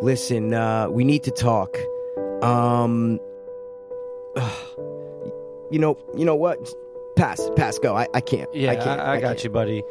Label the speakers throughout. Speaker 1: Listen, uh, we need to talk. Um, you know, you know what? Pass, pass, go. I, I can't.
Speaker 2: Yeah,
Speaker 1: I can't.
Speaker 2: I, got
Speaker 1: can't.
Speaker 2: you, buddy.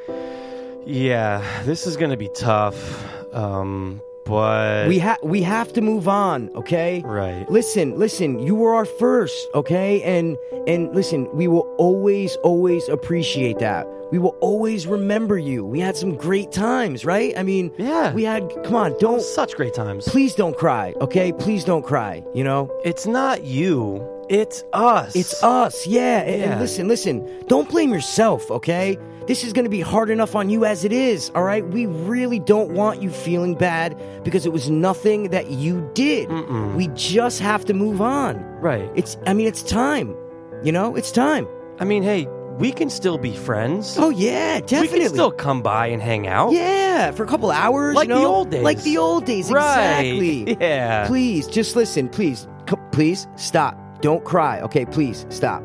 Speaker 2: Yeah, this is gonna be tough. Um, but
Speaker 1: We ha- we have to move on, okay?
Speaker 2: right.
Speaker 1: Listen, listen, you were our first, okay? And and listen, we will always always appreciate that. We will always remember you. We had some great times, right? I mean,
Speaker 2: Yeah.
Speaker 1: we had come on, don't
Speaker 2: Such great times.
Speaker 1: please don't cry, okay? Please don't cry, you know?
Speaker 2: It's not you. It's us.
Speaker 1: It's us, yeah. And, and
Speaker 2: Yeah.
Speaker 1: listen, listen, don't blame yourself, okay? This is gonna be hard enough on you as it is, all right? We really don't want you feeling bad because it was nothing that you did. We just have to move on.
Speaker 2: Right.
Speaker 1: It's, I mean, it's time. You know, it's time.
Speaker 2: I mean, hey, we can still be friends.
Speaker 1: Oh, yeah, definitely.
Speaker 2: We can still come by and hang out.
Speaker 1: yeah, for a couple hours.
Speaker 2: Like
Speaker 1: you know?
Speaker 2: the old days.
Speaker 1: Like the old days,
Speaker 2: Right.
Speaker 1: exactly.
Speaker 2: Yeah.
Speaker 1: Please, just listen. Please, C- please stop. Don't cry. Okay, please stop.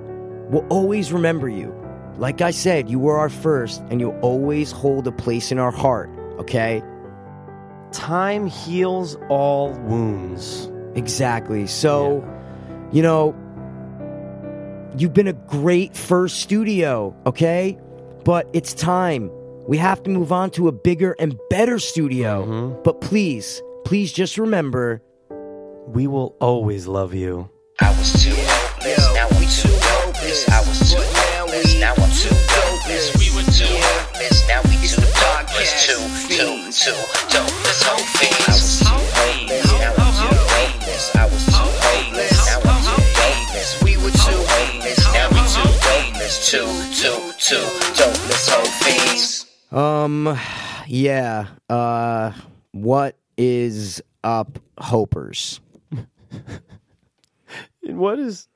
Speaker 1: We'll always remember you. Like I said, you were our first, and you'll always hold a place in our heart. Okay?
Speaker 2: Time heals all wounds.
Speaker 1: Exactly. So. You know, you've been a great first studio, okay? But it's time. We have to move on to a bigger and better studio. But please, please just remember
Speaker 2: We will always love you.
Speaker 3: I was too hopeless, now I'm too hopeless. I was too hopeless, now I'm too dopeless. We were too hopeless, now we too dopeless. Too, too, too dopeless. Whole fiends. I was too hopeless, now I'm too hopeless. I was too hopeless, now I'm too dopeless. We were too hopeless, now we too dopeless. Too, too, too dopeless. Whole fiends.
Speaker 1: um yeah, uh what is up hopers?
Speaker 2: And what is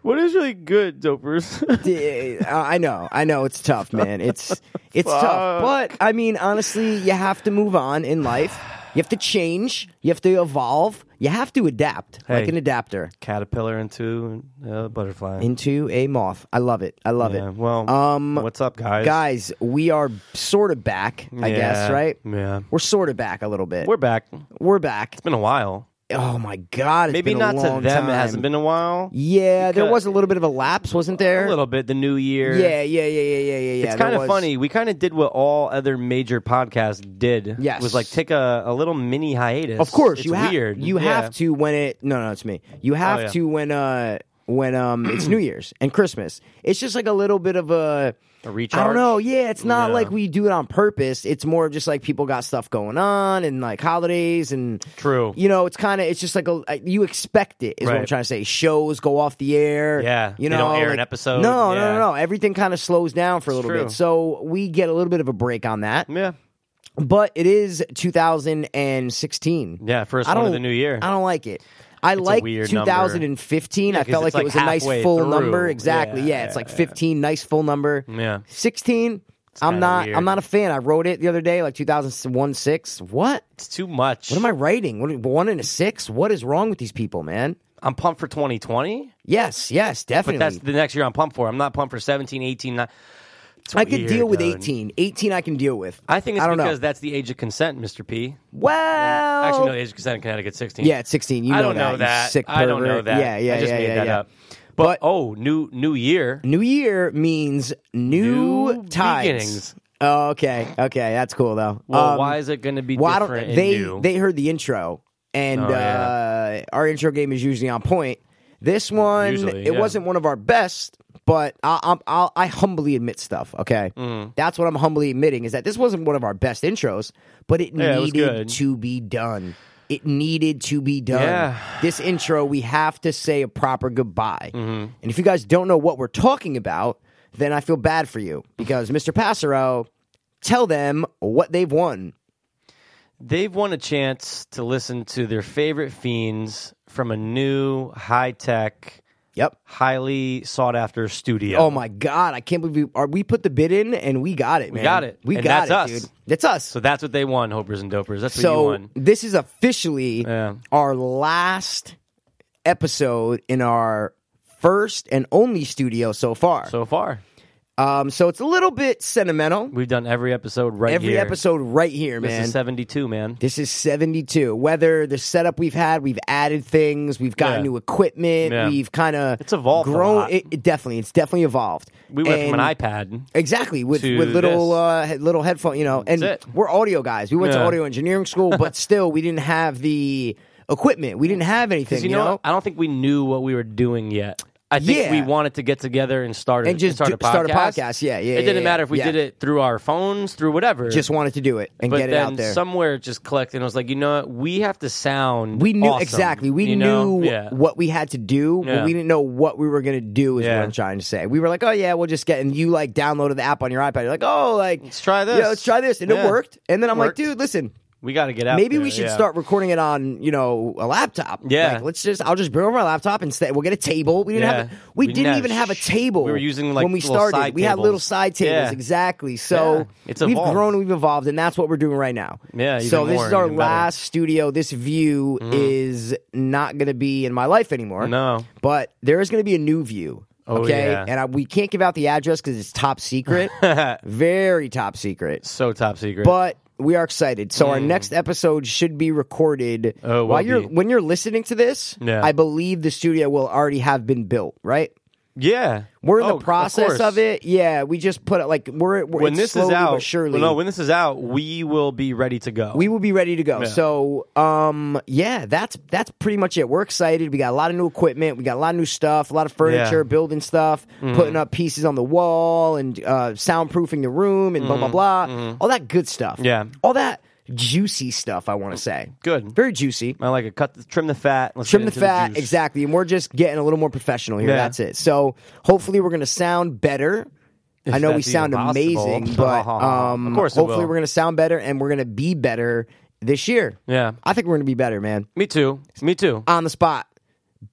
Speaker 2: what is really good, dopers?
Speaker 1: D- Eh, I know, I know it's tough, man. It's it's tough. But I mean, honestly, you have to move on in life. You have to change, you have to evolve, you have to adapt like
Speaker 2: Hey.
Speaker 1: an adapter.
Speaker 2: Caterpillar into a butterfly.
Speaker 1: into a moth. I love it. I love
Speaker 2: yeah.
Speaker 1: it.
Speaker 2: Well,
Speaker 1: Um,
Speaker 2: what's up, guys?
Speaker 1: Guys, we are sort of back, I guess,
Speaker 2: Yeah,
Speaker 1: right?
Speaker 2: Yeah.
Speaker 1: We're sort of back a little bit.
Speaker 2: We're back.
Speaker 1: We're back.
Speaker 2: Been a while.
Speaker 1: Oh my god, it's
Speaker 2: Maybe
Speaker 1: been a
Speaker 2: not to
Speaker 1: long
Speaker 2: them.
Speaker 1: time.
Speaker 2: It hasn't been a while.
Speaker 1: Yeah, there
Speaker 2: Because-
Speaker 1: was a little bit of a lapse, wasn't there?
Speaker 2: A little bit. The new year.
Speaker 1: Yeah, yeah, yeah, yeah, yeah, yeah.
Speaker 2: It's
Speaker 1: there
Speaker 2: kind of
Speaker 1: was-
Speaker 2: funny. We kind of did what all other major podcasts did.
Speaker 1: Yes.
Speaker 2: was like take a, a little mini hiatus.
Speaker 1: Of course,
Speaker 2: it's
Speaker 1: you have
Speaker 2: weird.
Speaker 1: you
Speaker 2: Yeah. Oh,
Speaker 1: have to when it no no it's me. You have
Speaker 2: yeah.
Speaker 1: to when uh when um it's New Year's and Christmas. It's just like a little bit of a
Speaker 2: a recharge.
Speaker 1: I don't know. Yeah, it's not
Speaker 2: Yeah.
Speaker 1: like we do it on purpose. It's more of just like people got stuff going on and like holidays and
Speaker 2: True.
Speaker 1: you know, it's kind of it's just like a you expect it is what I'm
Speaker 2: Right.
Speaker 1: trying to say. Shows go off the air.
Speaker 2: Yeah,
Speaker 1: you know,
Speaker 2: they don't air
Speaker 1: like-
Speaker 2: an episode.
Speaker 1: No, no,
Speaker 2: Yeah.
Speaker 1: no, no. Everything kind of slows down for a little
Speaker 2: true.
Speaker 1: bit, so we get a little bit of a break on that.
Speaker 2: Yeah,
Speaker 1: But it is 2016.
Speaker 2: yeah. First
Speaker 1: I
Speaker 2: one
Speaker 1: don't
Speaker 2: of the new year.
Speaker 1: I don't like it. I like
Speaker 2: weird number.
Speaker 1: 2015. I
Speaker 2: 'cause
Speaker 1: felt like,
Speaker 2: it's
Speaker 1: it
Speaker 2: like
Speaker 1: was a nice
Speaker 2: halfway
Speaker 1: full
Speaker 2: through.
Speaker 1: number. Exactly.
Speaker 2: Yeah,
Speaker 1: Yeah, it's
Speaker 2: yeah,
Speaker 1: like 15, nice full number.
Speaker 2: Yeah.
Speaker 1: 16. I'm
Speaker 2: kinda
Speaker 1: not.
Speaker 2: weird.
Speaker 1: I'm not a fan. I wrote it the other day, like 2001 six. What?
Speaker 2: It's too much.
Speaker 1: What am I writing? What, one and a six? What is wrong with these people, man?
Speaker 2: I'm pumped for 2020,
Speaker 1: Yes, yes, definitely.
Speaker 2: but that's the next year I'm pumped for. I'm not pumped for 17, 18. ni- It's
Speaker 1: I could
Speaker 2: weird,
Speaker 1: deal with
Speaker 2: dude.
Speaker 1: 18. 18, I can deal with.
Speaker 2: I think it's
Speaker 1: I don't
Speaker 2: because
Speaker 1: know.
Speaker 2: that's the age of consent, Mr. P.
Speaker 1: well,
Speaker 2: Actually, no, the age of consent in Connecticut, 16.
Speaker 1: yeah, it's 16. You
Speaker 2: I don't
Speaker 1: that,
Speaker 2: know
Speaker 1: you
Speaker 2: that.
Speaker 1: Sick
Speaker 2: I don't know
Speaker 1: pervert.
Speaker 2: that.
Speaker 1: Yeah, yeah,
Speaker 2: I just
Speaker 1: yeah,
Speaker 2: made
Speaker 1: yeah,
Speaker 2: that
Speaker 1: yeah.
Speaker 2: up. But,
Speaker 1: But-
Speaker 2: oh, new new year.
Speaker 1: New year means new,
Speaker 2: New
Speaker 1: times.
Speaker 2: beginnings.
Speaker 1: Oh, okay, okay, that's cool though.
Speaker 2: Well,
Speaker 1: Um,
Speaker 2: why is it going to be
Speaker 1: well, I don't-
Speaker 2: different? and
Speaker 1: they
Speaker 2: new?
Speaker 1: they heard the intro, and
Speaker 2: Oh, yeah.
Speaker 1: uh, our intro game is usually on point. This one,
Speaker 2: Usually,
Speaker 1: it
Speaker 2: yeah.
Speaker 1: wasn't one of our best, but I, I'm, I'll, I humbly admit stuff. Okay,
Speaker 2: Mm.
Speaker 1: that's what I'm humbly admitting is that this wasn't one of our best intros, but it
Speaker 2: Yeah, it was
Speaker 1: needed
Speaker 2: good.
Speaker 1: to be done. It needed to be done.
Speaker 2: Yeah.
Speaker 1: This intro, we have to say a proper goodbye.
Speaker 2: Mm-hmm.
Speaker 1: And if you guys don't know what we're talking about, then I feel bad for you because Mr. Passero, tell them what they've won.
Speaker 2: They've won a chance to listen to their favorite fiends from a new high tech,
Speaker 1: Yep.
Speaker 2: highly sought after studio.
Speaker 1: Oh my god, I can't believe we are we put the bid in and we got it, man.
Speaker 2: got it.
Speaker 1: We
Speaker 2: And
Speaker 1: got
Speaker 2: that's
Speaker 1: it,
Speaker 2: us.
Speaker 1: dude. That's us.
Speaker 2: So that's what they won, Hopers and Dopers. That's what you
Speaker 1: so
Speaker 2: won.
Speaker 1: this is officially
Speaker 2: Yeah.
Speaker 1: our last episode in our first and only studio so far.
Speaker 2: So far.
Speaker 1: Um, so it's a little bit sentimental.
Speaker 2: We've done every episode right
Speaker 1: Every
Speaker 2: here.
Speaker 1: episode right here,
Speaker 2: This
Speaker 1: man.
Speaker 2: is 72, man.
Speaker 1: This is 72. Whether the setup we've had, we've added things, we've gotten
Speaker 2: Yeah.
Speaker 1: new equipment,
Speaker 2: Yeah.
Speaker 1: we've kind of
Speaker 2: It's evolved a
Speaker 1: Grown
Speaker 2: lot.
Speaker 1: It, it definitely, it's definitely evolved.
Speaker 2: We went from
Speaker 1: And-
Speaker 2: an iPad.
Speaker 1: Exactly with
Speaker 2: to
Speaker 1: with little
Speaker 2: this.
Speaker 1: uh, he- little headphone, you know. And
Speaker 2: That's it.
Speaker 1: we're audio guys. We went to
Speaker 2: Yeah.
Speaker 1: audio engineering school, but still, we didn't have the equipment. We didn't have anything,
Speaker 2: Because you know, what? I don't think we knew what we were doing yet. I think
Speaker 1: Yeah.
Speaker 2: we wanted to get together and start a-
Speaker 1: And just
Speaker 2: start,
Speaker 1: do-
Speaker 2: a podcast.
Speaker 1: start a podcast, yeah, yeah,
Speaker 2: It
Speaker 1: yeah,
Speaker 2: didn't
Speaker 1: yeah,
Speaker 2: matter if we
Speaker 1: yeah.
Speaker 2: did it through our phones, through whatever.
Speaker 1: Just wanted to do it and
Speaker 2: but
Speaker 1: get it
Speaker 2: then
Speaker 1: out there.
Speaker 2: somewhere it just clicked, and I was like, you know, what? we have to sound.
Speaker 1: we knew
Speaker 2: awesome,
Speaker 1: exactly. We
Speaker 2: you know?
Speaker 1: knew
Speaker 2: Yeah.
Speaker 1: what we had to do, but
Speaker 2: Yeah.
Speaker 1: we didn't know what we were going to do. Is
Speaker 2: Yeah.
Speaker 1: what I'm trying to say. We were like, oh yeah, we'll just get. And you like downloaded the app on your iPad. You're like, oh like
Speaker 2: Let's try this.
Speaker 1: Yeah, let's try this, and it
Speaker 2: Yeah.
Speaker 1: worked. And then I'm
Speaker 2: Worked.
Speaker 1: like, dude, listen,
Speaker 2: we got to get out.
Speaker 1: maybe
Speaker 2: there,
Speaker 1: we should
Speaker 2: yeah.
Speaker 1: start recording it on you know a laptop.
Speaker 2: Yeah.
Speaker 1: Like, let's just I'll just bring over my laptop and stay. We'll get a table. We didn't
Speaker 2: Yeah.
Speaker 1: have we,
Speaker 2: We didn't
Speaker 1: didn't
Speaker 2: have
Speaker 1: even have a
Speaker 2: sh-
Speaker 1: table.
Speaker 2: we were using, like,
Speaker 1: when we
Speaker 2: little
Speaker 1: started.
Speaker 2: side
Speaker 1: we had little
Speaker 2: tables.
Speaker 1: side tables
Speaker 2: Yeah.
Speaker 1: exactly. So
Speaker 2: Yeah. It's
Speaker 1: we've
Speaker 2: evolved.
Speaker 1: grown, we've evolved, and that's what we're doing right now.
Speaker 2: Yeah, even
Speaker 1: So this
Speaker 2: more,
Speaker 1: is our
Speaker 2: even better. Mm-hmm.
Speaker 1: last studio. This view is not going to be in my life anymore.
Speaker 2: No.
Speaker 1: but there is going to be a new view.
Speaker 2: Oh,
Speaker 1: Okay,
Speaker 2: yeah.
Speaker 1: and I, we can't give out the address because it's top secret, very top secret
Speaker 2: So top secret.
Speaker 1: but we are excited. So our next episode should be recorded
Speaker 2: Hmm. Oh, will
Speaker 1: while you're
Speaker 2: be.
Speaker 1: when you're listening to this.
Speaker 2: Yeah.
Speaker 1: I believe the studio will already have been built, right?
Speaker 2: yeah,
Speaker 1: We're in
Speaker 2: Oh,
Speaker 1: the process
Speaker 2: course.
Speaker 1: of, it. Yeah, we just put it like we're, we're
Speaker 2: When
Speaker 1: it's
Speaker 2: this is
Speaker 1: slowly
Speaker 2: out,
Speaker 1: but surely.
Speaker 2: no, when this is out, we will be ready to go.
Speaker 1: we will be ready to go. So, um, yeah, that's that's pretty much it. We're excited. We got a lot of new equipment. We got a lot of new stuff, a lot of furniture,
Speaker 2: Yeah. Mm-hmm.
Speaker 1: building stuff, putting up pieces on the wall, and uh, soundproofing the room, and blah blah blah, all that good stuff.
Speaker 2: Mm-hmm. Yeah.
Speaker 1: all that juicy stuff. I want to say
Speaker 2: good.
Speaker 1: very juicy.
Speaker 2: I like it. Cut, the, trim the fat. Let's
Speaker 1: Trim the
Speaker 2: get into
Speaker 1: fat,
Speaker 2: juice.
Speaker 1: exactly. And we're just getting a little more professional here.
Speaker 2: Yeah.
Speaker 1: That's it. So hopefully we're going to sound better. I know we
Speaker 2: that's even
Speaker 1: sound
Speaker 2: possible.
Speaker 1: amazing, but um,
Speaker 2: Of course it
Speaker 1: hopefully
Speaker 2: will.
Speaker 1: we're going to sound better and we're going to be better this year.
Speaker 2: Yeah,
Speaker 1: I think we're going to be better, man.
Speaker 2: me too. Me too.
Speaker 1: On the spot.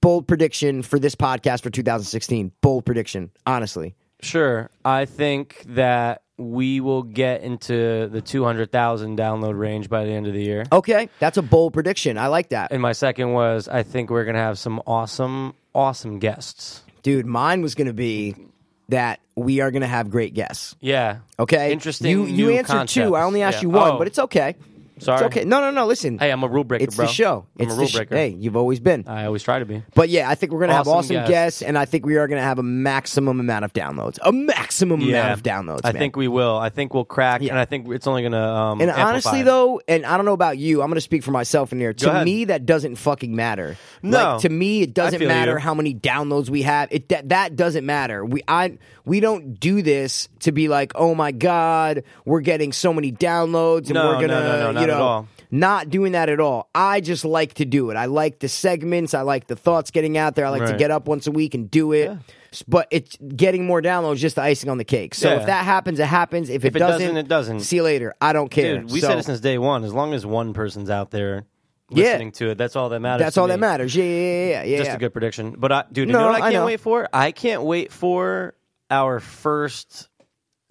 Speaker 1: Bold prediction for this podcast for 2016. Bold prediction, honestly.
Speaker 2: Sure. I think that we will get into the 200,000 download range by the end of the year.
Speaker 1: Okay, that's a bold prediction. I like that.
Speaker 2: And my second was I think we're going to have some awesome, awesome guests.
Speaker 1: Dude, mine was going to be that we are going to have great guests.
Speaker 2: Yeah.
Speaker 1: Okay?
Speaker 2: Interesting.
Speaker 1: You, you
Speaker 2: new
Speaker 1: answered two. I
Speaker 2: concepts.
Speaker 1: only asked
Speaker 2: Yeah.
Speaker 1: you one,
Speaker 2: Oh,
Speaker 1: but it's okay.
Speaker 2: sorry.
Speaker 1: It's okay. No, no, no. Listen,
Speaker 2: Hey, I'm a rule breaker,
Speaker 1: it's
Speaker 2: bro.
Speaker 1: the show.
Speaker 2: I'm
Speaker 1: it's
Speaker 2: a rule
Speaker 1: the sh-
Speaker 2: breaker.
Speaker 1: Hey, you've always been.
Speaker 2: I always try to be.
Speaker 1: But yeah, I think we're gonna have awesome
Speaker 2: Awesome
Speaker 1: guests.
Speaker 2: guests.
Speaker 1: and I think we are gonna have a maximum amount of downloads. A maximum amount of downloads.
Speaker 2: I
Speaker 1: man.
Speaker 2: think we will. I think we'll crack,
Speaker 1: Yeah.
Speaker 2: and I think it's only going to. Um,
Speaker 1: And
Speaker 2: amplify
Speaker 1: honestly,
Speaker 2: it.
Speaker 1: though, and I don't know about you, I'm going to speak for myself in here. To
Speaker 2: ahead.
Speaker 1: me, that doesn't fucking matter.
Speaker 2: No.
Speaker 1: like, to me, it doesn't
Speaker 2: feel
Speaker 1: matter
Speaker 2: you.
Speaker 1: how many downloads we have. It that that doesn't matter. We I we don't do this to be like, oh my god, we're getting so many downloads, and
Speaker 2: No,
Speaker 1: we're gonna,
Speaker 2: no, no, no, not
Speaker 1: you
Speaker 2: at
Speaker 1: know.
Speaker 2: all.
Speaker 1: Not doing that at all. I just like to do it. I like the segments. I like the thoughts getting out there. I like to
Speaker 2: Right.
Speaker 1: get up once a week and do it. S- But it's getting more downloads is just the icing on the cake. So
Speaker 2: Yeah.
Speaker 1: if that happens, it happens. If it,
Speaker 2: it doesn't, it doesn't.
Speaker 1: See you later. I don't care.
Speaker 2: Dude, we
Speaker 1: So-
Speaker 2: said it since day one. As long as one person's out there
Speaker 1: Yeah.
Speaker 2: listening to it, that's all that matters.
Speaker 1: That's
Speaker 2: to
Speaker 1: all
Speaker 2: me.
Speaker 1: that matters. Yeah, yeah, yeah, yeah.
Speaker 2: Just
Speaker 1: yeah.
Speaker 2: a good prediction. But I, dude, you
Speaker 1: No,
Speaker 2: know what I
Speaker 1: I
Speaker 2: can't
Speaker 1: know.
Speaker 2: wait for? I can't wait for our first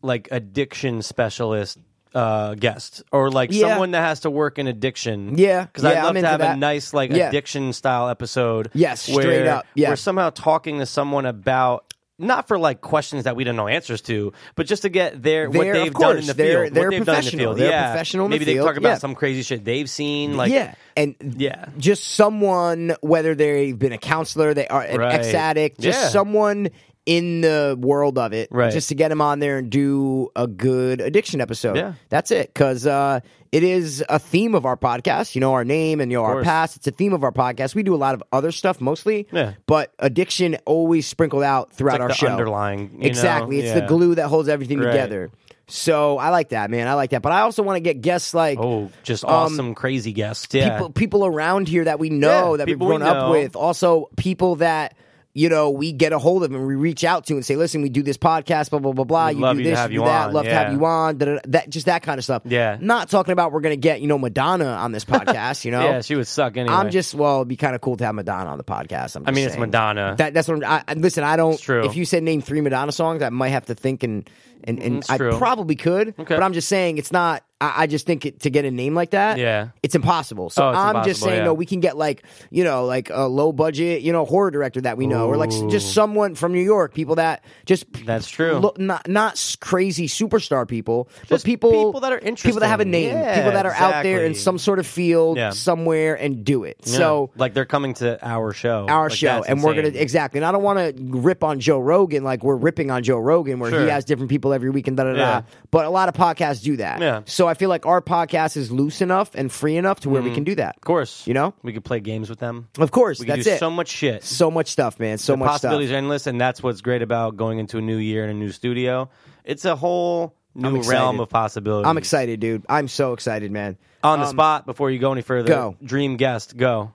Speaker 2: like addiction specialist uh guest or like
Speaker 1: Yeah.
Speaker 2: someone that has to work in addiction.
Speaker 1: Yeah,
Speaker 2: Because
Speaker 1: yeah,
Speaker 2: I'd love
Speaker 1: I'm
Speaker 2: to
Speaker 1: into
Speaker 2: have
Speaker 1: that.
Speaker 2: a nice like
Speaker 1: Yeah.
Speaker 2: addiction style episode.
Speaker 1: Yes, straight
Speaker 2: where
Speaker 1: up, yeah.
Speaker 2: We're somehow talking to someone about not for like questions that we don't know answers to, but just to get their what
Speaker 1: They're- of
Speaker 2: they've done
Speaker 1: course,
Speaker 2: in the
Speaker 1: they're-
Speaker 2: field.
Speaker 1: they're
Speaker 2: what they've done in the
Speaker 1: professional.
Speaker 2: field.
Speaker 1: They're
Speaker 2: yeah.
Speaker 1: professional in the
Speaker 2: Maybe they
Speaker 1: field,
Speaker 2: talk about
Speaker 1: yeah.
Speaker 2: some crazy shit they've seen. Like
Speaker 1: yeah. And
Speaker 2: Yeah.
Speaker 1: just someone, whether they've been a counselor, they are an
Speaker 2: Right.
Speaker 1: ex addict, just
Speaker 2: Yeah.
Speaker 1: someone in the world of it,
Speaker 2: Right.
Speaker 1: just to get them on there and do a good addiction episode.
Speaker 2: Yeah.
Speaker 1: That's it. Because uh, it is a theme of our podcast, you know, our name and you know, our
Speaker 2: course.
Speaker 1: past. It's a theme of our podcast. We do a lot of other stuff mostly,
Speaker 2: Yeah.
Speaker 1: but addiction always sprinkled out throughout
Speaker 2: like
Speaker 1: our
Speaker 2: the
Speaker 1: show.
Speaker 2: underlying, you know?
Speaker 1: exactly. It's the
Speaker 2: Yeah.
Speaker 1: glue that holds everything
Speaker 2: Right.
Speaker 1: together. So I like that, man. I like that. But I also want to get guests like
Speaker 2: Oh, just awesome, crazy guests. Yeah.
Speaker 1: Um, people people around here that we know
Speaker 2: Yeah,
Speaker 1: that we've
Speaker 2: people we
Speaker 1: grown up
Speaker 2: know.
Speaker 1: with also people that you know we get a hold of and we reach out to and say listen we do this podcast blah blah blah blah
Speaker 2: We'd
Speaker 1: you
Speaker 2: love
Speaker 1: do
Speaker 2: you to
Speaker 1: this
Speaker 2: have
Speaker 1: you do
Speaker 2: you
Speaker 1: that
Speaker 2: on,
Speaker 1: love to have
Speaker 2: yeah.
Speaker 1: you on da, da, da, that just that kind of stuff
Speaker 2: Yeah.
Speaker 1: not talking about we're gonna get you know madonna on this podcast you know
Speaker 2: yeah, she would suck anyway.
Speaker 1: I'm just well, it'd be kind of cool to have Madonna on the podcast. I'm just
Speaker 2: I mean, it's
Speaker 1: saying.
Speaker 2: Madonna.
Speaker 1: That, that's what I'm, I I- listen. I don't.
Speaker 2: true.
Speaker 1: If you said name three Madonna songs, I might have to think and and, and
Speaker 2: It's
Speaker 1: I
Speaker 2: true.
Speaker 1: probably could.
Speaker 2: Okay.
Speaker 1: But I'm just saying it's not. I, I just think it, to get a name like that,
Speaker 2: Yeah.
Speaker 1: it's impossible. So
Speaker 2: Oh, it's
Speaker 1: I'm just
Speaker 2: impossible,
Speaker 1: saying,
Speaker 2: yeah.
Speaker 1: no, we can get like you know, like a low budget, you know, horror director that we know, or like s- just someone from New York, people that just
Speaker 2: That's true.
Speaker 1: look, not not s- crazy superstar people, but
Speaker 2: Just
Speaker 1: people
Speaker 2: people that are
Speaker 1: people that have a
Speaker 2: interesting.
Speaker 1: name,
Speaker 2: Yeah,
Speaker 1: people that are out there in
Speaker 2: exactly.
Speaker 1: some sort of field
Speaker 2: Yeah.
Speaker 1: somewhere and do it.
Speaker 2: Yeah.
Speaker 1: So
Speaker 2: like they're coming to our show,
Speaker 1: our
Speaker 2: Like,
Speaker 1: show,
Speaker 2: that's
Speaker 1: and we're
Speaker 2: insane.
Speaker 1: gonna exactly. And I don't want to rip on Joe Rogan like we're ripping on Joe Rogan, where
Speaker 2: Sure.
Speaker 1: he has different people every week and da da
Speaker 2: Yeah.
Speaker 1: da. But a lot of podcasts do that.
Speaker 2: Yeah.
Speaker 1: So I feel like our podcast is loose enough and free enough to where we can do that.
Speaker 2: of course,
Speaker 1: You know?
Speaker 2: we could play games with them.
Speaker 1: Of course,
Speaker 2: Mm-hmm. We could
Speaker 1: that's
Speaker 2: do
Speaker 1: it.
Speaker 2: so much shit.
Speaker 1: so much stuff, man. So much stuff.
Speaker 2: possibilities are endless, and that's what's great about going into a new year and a new studio. It's a whole new
Speaker 1: excited.
Speaker 2: realm of possibilities.
Speaker 1: I'm excited, dude. I'm so excited, man.
Speaker 2: On the spot, before you go any further,
Speaker 1: go.
Speaker 2: dream guest, go.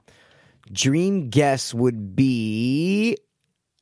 Speaker 1: Dream guess would be,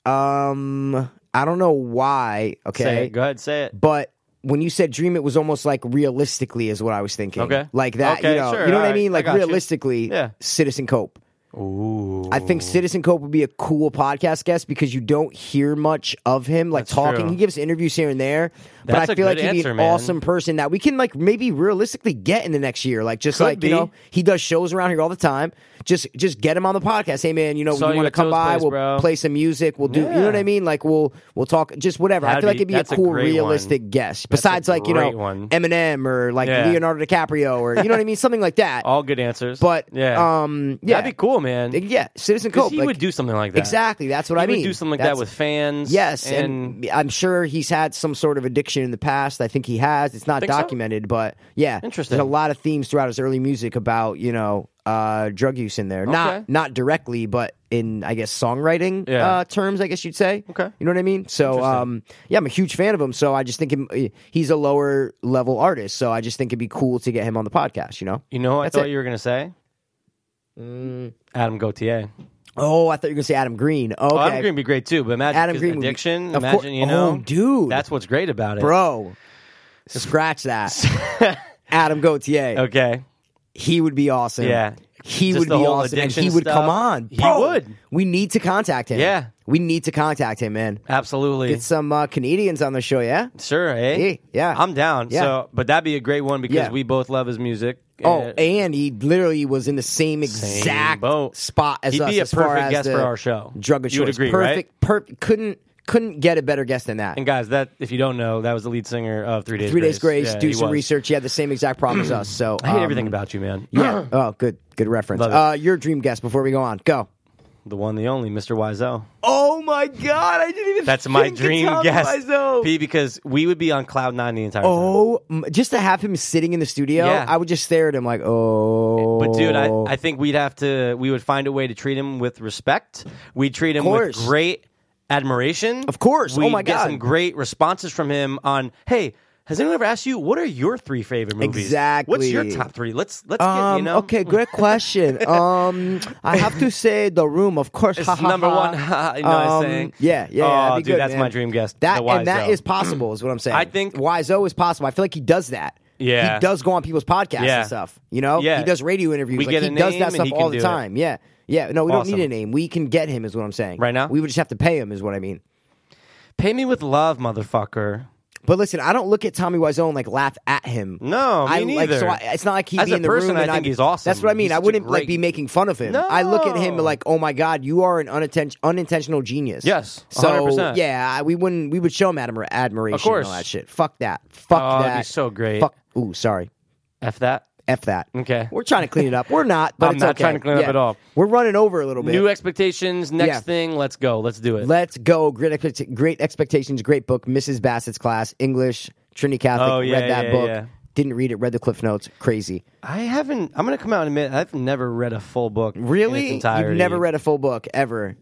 Speaker 1: um, I don't know why. Okay,
Speaker 2: Say it. Go ahead, say it.
Speaker 1: but when you said dream, it was almost like realistically is what I was thinking.
Speaker 2: Okay.
Speaker 1: like that.
Speaker 2: Okay,
Speaker 1: you know,
Speaker 2: sure,
Speaker 1: you know what I
Speaker 2: alright,
Speaker 1: mean?
Speaker 2: I
Speaker 1: Like
Speaker 2: got you.
Speaker 1: realistically,
Speaker 2: Yeah.
Speaker 1: Citizen Cope.
Speaker 2: Ooh,
Speaker 1: I think Citizen Cope would be a cool podcast guest because you don't hear much of him, like talking.
Speaker 2: true.
Speaker 1: He gives interviews here and there,
Speaker 2: That's
Speaker 1: but
Speaker 2: a
Speaker 1: I feel like
Speaker 2: good
Speaker 1: he'd be
Speaker 2: answer,
Speaker 1: an
Speaker 2: man.
Speaker 1: awesome person that we can like maybe realistically get in the next year. Like just
Speaker 2: Could
Speaker 1: like
Speaker 2: be.
Speaker 1: you know, he does shows around here all the time. Just just get him on the podcast. Hey man, you know,
Speaker 2: Saw
Speaker 1: we
Speaker 2: you
Speaker 1: want to
Speaker 2: at
Speaker 1: come
Speaker 2: Toe's
Speaker 1: by.
Speaker 2: Place,
Speaker 1: we'll
Speaker 2: bro.
Speaker 1: play some music. We'll do. You
Speaker 2: Yeah.
Speaker 1: know what I mean? Like we'll we'll talk. Just whatever. I
Speaker 2: That'd
Speaker 1: feel like
Speaker 2: be-
Speaker 1: it'd be a
Speaker 2: that's a
Speaker 1: cool,
Speaker 2: great one.
Speaker 1: realistic guest. Besides like you know
Speaker 2: great one.
Speaker 1: Eminem or like
Speaker 2: Yeah.
Speaker 1: Leonardo DiCaprio or you know what I mean, something like that.
Speaker 2: all good answers.
Speaker 1: But
Speaker 2: yeah,
Speaker 1: um, yeah,
Speaker 2: that'd be cool, man.
Speaker 1: yeah, Citizen
Speaker 2: Because
Speaker 1: Cope.
Speaker 2: he
Speaker 1: like-
Speaker 2: would do something like that.
Speaker 1: Exactly. That's what
Speaker 2: He
Speaker 1: I
Speaker 2: would
Speaker 1: mean.
Speaker 2: do something like
Speaker 1: That's-
Speaker 2: that with fans.
Speaker 1: Yes,
Speaker 2: and,
Speaker 1: and, I'm sure he's had some sort of addiction in the past. I think he has. It's not
Speaker 2: Think so?
Speaker 1: documented, but yeah,
Speaker 2: Interesting.
Speaker 1: There's a lot of themes throughout his early music about you know uh, drug use in there.
Speaker 2: Okay.
Speaker 1: Not not directly, but in I guess songwriting
Speaker 2: Yeah.
Speaker 1: uh, terms. I guess you'd say.
Speaker 2: Okay.
Speaker 1: you know what I mean. So um, yeah, I'm a huge fan of him. So I just think him, he's a lower level artist. So I just think it'd be cool to get him on the podcast. You know.
Speaker 2: you know, what I
Speaker 1: That's
Speaker 2: thought
Speaker 1: it. Mm.
Speaker 2: you were gonna say Adam Gautier.
Speaker 1: Oh, I thought you were gonna say Adam Green. Okay.
Speaker 2: Oh, Adam Green would be great too, but imagine
Speaker 1: Adam
Speaker 2: 'cause
Speaker 1: Green would be-
Speaker 2: addiction.
Speaker 1: of cour-
Speaker 2: imagine you know,
Speaker 1: Oh, dude.
Speaker 2: that's what's great about it,
Speaker 1: bro. Scratch that. Adam Gautier.
Speaker 2: Okay,
Speaker 1: He would be awesome.
Speaker 2: Yeah.
Speaker 1: He
Speaker 2: Just
Speaker 1: would be
Speaker 2: the whole
Speaker 1: awesome. And he
Speaker 2: addiction
Speaker 1: would come
Speaker 2: stuff.
Speaker 1: on.
Speaker 2: He
Speaker 1: Bro,
Speaker 2: would.
Speaker 1: We need to contact him.
Speaker 2: Yeah.
Speaker 1: We need to contact him, man.
Speaker 2: absolutely.
Speaker 1: Get some uh, Canadians on the show, yeah?
Speaker 2: Sure, eh?
Speaker 1: Yeah, yeah.
Speaker 2: I'm down.
Speaker 1: Yeah.
Speaker 2: So, but that'd be a great one because
Speaker 1: Yeah.
Speaker 2: we both love his music.
Speaker 1: Oh,
Speaker 2: Uh,
Speaker 1: and he literally was in the same exact
Speaker 2: boat.
Speaker 1: spot as
Speaker 2: He'd
Speaker 1: us
Speaker 2: be a
Speaker 1: as far
Speaker 2: perfect
Speaker 1: as
Speaker 2: guest
Speaker 1: the
Speaker 2: for our show.
Speaker 1: Drug of
Speaker 2: You would
Speaker 1: choice.
Speaker 2: agree, right?
Speaker 1: perfect, perfect. Couldn't couldn't get a better guest than that.
Speaker 2: and guys, that if you don't know, that was the lead singer of Three Days.
Speaker 1: Three Days Grace,
Speaker 2: Yeah,
Speaker 1: do
Speaker 2: he
Speaker 1: some
Speaker 2: was.
Speaker 1: research. He had the same exact problem as us. So
Speaker 2: I hate
Speaker 1: um,
Speaker 2: everything about you, man.
Speaker 1: Yeah. Oh, good. Good reference.
Speaker 2: Love it.
Speaker 1: Uh, your dream guest before we go on. Go.
Speaker 2: the one, the only, Mr. Wiseau.
Speaker 1: Oh my God! I didn't even.
Speaker 2: That's my dream guest.
Speaker 1: Myself.
Speaker 2: P, because we would be on cloud nine the entire time.
Speaker 1: Oh, m- just to have him sitting in the studio,
Speaker 2: Yeah.
Speaker 1: I would just stare at him like, oh.
Speaker 2: But dude, I, I think we'd have to. We would find a way to treat him with respect. We'd treat him with
Speaker 1: course.
Speaker 2: great admiration.
Speaker 1: Of course. Oh
Speaker 2: We'd
Speaker 1: my
Speaker 2: get
Speaker 1: God.
Speaker 2: some great responses from him on. Hey, has anyone ever asked you what are your three favorite movies? What's your
Speaker 1: Exactly.
Speaker 2: top three? Let's let's get you
Speaker 1: Um,
Speaker 2: know.
Speaker 1: okay, great question. um, I have to say, the room, of course,
Speaker 2: It's
Speaker 1: ha, ha,
Speaker 2: number
Speaker 1: ha.
Speaker 2: one. you know what I'm
Speaker 1: Um,
Speaker 2: saying?
Speaker 1: Yeah, yeah, yeah,
Speaker 2: Oh,
Speaker 1: that'd be
Speaker 2: dude,
Speaker 1: good,
Speaker 2: that's
Speaker 1: man.
Speaker 2: my dream guest.
Speaker 1: That
Speaker 2: the wise
Speaker 1: and that
Speaker 2: though.
Speaker 1: is possible, is what I'm saying.
Speaker 2: I think-
Speaker 1: Wiseau is possible. I feel like he does that.
Speaker 2: Yeah.
Speaker 1: he does go on people's podcasts
Speaker 2: Yeah.
Speaker 1: and stuff. You know,
Speaker 2: Yeah.
Speaker 1: he does radio interviews.
Speaker 2: We
Speaker 1: like,
Speaker 2: get
Speaker 1: he
Speaker 2: a
Speaker 1: does
Speaker 2: name
Speaker 1: that
Speaker 2: and
Speaker 1: stuff
Speaker 2: he
Speaker 1: all
Speaker 2: can
Speaker 1: the
Speaker 2: do it.
Speaker 1: time. Yeah, yeah. No, we don't need
Speaker 2: Awesome.
Speaker 1: a name. We can get him, is what I'm saying.
Speaker 2: Right now?
Speaker 1: we would just have to pay him, is what I mean.
Speaker 2: Pay me with love, motherfucker.
Speaker 1: But listen, I don't look at Tommy Wiseau and like laugh at him.
Speaker 2: No, me
Speaker 1: I like
Speaker 2: neither.
Speaker 1: so I, it's not like he'd
Speaker 2: As
Speaker 1: be
Speaker 2: a
Speaker 1: in the
Speaker 2: person,
Speaker 1: room.
Speaker 2: I
Speaker 1: and
Speaker 2: think
Speaker 1: I'd-
Speaker 2: he's awesome.
Speaker 1: That's what I mean.
Speaker 2: He's
Speaker 1: I
Speaker 2: such a
Speaker 1: wouldn't like
Speaker 2: great-
Speaker 1: be making fun of him. I look at him
Speaker 2: No.
Speaker 1: like, oh my god, you are an unatten- unintentional genius.
Speaker 2: Yes,
Speaker 1: so
Speaker 2: 100%.
Speaker 1: yeah, I- we wouldn't. We would show him admir- admiration.
Speaker 2: Of course.
Speaker 1: and all that shit. Fuck that. Fuck
Speaker 2: Oh,
Speaker 1: that.
Speaker 2: that'd be so great.
Speaker 1: Fuck. Ooh, sorry.
Speaker 2: F that.
Speaker 1: F that.
Speaker 2: Okay.
Speaker 1: We're trying to clean it up. We're not. But
Speaker 2: I'm
Speaker 1: it's
Speaker 2: not
Speaker 1: okay.
Speaker 2: trying to clean it up
Speaker 1: Yeah.
Speaker 2: at all.
Speaker 1: We're running over a little bit.
Speaker 2: New expectations. Next
Speaker 1: Yeah.
Speaker 2: thing. Let's go. Let's do it.
Speaker 1: Let's go. Great, expect- great expectations. Great book. Mrs. Bassett's class. English. Trinity Catholic.
Speaker 2: Oh, yeah,
Speaker 1: read that
Speaker 2: yeah,
Speaker 1: book.
Speaker 2: yeah.
Speaker 1: Didn't read it. Read the Cliff Notes. Crazy.
Speaker 2: I haven't. I'm gonna come out and admit I've never read a full book. in its
Speaker 1: Really? You've
Speaker 2: entirety.
Speaker 1: never read a full book ever.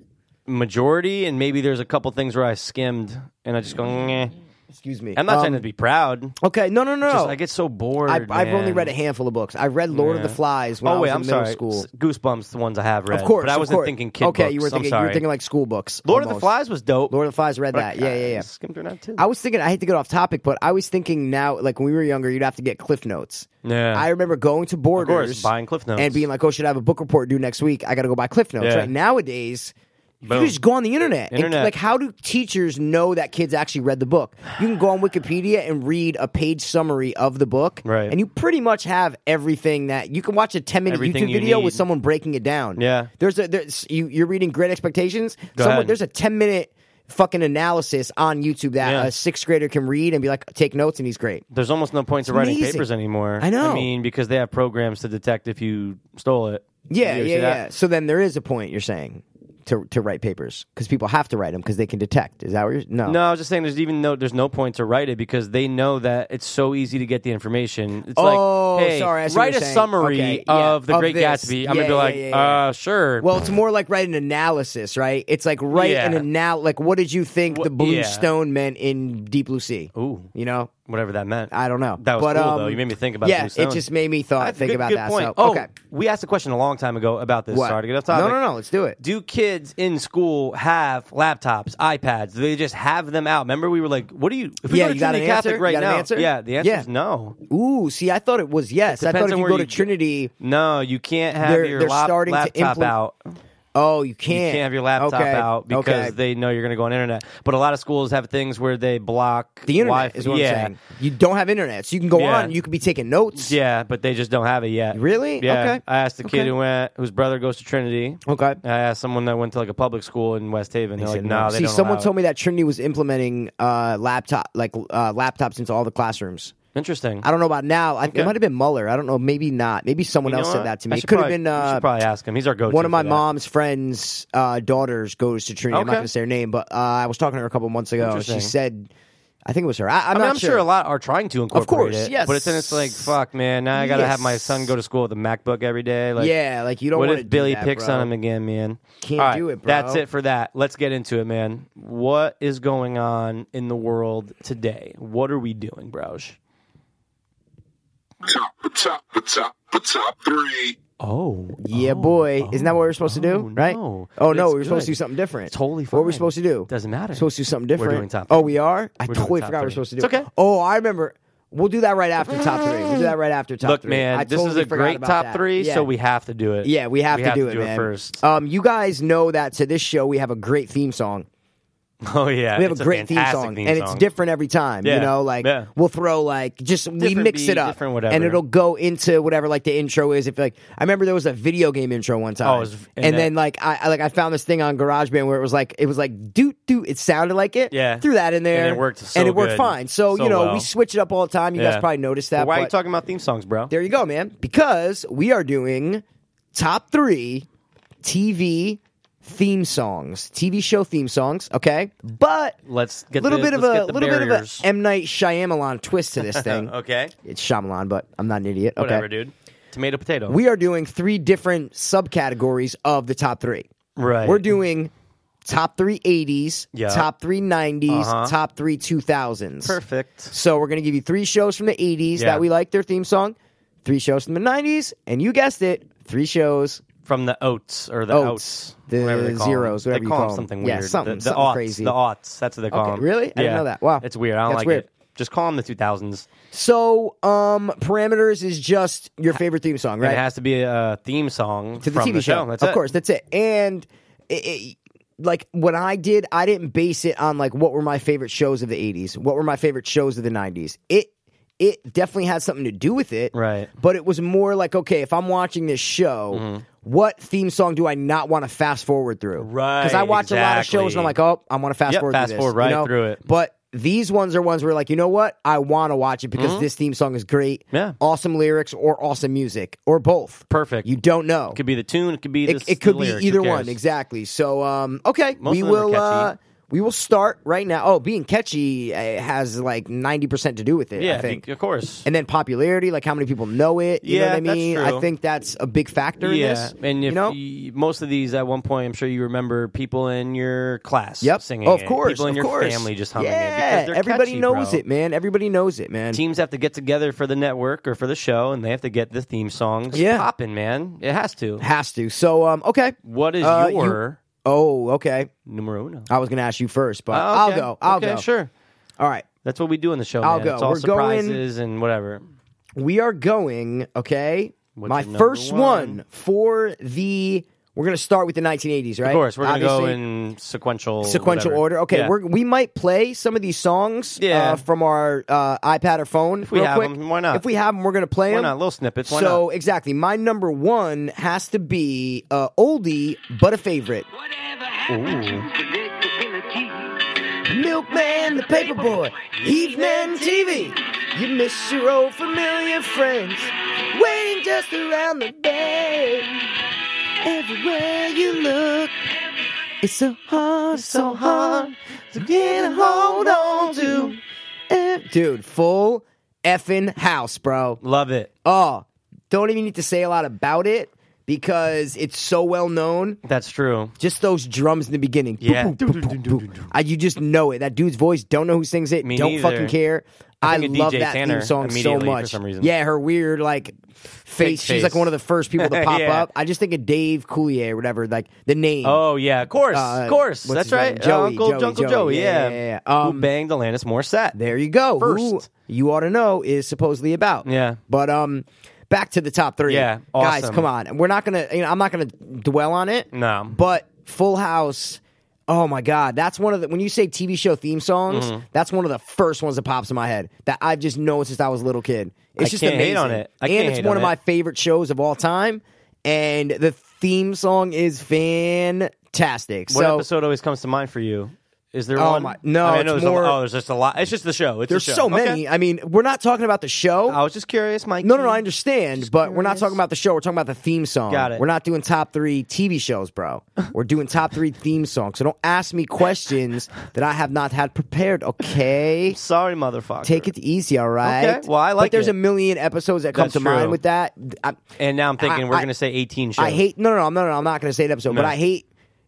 Speaker 2: majority, and maybe there's a couple things where I skimmed and I just go. Nyeh.
Speaker 1: Excuse me.
Speaker 2: I'm not
Speaker 1: Um,
Speaker 2: trying to be proud.
Speaker 1: Okay, no, no, no.
Speaker 2: Just,
Speaker 1: no.
Speaker 2: I get so bored.
Speaker 1: I've, I've only
Speaker 2: man.
Speaker 1: read a handful of books. I read Lord of
Speaker 2: Yeah.
Speaker 1: the Flies when I
Speaker 2: Oh
Speaker 1: was
Speaker 2: wait,
Speaker 1: in
Speaker 2: I'm
Speaker 1: middle
Speaker 2: sorry.
Speaker 1: school.
Speaker 2: S- Goosebumps, the ones I have read.
Speaker 1: Of course,
Speaker 2: but I
Speaker 1: of
Speaker 2: wasn't
Speaker 1: course.
Speaker 2: thinking kid
Speaker 1: Okay,
Speaker 2: books.
Speaker 1: you were thinking
Speaker 2: I'm sorry.
Speaker 1: you were thinking like school books.
Speaker 2: Lord of the
Speaker 1: almost.
Speaker 2: Flies was dope.
Speaker 1: Lord of the Flies. Read
Speaker 2: but I-
Speaker 1: that. Yeah, yeah, yeah.
Speaker 2: I skimmed through that too.
Speaker 1: I was thinking. I hate to get off topic, but I was thinking now, like when we were younger, you'd have to get Cliff Notes.
Speaker 2: Yeah.
Speaker 1: I remember going to Borders,
Speaker 2: buying Cliff Notes.
Speaker 1: and being like, "Oh, should I have a book report due next week? I got to go buy Cliff Notes."
Speaker 2: Yeah.
Speaker 1: Right nowadays, You
Speaker 2: Boom.
Speaker 1: can just go on the internet. And,
Speaker 2: Internet.
Speaker 1: like, how do teachers know that kids actually read the book? You can go on Wikipedia and read a page summary of the book.
Speaker 2: Right.
Speaker 1: And you pretty much have everything that you can watch a 10 minute
Speaker 2: Everything
Speaker 1: YouTube
Speaker 2: you
Speaker 1: video with
Speaker 2: need.
Speaker 1: someone breaking it down.
Speaker 2: Yeah.
Speaker 1: There's a, there's, you, you're reading Great Expectations. someone,
Speaker 2: ahead.
Speaker 1: There's a 10 minute fucking analysis on YouTube that
Speaker 2: Yeah.
Speaker 1: a sixth grader can read and be like, take notes and he's great.
Speaker 2: There's almost no point to writing
Speaker 1: amazing.
Speaker 2: papers anymore.
Speaker 1: I know.
Speaker 2: I mean, because they have programs to detect if you stole it.
Speaker 1: Yeah,
Speaker 2: You see
Speaker 1: yeah,
Speaker 2: that?
Speaker 1: yeah. So then there is a point you're saying to to write papers because people have to write them because they can detect. Is that what you're? No,
Speaker 2: No, I was just saying there's even no there's no point to write it because they know that it's so easy to get the information. It's
Speaker 1: Oh,
Speaker 2: like hey,
Speaker 1: sorry, I see what
Speaker 2: write
Speaker 1: you're
Speaker 2: a
Speaker 1: saying.
Speaker 2: summary
Speaker 1: Okay, yeah,
Speaker 2: of the
Speaker 1: of
Speaker 2: Great
Speaker 1: this.
Speaker 2: Gatsby.
Speaker 1: Yeah,
Speaker 2: I'm gonna be
Speaker 1: yeah,
Speaker 2: like,
Speaker 1: yeah, yeah.
Speaker 2: uh sure.
Speaker 1: Well, it's more like write an analysis, right? It's like write an
Speaker 2: Yeah.
Speaker 1: anal. Like, what did you think
Speaker 2: Wha-
Speaker 1: the blue
Speaker 2: yeah.
Speaker 1: stone meant in Deep Blue Sea?
Speaker 2: Ooh,
Speaker 1: You know,
Speaker 2: whatever that meant.
Speaker 1: I don't know.
Speaker 2: That was
Speaker 1: but,
Speaker 2: cool
Speaker 1: um,
Speaker 2: though. You made me think about
Speaker 1: Yeah,
Speaker 2: Blue Stone.
Speaker 1: it just made me thought
Speaker 2: That's a
Speaker 1: think
Speaker 2: good-
Speaker 1: about
Speaker 2: good
Speaker 1: that.
Speaker 2: point.
Speaker 1: So,
Speaker 2: oh,
Speaker 1: okay,
Speaker 2: we asked a question a long time ago about this.
Speaker 1: what?
Speaker 2: Sorry to get off topic.
Speaker 1: No, no, no. Let's do it.
Speaker 2: Do kids in school have laptops, iPads? Do they just have them out? Remember, we were like, "What do you?" If we
Speaker 1: Yeah,
Speaker 2: go to
Speaker 1: you got
Speaker 2: Trinity
Speaker 1: an
Speaker 2: Catholic
Speaker 1: answer? You
Speaker 2: right
Speaker 1: got an
Speaker 2: now,
Speaker 1: answer?
Speaker 2: yeah, the answer
Speaker 1: Yeah.
Speaker 2: is no.
Speaker 1: Ooh, see, I thought it was yes. I thought
Speaker 2: depends
Speaker 1: if
Speaker 2: on
Speaker 1: you
Speaker 2: where
Speaker 1: go to
Speaker 2: you-
Speaker 1: Trinity,
Speaker 2: No, you can't have
Speaker 1: They're-
Speaker 2: your
Speaker 1: they're
Speaker 2: lap-
Speaker 1: starting to
Speaker 2: laptop
Speaker 1: implement-
Speaker 2: out.
Speaker 1: oh, you
Speaker 2: You
Speaker 1: can't.
Speaker 2: can't have your laptop
Speaker 1: Okay,
Speaker 2: out because
Speaker 1: okay.
Speaker 2: they know you're going to go on internet. But a lot of schools have things where they block
Speaker 1: the internet
Speaker 2: Wi-Fi.
Speaker 1: is what
Speaker 2: yeah.
Speaker 1: I'm saying. You don't have internet, so you can go
Speaker 2: Yeah.
Speaker 1: on. You could be taking notes.
Speaker 2: Yeah, but they just don't have it yet.
Speaker 1: Really?
Speaker 2: Yeah.
Speaker 1: Okay.
Speaker 2: I asked the kid
Speaker 1: Okay.
Speaker 2: who went, whose brother goes to Trinity.
Speaker 1: Okay.
Speaker 2: I asked someone that went to like a public school in West Haven. They're like,
Speaker 1: Said
Speaker 2: no, they
Speaker 1: See,
Speaker 2: don't.
Speaker 1: someone
Speaker 2: allow
Speaker 1: told
Speaker 2: it.
Speaker 1: me that Trinity was implementing uh, laptop, like uh, laptops, into all the classrums.
Speaker 2: Interesting.
Speaker 1: I don't know about now. I,
Speaker 2: Okay.
Speaker 1: It might have been Muller. I don't know. Maybe not. Maybe someone
Speaker 2: You know
Speaker 1: else said
Speaker 2: what?
Speaker 1: that to
Speaker 2: I
Speaker 1: me. It
Speaker 2: should
Speaker 1: could have
Speaker 2: probably-
Speaker 1: been
Speaker 2: we
Speaker 1: uh,
Speaker 2: should probably ask him. He's our go-to.
Speaker 1: one of my
Speaker 2: for that.
Speaker 1: mom's friends' uh, daughters goes to Trinity. I'm not
Speaker 2: Okay.
Speaker 1: going to say her name, but uh, I was talking to her a couple months ago. and She
Speaker 2: Interesting.
Speaker 1: said, I think it was her. I, I'm
Speaker 2: I mean,
Speaker 1: not
Speaker 2: I'm sure. a lot are trying to incorporate
Speaker 1: course,
Speaker 2: it,
Speaker 1: yes.
Speaker 2: but it's then it's like, fuck, man, now I gotta have my
Speaker 1: Yes.
Speaker 2: son go to school with a MacBook every day. Like,
Speaker 1: yeah, like you don't.
Speaker 2: what
Speaker 1: wanna
Speaker 2: if Billy
Speaker 1: do that,
Speaker 2: picks
Speaker 1: bro.
Speaker 2: on him again, man?
Speaker 1: Can't
Speaker 2: All right,
Speaker 1: do it, bro.
Speaker 2: That's it for that. Let's get into it, man. What is going on in the world today? What are we doing, Brouge?
Speaker 4: top, the top, the top, the top three.
Speaker 2: Oh,
Speaker 1: Yeah,
Speaker 2: oh,
Speaker 1: boy. Isn't that what we're supposed to do?
Speaker 2: oh,
Speaker 1: right?
Speaker 2: no.
Speaker 1: Oh no,
Speaker 2: It's
Speaker 1: we were supposed to
Speaker 2: good.
Speaker 1: do something different.
Speaker 2: It's totally
Speaker 1: What were we
Speaker 2: fine.
Speaker 1: supposed to do?
Speaker 2: Doesn't matter.
Speaker 1: Supposed to do something different.
Speaker 2: doing top
Speaker 1: Oh,
Speaker 2: three.
Speaker 1: we are. I
Speaker 2: We're doing
Speaker 1: totally
Speaker 2: top
Speaker 1: forgot we we're
Speaker 2: three.
Speaker 1: supposed to do.
Speaker 2: It's okay.
Speaker 1: Oh, I remember. We'll do that right after top three. We'll do that right after top
Speaker 2: Look,
Speaker 1: three.
Speaker 2: man,
Speaker 1: I
Speaker 2: this
Speaker 1: totally
Speaker 2: is a
Speaker 1: forgot
Speaker 2: great
Speaker 1: about
Speaker 2: top
Speaker 1: that.
Speaker 2: three,
Speaker 1: Yeah.
Speaker 2: so we have to do it.
Speaker 1: yeah we have,
Speaker 2: we
Speaker 1: to
Speaker 2: have
Speaker 1: do
Speaker 2: to
Speaker 1: it,
Speaker 2: do it
Speaker 1: man.
Speaker 2: first.
Speaker 1: Um, you guys know that to this show we have a great theme song.
Speaker 2: Oh yeah,
Speaker 1: We have
Speaker 2: It's
Speaker 1: a great theme
Speaker 2: fantastic
Speaker 1: song,
Speaker 2: theme
Speaker 1: and it's
Speaker 2: song.
Speaker 1: different every time. You
Speaker 2: Yeah.
Speaker 1: know, like
Speaker 2: Yeah.
Speaker 1: we'll throw like just we
Speaker 2: Different
Speaker 1: mix
Speaker 2: beat,
Speaker 1: it up,
Speaker 2: different whatever.
Speaker 1: and it'll go into whatever like the intro is. If like I remember there was a video game intro one time,
Speaker 2: Oh, it was-
Speaker 1: and,
Speaker 2: and that-
Speaker 1: then like I I- like I found this thing on GarageBand where it was like it was like doot doot. It sounded like it.
Speaker 2: Yeah.
Speaker 1: threw that in there,
Speaker 2: And it worked so
Speaker 1: and it worked
Speaker 2: good.
Speaker 1: fine. So,
Speaker 2: So
Speaker 1: you know we
Speaker 2: well.
Speaker 1: switch it up all the time. You guys
Speaker 2: Yeah.
Speaker 1: probably noticed
Speaker 2: But
Speaker 1: that.
Speaker 2: why are you
Speaker 1: but
Speaker 2: talking about theme songs, bro?
Speaker 1: there you go, man. Because we are doing top three TV theme songs, TV show theme songs. Okay, but
Speaker 2: Let's get
Speaker 1: little
Speaker 2: the-
Speaker 1: bit of
Speaker 2: let's
Speaker 1: a
Speaker 2: get the
Speaker 1: little
Speaker 2: barriers.
Speaker 1: bit of a M Night Shyamalan twist to this thing.
Speaker 2: Okay.
Speaker 1: It's Shyamalan, but I'm not an idiot. Okay.
Speaker 2: Whatever, dude. Tomato potato.
Speaker 1: We are doing three different subcategories of the top three.
Speaker 2: right.
Speaker 1: We're doing top three 80s,
Speaker 2: Yeah.
Speaker 1: top three 90s,
Speaker 2: Uh-huh.
Speaker 1: top three 2000s.
Speaker 2: perfect.
Speaker 1: So we're going to give you three shows from the 80s
Speaker 2: Yeah.
Speaker 1: that we like their theme song, three shows from the 90s, and you guessed it, three shows
Speaker 2: From the oats or the
Speaker 1: Oats.
Speaker 2: outs,
Speaker 1: The
Speaker 2: whatever they call 'em.
Speaker 1: zeros, whatever
Speaker 2: they
Speaker 1: you
Speaker 2: call,
Speaker 1: call
Speaker 2: 'em
Speaker 1: 'em.
Speaker 2: something
Speaker 1: Yeah,
Speaker 2: weird.
Speaker 1: something-
Speaker 2: the, the
Speaker 1: something
Speaker 2: aughts,
Speaker 1: crazy.
Speaker 2: The aughts. That's what they call
Speaker 1: Okay,
Speaker 2: 'em.
Speaker 1: really? I didn't
Speaker 2: Yeah.
Speaker 1: know that. Wow.
Speaker 2: it's weird. I don't
Speaker 1: That's
Speaker 2: like
Speaker 1: weird.
Speaker 2: it. Just call them the two thousands.
Speaker 1: So, um, parameters is just your favorite theme song, right?
Speaker 2: It has to be a theme song
Speaker 1: to the
Speaker 2: from
Speaker 1: TV
Speaker 2: the
Speaker 1: show.
Speaker 2: show. That's
Speaker 1: of
Speaker 2: it.
Speaker 1: course, that's it. And it, it- like when I did, I didn't base it on like what were my favorite shows of the '80s, what were my favorite shows of the '90s. It it definitely had something to do with it,
Speaker 2: Right. Mm-hmm.
Speaker 1: But it was more like, okay, if I'm watching this show. What theme song do I not want to fast forward through?
Speaker 2: Right,
Speaker 1: Because I watch a lot of shows and I'm like,
Speaker 2: exactly.
Speaker 1: oh, I want to fast
Speaker 2: Yep,
Speaker 1: forward. through
Speaker 2: fast
Speaker 1: this,
Speaker 2: forward
Speaker 1: you
Speaker 2: right
Speaker 1: know?
Speaker 2: through it.
Speaker 1: But these ones are ones where like, you know what? I want to watch it because this theme song is great.
Speaker 2: Mm-hmm. Yeah.
Speaker 1: Awesome lyrics or awesome music or both.
Speaker 2: Perfect.
Speaker 1: You don't know.
Speaker 2: It could be the tune. It could be
Speaker 1: It,
Speaker 2: this,
Speaker 1: it
Speaker 2: the
Speaker 1: could be
Speaker 2: lyrics, who
Speaker 1: either
Speaker 2: cares?
Speaker 1: one, exactly. So, um, okay,
Speaker 2: Most
Speaker 1: we
Speaker 2: of them are
Speaker 1: will. Uh,
Speaker 2: catchy.
Speaker 1: we will start right now. Oh, being catchy uh, has like ninety percent to do with it.
Speaker 2: Yeah,
Speaker 1: I think.
Speaker 2: of course.
Speaker 1: And then popularity, like how many people know it. You know
Speaker 2: Yeah,
Speaker 1: what I
Speaker 2: that's
Speaker 1: mean? I
Speaker 2: true.
Speaker 1: think that's a big factor in this.
Speaker 2: and
Speaker 1: you
Speaker 2: if
Speaker 1: know,
Speaker 2: you- most of these at one point, I'm sure you remember people in your class
Speaker 1: yep,
Speaker 2: singing
Speaker 1: Oh, of
Speaker 2: it,
Speaker 1: course,
Speaker 2: people in
Speaker 1: of
Speaker 2: your
Speaker 1: course.
Speaker 2: family just humming
Speaker 1: yeah,
Speaker 2: it. because they're
Speaker 1: everybody
Speaker 2: catchy,
Speaker 1: knows
Speaker 2: bro.
Speaker 1: it, man. Everybody knows it, man.
Speaker 2: Teams have to get together for the network or for the show, and they have to get the theme songs
Speaker 1: Yeah.
Speaker 2: popping, man. It has to.
Speaker 1: has to. So, um, okay.
Speaker 2: What is
Speaker 1: Uh, you-
Speaker 2: your
Speaker 1: Oh, okay.
Speaker 2: numero uno?
Speaker 1: I was gonna ask you first, but
Speaker 2: Oh, okay.
Speaker 1: I'll go. I'll
Speaker 2: okay,
Speaker 1: go.
Speaker 2: Sure,
Speaker 1: All right.
Speaker 2: that's what we do in the show.
Speaker 1: I'll
Speaker 2: man.
Speaker 1: go.
Speaker 2: It's all
Speaker 1: We're going-
Speaker 2: surprises and whatever.
Speaker 1: we are going, okay?
Speaker 2: What's
Speaker 1: my
Speaker 2: your number
Speaker 1: first
Speaker 2: one?
Speaker 1: one for the We're going to start with the 1980s, right?
Speaker 2: Of course, we're gonna go
Speaker 1: Obviously,
Speaker 2: in sequential
Speaker 1: sequential
Speaker 2: whatever.
Speaker 1: order. Okay,
Speaker 2: Yeah.
Speaker 1: we're, we might play some of these songs
Speaker 2: Yeah.
Speaker 1: uh, from our uh, iPad or phone. If
Speaker 2: we
Speaker 1: real
Speaker 2: have
Speaker 1: quick.
Speaker 2: 'em, why not?
Speaker 1: If we have them, we're going to play
Speaker 2: why
Speaker 1: them.
Speaker 2: not little snippets. Why
Speaker 1: so
Speaker 2: not?
Speaker 1: exactly, my number one has to be uh, oldie but a favorite.
Speaker 5: Whatever happened to predictability?
Speaker 1: Milkman, the paperboy, evening TV. You miss your old familiar friends, waiting just around the bend. Everywhere you look, it's so hard, so hard to get a hold on to. Eh, Dude, full effing house, bro.
Speaker 2: Love it.
Speaker 1: Oh, don't even need to say a lot about it because it's so well known.
Speaker 2: That's true.
Speaker 1: Just those drums in the beginning.
Speaker 2: Yeah.
Speaker 1: Boop, boop, boop, boop, boop. I- you just know it. That dude's voice. Don't know who sings it.
Speaker 2: Me
Speaker 1: don't
Speaker 2: neither.
Speaker 1: fucking care. I,
Speaker 2: think of
Speaker 1: love
Speaker 2: DJ
Speaker 1: that
Speaker 2: Tanner
Speaker 1: theme song so
Speaker 2: immediately for
Speaker 1: much.
Speaker 2: some reason.
Speaker 1: Yeah, her weird like face. She's like
Speaker 2: face.
Speaker 1: one of the first people to pop
Speaker 2: Yeah.
Speaker 1: up. I just think of Dave Coulier, or whatever. Like the name.
Speaker 2: Oh yeah, of course,
Speaker 1: Uh,
Speaker 2: of course.
Speaker 1: what's
Speaker 2: That's
Speaker 1: his name?
Speaker 2: right.
Speaker 1: Joey,
Speaker 2: Uncle
Speaker 1: Joey,
Speaker 2: Uncle
Speaker 1: Joey.
Speaker 2: Joey.
Speaker 1: Yeah,
Speaker 2: Yeah,
Speaker 1: yeah, yeah. Um,
Speaker 2: Who banged the Alanis Morissette?
Speaker 1: There you go.
Speaker 2: First.
Speaker 1: Who you ought to know is supposedly about.
Speaker 2: Yeah.
Speaker 1: But um, back to the top three.
Speaker 2: Yeah,
Speaker 1: guys,
Speaker 2: awesome.
Speaker 1: come on. We're not gonna. You know, I'm not gonna dwell on it.
Speaker 2: No.
Speaker 1: But Full House. Oh my God, that's one of the when you say TV show theme songs,
Speaker 2: Mm-hmm.
Speaker 1: that's one of the first ones that pops in my head that I've just known since I was a little kid. It's
Speaker 2: I
Speaker 1: just
Speaker 2: can't
Speaker 1: amazing.
Speaker 2: hate on it. I
Speaker 1: and
Speaker 2: can't
Speaker 1: it's
Speaker 2: hate
Speaker 1: one
Speaker 2: on
Speaker 1: of my
Speaker 2: it.
Speaker 1: favorite shows of all time, and the theme song is fantastic.
Speaker 2: What
Speaker 1: so
Speaker 2: episode always comes to mind for you? Is there
Speaker 1: Oh,
Speaker 2: one?
Speaker 1: my- no,
Speaker 2: I mean, I
Speaker 1: it's
Speaker 2: know there's a-
Speaker 1: more-
Speaker 2: oh, there's just a lot. It's just the show. It's a
Speaker 1: there's
Speaker 2: show.
Speaker 1: so
Speaker 2: Okay.
Speaker 1: many. I mean, we're not talking about the show.
Speaker 2: I was just curious, Mike.
Speaker 1: No, no, no, I understand, but we're not talking about the show. We're talking about the theme song.
Speaker 2: Got it.
Speaker 1: We're not doing top three TV shows, bro. We're doing top three theme songs. So don't ask me questions that I have not had prepared, okay?
Speaker 2: Sorry, motherfucker.
Speaker 1: Take it easy, all right?
Speaker 2: Okay, well, I like
Speaker 1: But there's
Speaker 2: it.
Speaker 1: a million episodes that come
Speaker 2: That's
Speaker 1: to mind
Speaker 2: true.
Speaker 1: with that. I,
Speaker 2: And now I'm thinking
Speaker 1: I-
Speaker 2: we're
Speaker 1: I-
Speaker 2: going to say 18 shows.
Speaker 1: I hate, no, no, no, I'm- no, no, I'm not going to say the episode, but
Speaker 2: No.
Speaker 1: I hate.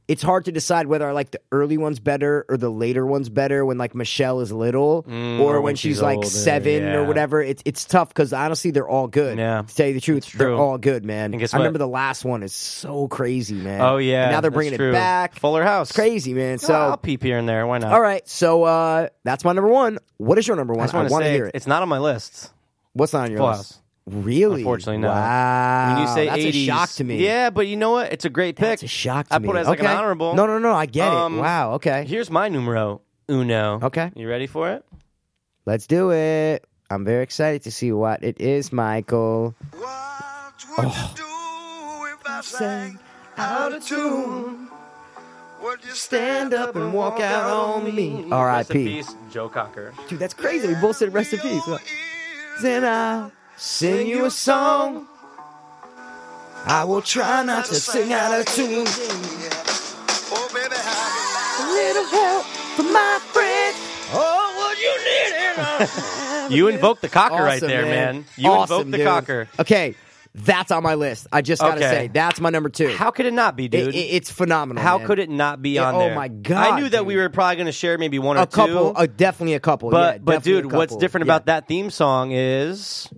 Speaker 1: It's hard to decide whether I like the early ones better or the later ones better when like Michelle is little
Speaker 2: Mm,
Speaker 1: or when, she's, like
Speaker 2: older,
Speaker 1: seven or
Speaker 2: yeah.
Speaker 1: whatever. It's it's tough because honestly they're all good.
Speaker 2: Yeah.
Speaker 1: To tell you the truth, they're
Speaker 2: true.
Speaker 1: all good, man.
Speaker 2: And guess
Speaker 1: I
Speaker 2: what?
Speaker 1: remember the last one is so crazy, man.
Speaker 2: Oh yeah.
Speaker 1: And now they're
Speaker 2: that's
Speaker 1: bringing
Speaker 2: true.
Speaker 1: it back.
Speaker 2: Fuller House.
Speaker 1: It's crazy, man.
Speaker 2: So I'll
Speaker 1: So
Speaker 2: peep here and there. Why not?
Speaker 1: all right, so uh that's my number one. What is your number
Speaker 2: I
Speaker 1: one?
Speaker 2: just want to
Speaker 1: wanna
Speaker 2: say
Speaker 1: hear
Speaker 2: it-
Speaker 1: it.
Speaker 2: it's not on my list.
Speaker 1: What's not on your
Speaker 2: Full
Speaker 1: list?
Speaker 2: House.
Speaker 1: Really?
Speaker 2: Unfortunately, no.
Speaker 1: Wow.
Speaker 2: when you say
Speaker 1: Oh, that's
Speaker 2: 80s,
Speaker 1: a shock to me.
Speaker 2: Yeah, but you know what? It's a great pick.
Speaker 1: It's a shock to
Speaker 2: I
Speaker 1: me.
Speaker 2: put it as like
Speaker 1: Okay.
Speaker 2: an honorable.
Speaker 1: No, no, no. I get
Speaker 2: Um,
Speaker 1: it. Wow. Okay.
Speaker 2: Here's my numero uno.
Speaker 1: Okay.
Speaker 2: You ready for it?
Speaker 1: Let's do it. I'm very excited to see what it is, Michael.
Speaker 6: What would you do if I sang out of tune? Would you stand up and walk out on me?
Speaker 2: Mm, Rest in
Speaker 1: R.I.P.
Speaker 2: peace, Joe Cocker.
Speaker 1: Dude, that's crazy. We both said rest in peace. Then I'll sing you a song. I will try not to sing out of tune.
Speaker 6: Oh, baby,
Speaker 1: A
Speaker 6: how
Speaker 1: little help from my friends.
Speaker 2: You invoked the Cocker right
Speaker 1: Awesome,
Speaker 2: there, man. You
Speaker 1: Awesome,
Speaker 2: invoked the
Speaker 1: dude.
Speaker 2: Cocker.
Speaker 1: Okay, that's on my list. I just gotta
Speaker 2: Okay.
Speaker 1: say, that's my number two.
Speaker 2: How could it not be,
Speaker 1: It-
Speaker 2: dude?
Speaker 1: it- it's phenomenal.
Speaker 2: How
Speaker 1: man.
Speaker 2: could it not be
Speaker 1: Yeah,
Speaker 2: on
Speaker 1: oh
Speaker 2: there?
Speaker 1: my God,
Speaker 2: I knew that
Speaker 1: dude.
Speaker 2: we were probably going to share maybe one or
Speaker 1: A couple,
Speaker 2: two.
Speaker 1: uh, definitely a couple.
Speaker 2: but
Speaker 1: yeah,
Speaker 2: but
Speaker 1: definitely a
Speaker 2: dude, what's
Speaker 1: couple.
Speaker 2: different
Speaker 1: Yeah.
Speaker 2: about that theme song is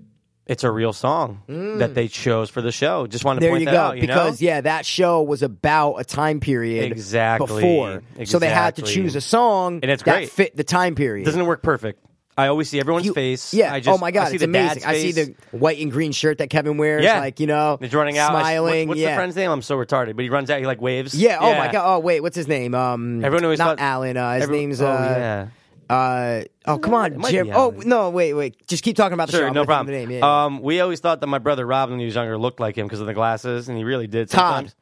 Speaker 2: it's a real song that they chose for the show. Just wanted
Speaker 1: Mm.
Speaker 2: to
Speaker 1: There
Speaker 2: point
Speaker 1: you
Speaker 2: that
Speaker 1: go.
Speaker 2: out. You
Speaker 1: because
Speaker 2: know?
Speaker 1: yeah, that show was about a time period
Speaker 2: Exactly.
Speaker 1: before, so they had to
Speaker 2: Exactly.
Speaker 1: choose a song
Speaker 2: And it's
Speaker 1: that
Speaker 2: great.
Speaker 1: fit the time period.
Speaker 2: doesn't it work perfect? I always see everyone's
Speaker 1: You-
Speaker 2: face.
Speaker 1: Yeah.
Speaker 2: I just,
Speaker 1: oh my god,
Speaker 2: I see
Speaker 1: it's
Speaker 2: the dad's
Speaker 1: amazing. I see
Speaker 2: face.
Speaker 1: the white and green shirt that Kevin wears.
Speaker 2: Yeah.
Speaker 1: Like you know,
Speaker 2: He's running out. I-
Speaker 1: smiling.
Speaker 2: what- what's
Speaker 1: yeah.
Speaker 2: the friend's name? I'm so retarded. But he runs out. He like waves.
Speaker 1: Yeah. Oh my god. Oh wait, what's his name? Um,
Speaker 2: Everyone always
Speaker 1: not
Speaker 2: thought-
Speaker 1: Alan. Uh, his
Speaker 2: Every-
Speaker 1: name's.
Speaker 2: oh,
Speaker 1: Uh,
Speaker 2: yeah.
Speaker 1: Uh, oh come
Speaker 2: It
Speaker 1: on,
Speaker 2: might
Speaker 1: Jim.
Speaker 2: be
Speaker 1: Oh
Speaker 2: Alan.
Speaker 1: no, wait, wait. Just keep talking about the show.
Speaker 2: Sure,
Speaker 1: I'm
Speaker 2: no
Speaker 1: gonna think of
Speaker 2: problem.
Speaker 1: The name. Yeah, yeah.
Speaker 2: Um, we always thought that my brother Rob, when he was younger, looked like him because of the glasses, and he really did.
Speaker 1: Todd.
Speaker 2: Sometimes.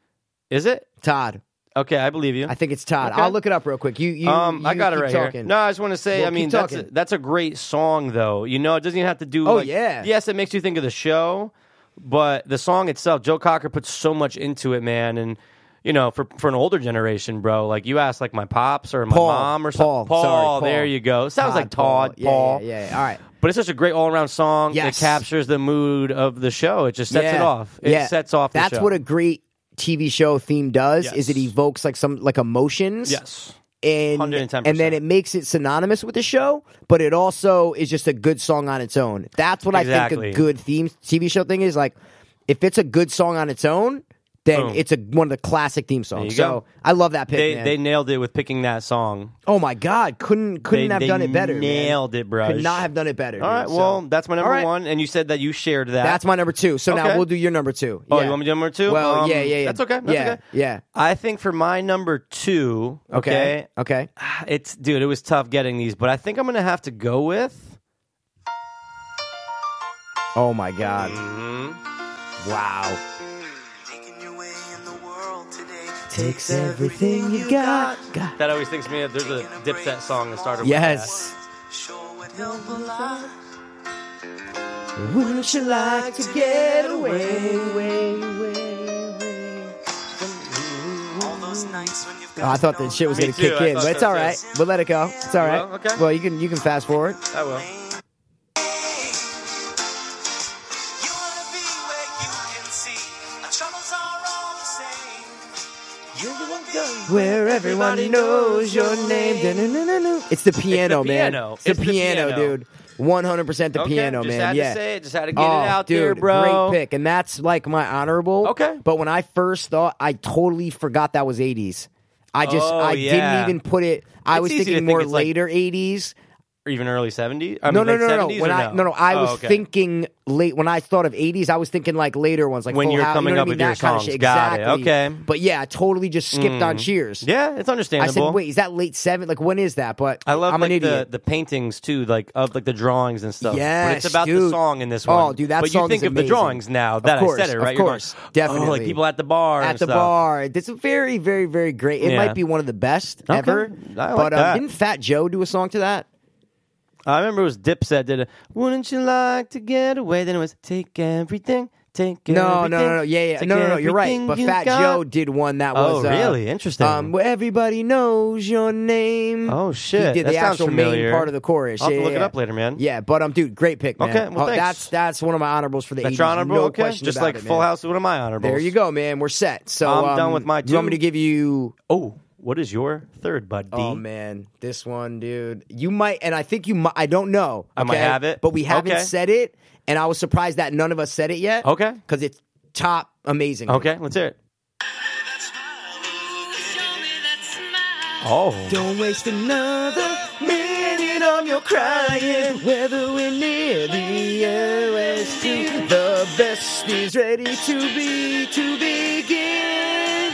Speaker 2: Is it
Speaker 1: Todd.
Speaker 2: okay? I believe you.
Speaker 1: I think it's Todd.
Speaker 2: Okay.
Speaker 1: I'll look it up real quick. You, you.
Speaker 2: um, I
Speaker 1: you
Speaker 2: got it
Speaker 1: keep
Speaker 2: right
Speaker 1: talking.
Speaker 2: here. No, I just want to say,
Speaker 1: Well,
Speaker 2: I
Speaker 1: keep
Speaker 2: mean, that's a,
Speaker 1: talking.
Speaker 2: that's a great song, though. You know, it doesn't even have to do.
Speaker 1: Oh,
Speaker 2: like-
Speaker 1: yeah.
Speaker 2: Yes, it makes you think of the show, but the song itself, Joe Cocker puts so much into it, man, and. You know, for for an older generation, bro, like you asked, like my pops or my
Speaker 1: Paul.
Speaker 2: mom or
Speaker 1: Paul.
Speaker 2: something. Paul,
Speaker 1: Sorry, Paul.
Speaker 2: there you go. Sounds like Todd,
Speaker 1: Yeah,
Speaker 2: Paul.
Speaker 1: Yeah, yeah, yeah. All right.
Speaker 2: But it's such a great all around song.
Speaker 1: Yes.
Speaker 2: It captures the mood of the show. It just sets
Speaker 1: yeah.
Speaker 2: it off. It
Speaker 1: yeah.
Speaker 2: sets off the
Speaker 1: That's
Speaker 2: show.
Speaker 1: what a great TV show theme does
Speaker 2: Yes.
Speaker 1: is it evokes like some like emotions.
Speaker 2: Yes.
Speaker 1: And
Speaker 2: 110%.
Speaker 1: and then it makes it synonymous with the show, but it also is just a good song on its own. That's what I think
Speaker 2: Exactly.
Speaker 1: a good theme TV show thing is like if it's a good song on its own, then
Speaker 2: Boom.
Speaker 1: it's a one of the classic theme songs.
Speaker 2: There you
Speaker 1: So
Speaker 2: go.
Speaker 1: I love that pick,
Speaker 2: They
Speaker 1: man.
Speaker 2: they nailed it with picking that song.
Speaker 1: oh my God, couldn't couldn't
Speaker 2: They-
Speaker 1: have
Speaker 2: they
Speaker 1: done it better. man.
Speaker 2: Nailed it, bro.
Speaker 1: Could not have done it better.
Speaker 2: All right.
Speaker 1: dude, so-
Speaker 2: Well, that's my number
Speaker 1: All right.
Speaker 2: one, and you said that you shared that.
Speaker 1: That's my number two. So now
Speaker 2: Okay.
Speaker 1: we'll do your number two.
Speaker 2: Oh,
Speaker 1: yeah.
Speaker 2: you want me to do number two?
Speaker 1: Well,
Speaker 2: Um,
Speaker 1: yeah, yeah, yeah.
Speaker 2: That's okay. That's
Speaker 1: yeah,
Speaker 2: okay.
Speaker 1: yeah.
Speaker 2: I think for my number two,
Speaker 1: Okay. Okay.
Speaker 2: okay, it's dude, it was tough getting these, but I think I'm gonna have to go with.
Speaker 1: Oh my God. Wow.
Speaker 6: Making your way in the world today.
Speaker 1: Takes everything you got. God.
Speaker 2: That always thinks me of there's a Dipset song that started
Speaker 1: Yes.
Speaker 6: Sure would help a lot.
Speaker 1: Wouldn't you like to get away?
Speaker 6: All those nights when you've
Speaker 1: Oh,
Speaker 6: got
Speaker 1: I thought
Speaker 6: no
Speaker 1: that shit was
Speaker 2: Me
Speaker 1: gonna
Speaker 2: too,
Speaker 1: kick
Speaker 2: I
Speaker 1: in,
Speaker 2: thought
Speaker 1: but it's
Speaker 2: so
Speaker 1: all
Speaker 2: too.
Speaker 1: right. We'll let it go. It's all right.
Speaker 2: Well, okay.
Speaker 1: Well, you can you can fast forward.
Speaker 2: with that. I will.
Speaker 6: You wanna be where you can see. Our troubles are all the same.
Speaker 1: Where everyone knows your name. Da-na-na-na-na. It's the piano, man.
Speaker 2: piano.
Speaker 1: It's the
Speaker 2: It's the
Speaker 1: piano,
Speaker 2: piano.
Speaker 1: dude. One hundred percent the
Speaker 2: Okay,
Speaker 1: piano,
Speaker 2: just
Speaker 1: man.
Speaker 2: had to
Speaker 1: yeah. Oh,
Speaker 2: say it, just had to get it out
Speaker 1: dude,
Speaker 2: there, bro.
Speaker 1: Great pick, and that's like my honorable.
Speaker 2: Okay.
Speaker 1: but when I first thought, I totally forgot that was '80s. I just,
Speaker 2: Oh,
Speaker 1: I
Speaker 2: yeah.
Speaker 1: didn't even put it. I
Speaker 2: It's
Speaker 1: was
Speaker 2: easy to
Speaker 1: thinking
Speaker 2: think
Speaker 1: more
Speaker 2: it's like-
Speaker 1: later '80s.
Speaker 2: Or even early 70s. I
Speaker 1: No,
Speaker 2: mean,
Speaker 1: no,
Speaker 2: late
Speaker 1: no, no, no.
Speaker 2: 70s or
Speaker 1: When I, no, no. I
Speaker 2: Oh,
Speaker 1: was
Speaker 2: okay.
Speaker 1: thinking late. When I thought of '80s, I was thinking like later ones, like
Speaker 2: When
Speaker 1: Full
Speaker 2: you're
Speaker 1: House,
Speaker 2: coming
Speaker 1: you know
Speaker 2: up
Speaker 1: what I
Speaker 2: with
Speaker 1: mean?
Speaker 2: your
Speaker 1: that kind of
Speaker 2: songs.
Speaker 1: shit.
Speaker 2: Got it.
Speaker 1: Exactly.
Speaker 2: Okay. Mm.
Speaker 1: but yeah, I totally just skipped on Cheers.
Speaker 2: Yeah, it's
Speaker 1: I
Speaker 2: understandable.
Speaker 1: said, wait, is that late seven? Like, when is that? But
Speaker 2: I love
Speaker 1: I'm
Speaker 2: like
Speaker 1: an idiot.
Speaker 2: The, the paintings too, like of like the drawings and stuff. but
Speaker 1: Yes,
Speaker 2: it's about the
Speaker 1: dude.
Speaker 2: song in this
Speaker 1: Oh,
Speaker 2: one.
Speaker 1: dude, that
Speaker 2: but
Speaker 1: song
Speaker 2: you think
Speaker 1: is
Speaker 2: of the
Speaker 1: amazing.
Speaker 2: drawings now
Speaker 1: Of
Speaker 2: that
Speaker 1: course,
Speaker 2: I said it,
Speaker 1: of
Speaker 2: right? You're going,
Speaker 1: course,
Speaker 2: Oh,
Speaker 1: definitely.
Speaker 2: like people at the bar,
Speaker 1: at
Speaker 2: and
Speaker 1: the
Speaker 2: stuff.
Speaker 1: bar. This is very, very, very great. It
Speaker 2: Yeah.
Speaker 1: might be one of the best
Speaker 2: Okay.
Speaker 1: ever.
Speaker 2: I like
Speaker 1: but um,
Speaker 2: that.
Speaker 1: didn't Fat Joe do a song to that?
Speaker 2: I remember it was Dipset did it. Wouldn't you like to get away? Then it was take everything, take
Speaker 1: No,
Speaker 2: everything.
Speaker 1: no, no, no. Yeah, yeah.
Speaker 2: take
Speaker 1: No, no, no. You're right.
Speaker 2: everything
Speaker 1: But
Speaker 2: you
Speaker 1: Fat
Speaker 2: got."
Speaker 1: Joe did one that
Speaker 2: Oh,
Speaker 1: was uh,
Speaker 2: really? Interesting.
Speaker 1: Um, where everybody knows your name.
Speaker 2: Oh, shit.
Speaker 1: He did
Speaker 2: That
Speaker 1: the
Speaker 2: sounds
Speaker 1: actual main
Speaker 2: familiar.
Speaker 1: part of the chorus.
Speaker 2: I'll have
Speaker 1: yeah,
Speaker 2: to look
Speaker 1: yeah,
Speaker 2: it
Speaker 1: yeah.
Speaker 2: up later, man.
Speaker 1: Yeah, but um, dude, great pick, man.
Speaker 2: Okay, well,
Speaker 1: Oh,
Speaker 2: thanks.
Speaker 1: that's that's one of my honorables for the
Speaker 2: That's
Speaker 1: 80s.
Speaker 2: your honorable,
Speaker 1: No
Speaker 2: okay?
Speaker 1: question
Speaker 2: Just
Speaker 1: about
Speaker 2: like
Speaker 1: it,
Speaker 2: Full
Speaker 1: man.
Speaker 2: House is one of my honorables.
Speaker 1: There you go, man. We're set. So
Speaker 2: I'm done
Speaker 1: um,
Speaker 2: with my
Speaker 1: You want me
Speaker 2: two.
Speaker 1: to give you
Speaker 2: Oh, what is your third, bud? D?
Speaker 1: Oh man, this one, dude. You might, and I think you might. I don't know.
Speaker 2: I might
Speaker 1: okay?
Speaker 2: have it.
Speaker 1: but we haven't
Speaker 2: Okay.
Speaker 1: said it, and I was surprised that none of us said it yet.
Speaker 2: Okay.
Speaker 1: because it's top amazing.
Speaker 2: Okay, let's hear it. Oh,
Speaker 1: Don't waste another minute on your crying. Whether we're near the OST, the best is ready to be to begin.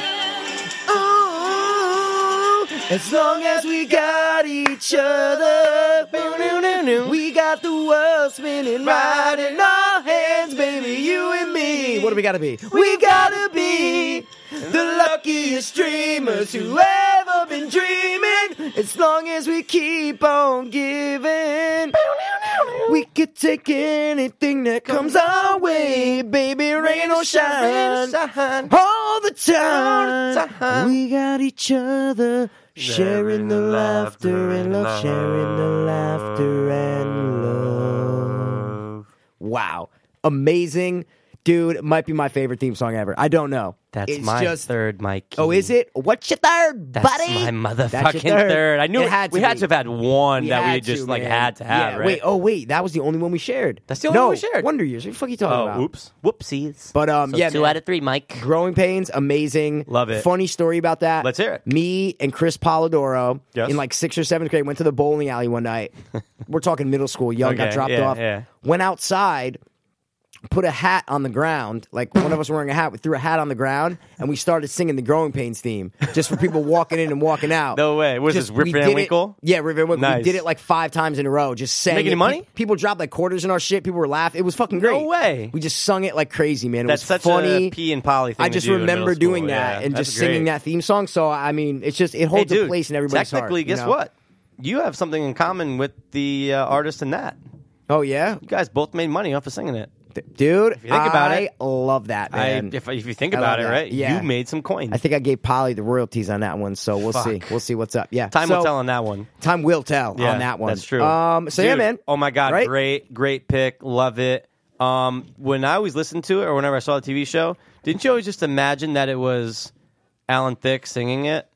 Speaker 1: Oh, as long as we got each other, we got the world spinning right in our hands, baby. You and me. What do we gotta be? We gotta be the luckiest dreamers who ever been dreaming. As long as we keep on giving, we could take anything that comes our way, baby. Rain or shine, all the time. We got each other. Sharing the laughter and love, sharing the laughter and love. Wow. Amazing. Dude, it might be my favorite theme song ever. I don't know.
Speaker 2: that's
Speaker 1: It's
Speaker 2: my
Speaker 1: just,
Speaker 2: third, Mikey.
Speaker 1: Oh, is it? What's your third,
Speaker 2: That's
Speaker 1: buddy?
Speaker 2: my motherfucking
Speaker 1: That's your
Speaker 2: third. I knew
Speaker 1: It
Speaker 2: it-
Speaker 1: had
Speaker 2: we
Speaker 1: to
Speaker 2: had
Speaker 1: be.
Speaker 2: to have had one
Speaker 1: We
Speaker 2: that we
Speaker 1: had
Speaker 2: just
Speaker 1: to,
Speaker 2: like
Speaker 1: man.
Speaker 2: had to have.
Speaker 1: Yeah,
Speaker 2: right?
Speaker 1: Wait, oh wait, that was the only one we shared.
Speaker 2: That's the only
Speaker 1: No,
Speaker 2: one we shared.
Speaker 1: Wonder Years. What the fuck are you talking
Speaker 2: Oh,
Speaker 1: about?
Speaker 2: whoops, whoopsies.
Speaker 1: But um,
Speaker 2: So
Speaker 1: yeah,
Speaker 2: two
Speaker 1: man.
Speaker 2: out of three, Mike.
Speaker 1: Growing Pains, amazing.
Speaker 2: Love it.
Speaker 1: Funny story about that.
Speaker 2: Let's hear it.
Speaker 1: Me and Chris Polidoro
Speaker 2: Yes.
Speaker 1: in like sixth or seventh grade went to the bowling alley one night. We're talking middle school, young, got
Speaker 2: Okay,
Speaker 1: dropped
Speaker 2: yeah,
Speaker 1: off.
Speaker 2: yeah.
Speaker 1: Went outside, put a hat on the ground, like one of us wearing a hat, we threw a hat on the ground, and we started singing the Growing Pains theme just for people walking in and walking out.
Speaker 2: No way. Was
Speaker 1: Just-
Speaker 2: this Rip
Speaker 1: we
Speaker 2: Van
Speaker 1: did it-
Speaker 2: Winkle?
Speaker 1: yeah, Rip Van Winkle. We
Speaker 2: Nice.
Speaker 1: did it like five times in a row, just saying.
Speaker 2: Make any
Speaker 1: it. Pe-
Speaker 2: money?
Speaker 1: People dropped like quarters in our shit. People were laughing. It was fucking
Speaker 2: No
Speaker 1: great.
Speaker 2: way.
Speaker 1: We just sung it like crazy, man. It
Speaker 2: That's
Speaker 1: was
Speaker 2: such
Speaker 1: funny.
Speaker 2: a P and Polly thing.
Speaker 1: I
Speaker 2: to
Speaker 1: just
Speaker 2: do in
Speaker 1: remember
Speaker 2: middle school.
Speaker 1: doing that
Speaker 2: Yeah,
Speaker 1: and
Speaker 2: that's
Speaker 1: just singing
Speaker 2: great.
Speaker 1: that theme song. So I mean, it's just it holds
Speaker 2: hey, dude,
Speaker 1: a place in everybody's heart.
Speaker 2: technically,
Speaker 1: you
Speaker 2: guess
Speaker 1: know?
Speaker 2: what? You have something in common with the uh, artist in that.
Speaker 1: Oh yeah,
Speaker 2: You guys both made money off of singing it.
Speaker 1: D- dude.
Speaker 2: you think about
Speaker 1: I
Speaker 2: it-
Speaker 1: love that
Speaker 2: I,
Speaker 1: man.
Speaker 2: if, if you think
Speaker 1: I love
Speaker 2: about it,
Speaker 1: that.
Speaker 2: right?
Speaker 1: Yeah.
Speaker 2: You made some coins.
Speaker 1: I think I gave Polly the royalties on that one, so we'll see.
Speaker 2: Fuck.
Speaker 1: We'll see what's up. Yeah,
Speaker 2: Time
Speaker 1: So-
Speaker 2: will tell on that one.
Speaker 1: Time will tell
Speaker 2: Yeah,
Speaker 1: on that one.
Speaker 2: That's true.
Speaker 1: Um, so yeah,
Speaker 2: Dude,
Speaker 1: man.
Speaker 2: Oh my god,
Speaker 1: Right?
Speaker 2: great, great pick. Love it. Um, when I always listened to it, or whenever I saw the TV show, didn't you always just imagine that it was Alan Thicke singing it?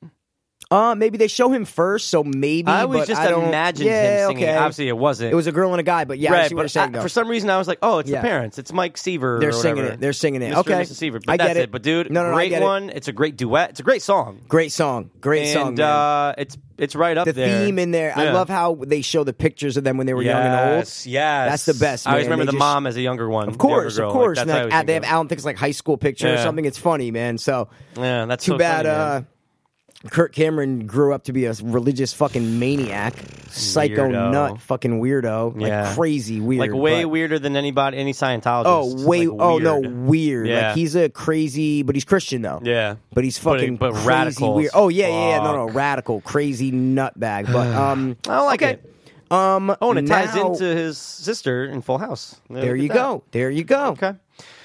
Speaker 1: Uh, maybe they show him first, so maybe.
Speaker 2: I always
Speaker 1: but
Speaker 2: just
Speaker 1: I don't,
Speaker 2: imagined
Speaker 1: yeah,
Speaker 2: him singing.
Speaker 1: Okay.
Speaker 2: Obviously, it wasn't.
Speaker 1: it was a girl and a guy, but yeah, I
Speaker 2: right,
Speaker 1: see
Speaker 2: but
Speaker 1: what you're saying.
Speaker 2: I-
Speaker 1: though.
Speaker 2: for some reason, I was like, "Oh, it's
Speaker 1: Yeah.
Speaker 2: the parents. It's Mike Seaver."
Speaker 1: They're
Speaker 2: or
Speaker 1: singing
Speaker 2: whatever.
Speaker 1: it. They're singing it.
Speaker 2: Mr.
Speaker 1: Okay.
Speaker 2: and Mrs. Seaver. But
Speaker 1: I get
Speaker 2: that's
Speaker 1: it.
Speaker 2: it. But dude,
Speaker 1: No, no, no, I
Speaker 2: great
Speaker 1: get it.
Speaker 2: one. It's a great duet. It's a great song.
Speaker 1: great song, great
Speaker 2: and
Speaker 1: song. man.
Speaker 2: uh, it's it's right up
Speaker 1: the
Speaker 2: there.
Speaker 1: theme in there. I
Speaker 2: Yeah.
Speaker 1: love how they show the pictures of them when they were young and old.
Speaker 2: Yes, yes.
Speaker 1: That's the best,
Speaker 2: I always
Speaker 1: man.
Speaker 2: remember
Speaker 1: They
Speaker 2: the
Speaker 1: just-
Speaker 2: mom as a younger one.
Speaker 1: Of course, of course. and, like, they have
Speaker 2: out.
Speaker 1: Alan Thicke's like high school picture or
Speaker 2: Yeah.
Speaker 1: something. It's funny, man. So
Speaker 2: Yeah, that's
Speaker 1: too
Speaker 2: so
Speaker 1: bad.
Speaker 2: funny, man.
Speaker 1: uh, Kurt Cameron grew up to be a religious fucking maniac, psycho
Speaker 2: Weirdo.
Speaker 1: nut, fucking weirdo,
Speaker 2: Yeah.
Speaker 1: like crazy weird,
Speaker 2: like way
Speaker 1: but-
Speaker 2: weirder than anybody, any Scientologist.
Speaker 1: Oh,
Speaker 2: It's,
Speaker 1: way.
Speaker 2: like,
Speaker 1: oh no,
Speaker 2: weird.
Speaker 1: weird.
Speaker 2: Yeah.
Speaker 1: Like he's a crazy, but he's Christian though.
Speaker 2: Yeah.
Speaker 1: But he's
Speaker 2: But-
Speaker 1: fucking
Speaker 2: but
Speaker 1: crazy
Speaker 2: radical
Speaker 1: weird.
Speaker 2: as
Speaker 1: Oh yeah, yeah, yeah. No, no,
Speaker 2: fuck.
Speaker 1: radical, crazy nutbag. But um,
Speaker 2: I don't like
Speaker 1: okay.
Speaker 2: it.
Speaker 1: Um,
Speaker 2: Oh, and it ties
Speaker 1: now-
Speaker 2: into his sister in Full House.
Speaker 1: There
Speaker 2: Look
Speaker 1: you
Speaker 2: at that.
Speaker 1: go. There you go.
Speaker 2: Okay.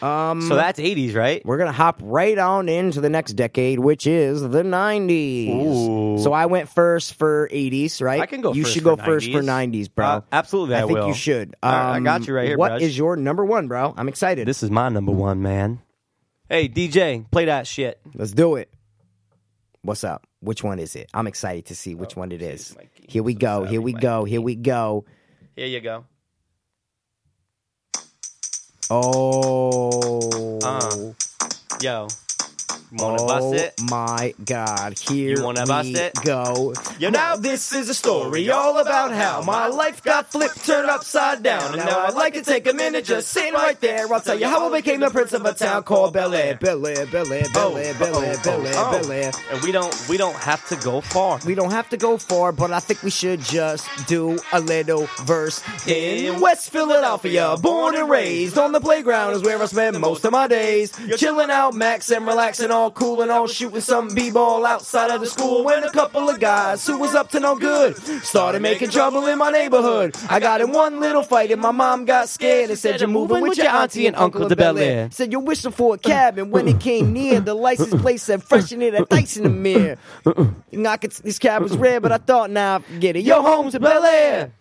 Speaker 2: Um, so that's 80s, right?
Speaker 1: We're gonna hop right on into the next decade, which is the '90s.
Speaker 2: Ooh.
Speaker 1: So I went first for '80s, right?
Speaker 2: I can go
Speaker 1: You
Speaker 2: first
Speaker 1: should
Speaker 2: for
Speaker 1: go first for '90s,
Speaker 2: 90s.
Speaker 1: bro.
Speaker 2: Uh, absolutely, I
Speaker 1: think
Speaker 2: will.
Speaker 1: you should. Um,
Speaker 2: All right, I got you right here,
Speaker 1: What
Speaker 2: Braj.
Speaker 1: is your number one, bro? I'm excited.
Speaker 2: This is my number one, man. Hey, DJ, play that shit.
Speaker 1: Let's do it. What's up? Which one is it? I'm excited to see
Speaker 2: Oh,
Speaker 1: which one it is.
Speaker 2: Mikey.
Speaker 1: Here we go. Here we go. Here we go.
Speaker 2: Here you go.
Speaker 1: Oh.
Speaker 2: Uh, Yo. Wanna
Speaker 1: Oh
Speaker 2: bust it?
Speaker 1: my God! Here
Speaker 2: You wanna
Speaker 1: we
Speaker 2: bust it?
Speaker 1: go.
Speaker 2: You
Speaker 1: now
Speaker 2: know-
Speaker 1: this is a story all about how my life got flipped, turned upside down, and now I'd like to take a minute just sitting right there. I'll tell you how I became the prince of a town called Bel Air. Oh, Bel Air, Bel Air, Bel Air, Bel Air, Bel Air, Bel Air.
Speaker 2: And we don't we don't have to go far.
Speaker 1: We don't have to go far, but I think we should just do a little verse. In
Speaker 2: In
Speaker 1: West Philadelphia, born and raised on the playground is where I spent most of my days. Chilling out, maxing, relaxing, all cool and all shooting some b-ball outside of the school. When a couple of guys who was up to no good started making trouble in my neighborhood. I got in one little fight and my mom got scared and said, "You're moving with your auntie and uncle to Bel Air." Said you're wishing for a cab, and when it came near, the license plate said "Freshen it at dice in the mirror." And I could, this cab was red, but I thought, nah, forget it. Yo, home to Bel Air.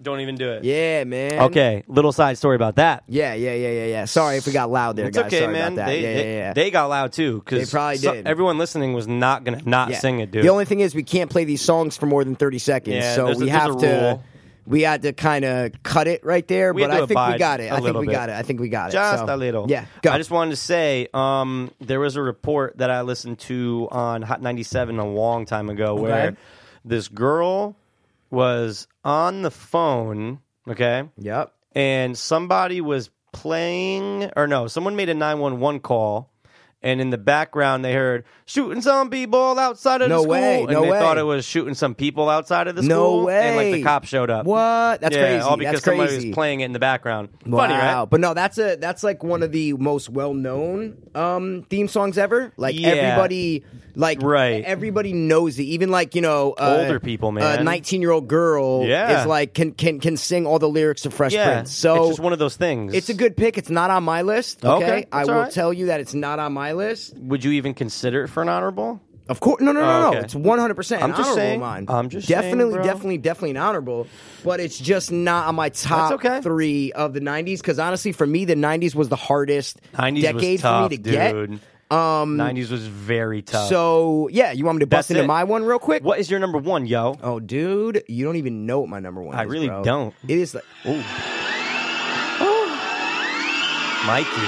Speaker 2: Don't even do it.
Speaker 1: Yeah, man.
Speaker 2: Okay, little side story about that.
Speaker 1: Yeah, yeah, yeah, yeah, yeah. Sorry if we got loud there,
Speaker 2: It's
Speaker 1: guys.
Speaker 2: okay,
Speaker 1: Sorry
Speaker 2: man.
Speaker 1: about that.
Speaker 2: They,
Speaker 1: yeah,
Speaker 2: they,
Speaker 1: yeah, yeah.
Speaker 2: they got loud too
Speaker 1: They
Speaker 2: because
Speaker 1: probably did.
Speaker 2: Everyone listening was not gonna not
Speaker 1: Yeah.
Speaker 2: sing it, dude.
Speaker 1: The only thing is, we can't play these songs for more than thirty seconds,
Speaker 2: Yeah,
Speaker 1: so
Speaker 2: there's a-
Speaker 1: we
Speaker 2: there's a
Speaker 1: have to.
Speaker 2: rule.
Speaker 1: We had to kind of cut it right there,
Speaker 2: We
Speaker 1: but
Speaker 2: had
Speaker 1: I
Speaker 2: to
Speaker 1: think we
Speaker 2: abide
Speaker 1: got it.
Speaker 2: a
Speaker 1: I think
Speaker 2: little
Speaker 1: we
Speaker 2: bit.
Speaker 1: got it. I think we got it.
Speaker 2: just
Speaker 1: so-
Speaker 2: a little.
Speaker 1: Yeah, go.
Speaker 2: I just wanted to say um, there was a report that I listened to on Hot 97 a long time ago where this girl was on the phone, okay,
Speaker 1: Yep.
Speaker 2: and somebody was playing, or no, someone made a 911 call. And in the background, they heard shooting some people outside of
Speaker 1: No
Speaker 2: the school,
Speaker 1: way,
Speaker 2: and
Speaker 1: no
Speaker 2: they
Speaker 1: way.
Speaker 2: thought it was shooting some people outside of the
Speaker 1: No
Speaker 2: school. and like
Speaker 1: way.
Speaker 2: the cop showed up.
Speaker 1: What? That's
Speaker 2: yeah,
Speaker 1: crazy.
Speaker 2: All because
Speaker 1: That's
Speaker 2: somebody
Speaker 1: crazy.
Speaker 2: was playing it in the background. Funny, right?
Speaker 1: But no, that's a that's like one of the most well known um, theme songs ever. Like
Speaker 2: Yeah.
Speaker 1: everybody, like
Speaker 2: Right.
Speaker 1: everybody knows it. Even like you know, uh,
Speaker 2: Older people,
Speaker 1: a
Speaker 2: man.
Speaker 1: nineteen year old girl
Speaker 2: Yeah.
Speaker 1: is like can can can sing all the lyrics to Fresh
Speaker 2: Yeah,
Speaker 1: Prince. So
Speaker 2: it's just one of those things.
Speaker 1: it's a good pick. It's not on my list. Okay,
Speaker 2: Okay,
Speaker 1: I
Speaker 2: that's
Speaker 1: will
Speaker 2: all right.
Speaker 1: tell you that it's not on my list.
Speaker 2: Would you even consider it for an honorable?
Speaker 1: Of course, no, no, no,
Speaker 2: Oh,
Speaker 1: no.
Speaker 2: okay.
Speaker 1: It's one hundred percent.
Speaker 2: I'm just
Speaker 1: honorable
Speaker 2: saying-
Speaker 1: of Mine.
Speaker 2: I'm just saying,
Speaker 1: definitely,
Speaker 2: bro.
Speaker 1: definitely, definitely an honorable. But it's just not on my top
Speaker 2: okay.
Speaker 1: three of the '90s because honestly, for me, the '90s was the hardest
Speaker 2: 90s
Speaker 1: decade
Speaker 2: was tough,
Speaker 1: for me to
Speaker 2: dude.
Speaker 1: get. Um,
Speaker 2: 90s was very tough.
Speaker 1: So yeah, you want me to bust
Speaker 2: That's
Speaker 1: into
Speaker 2: it.
Speaker 1: my one real quick?
Speaker 2: what is your number one, yo?
Speaker 1: Oh, dude, you don't even know what my number one
Speaker 2: I
Speaker 1: is.
Speaker 2: really
Speaker 1: bro.
Speaker 2: don't.
Speaker 1: It is like
Speaker 2: Mikey.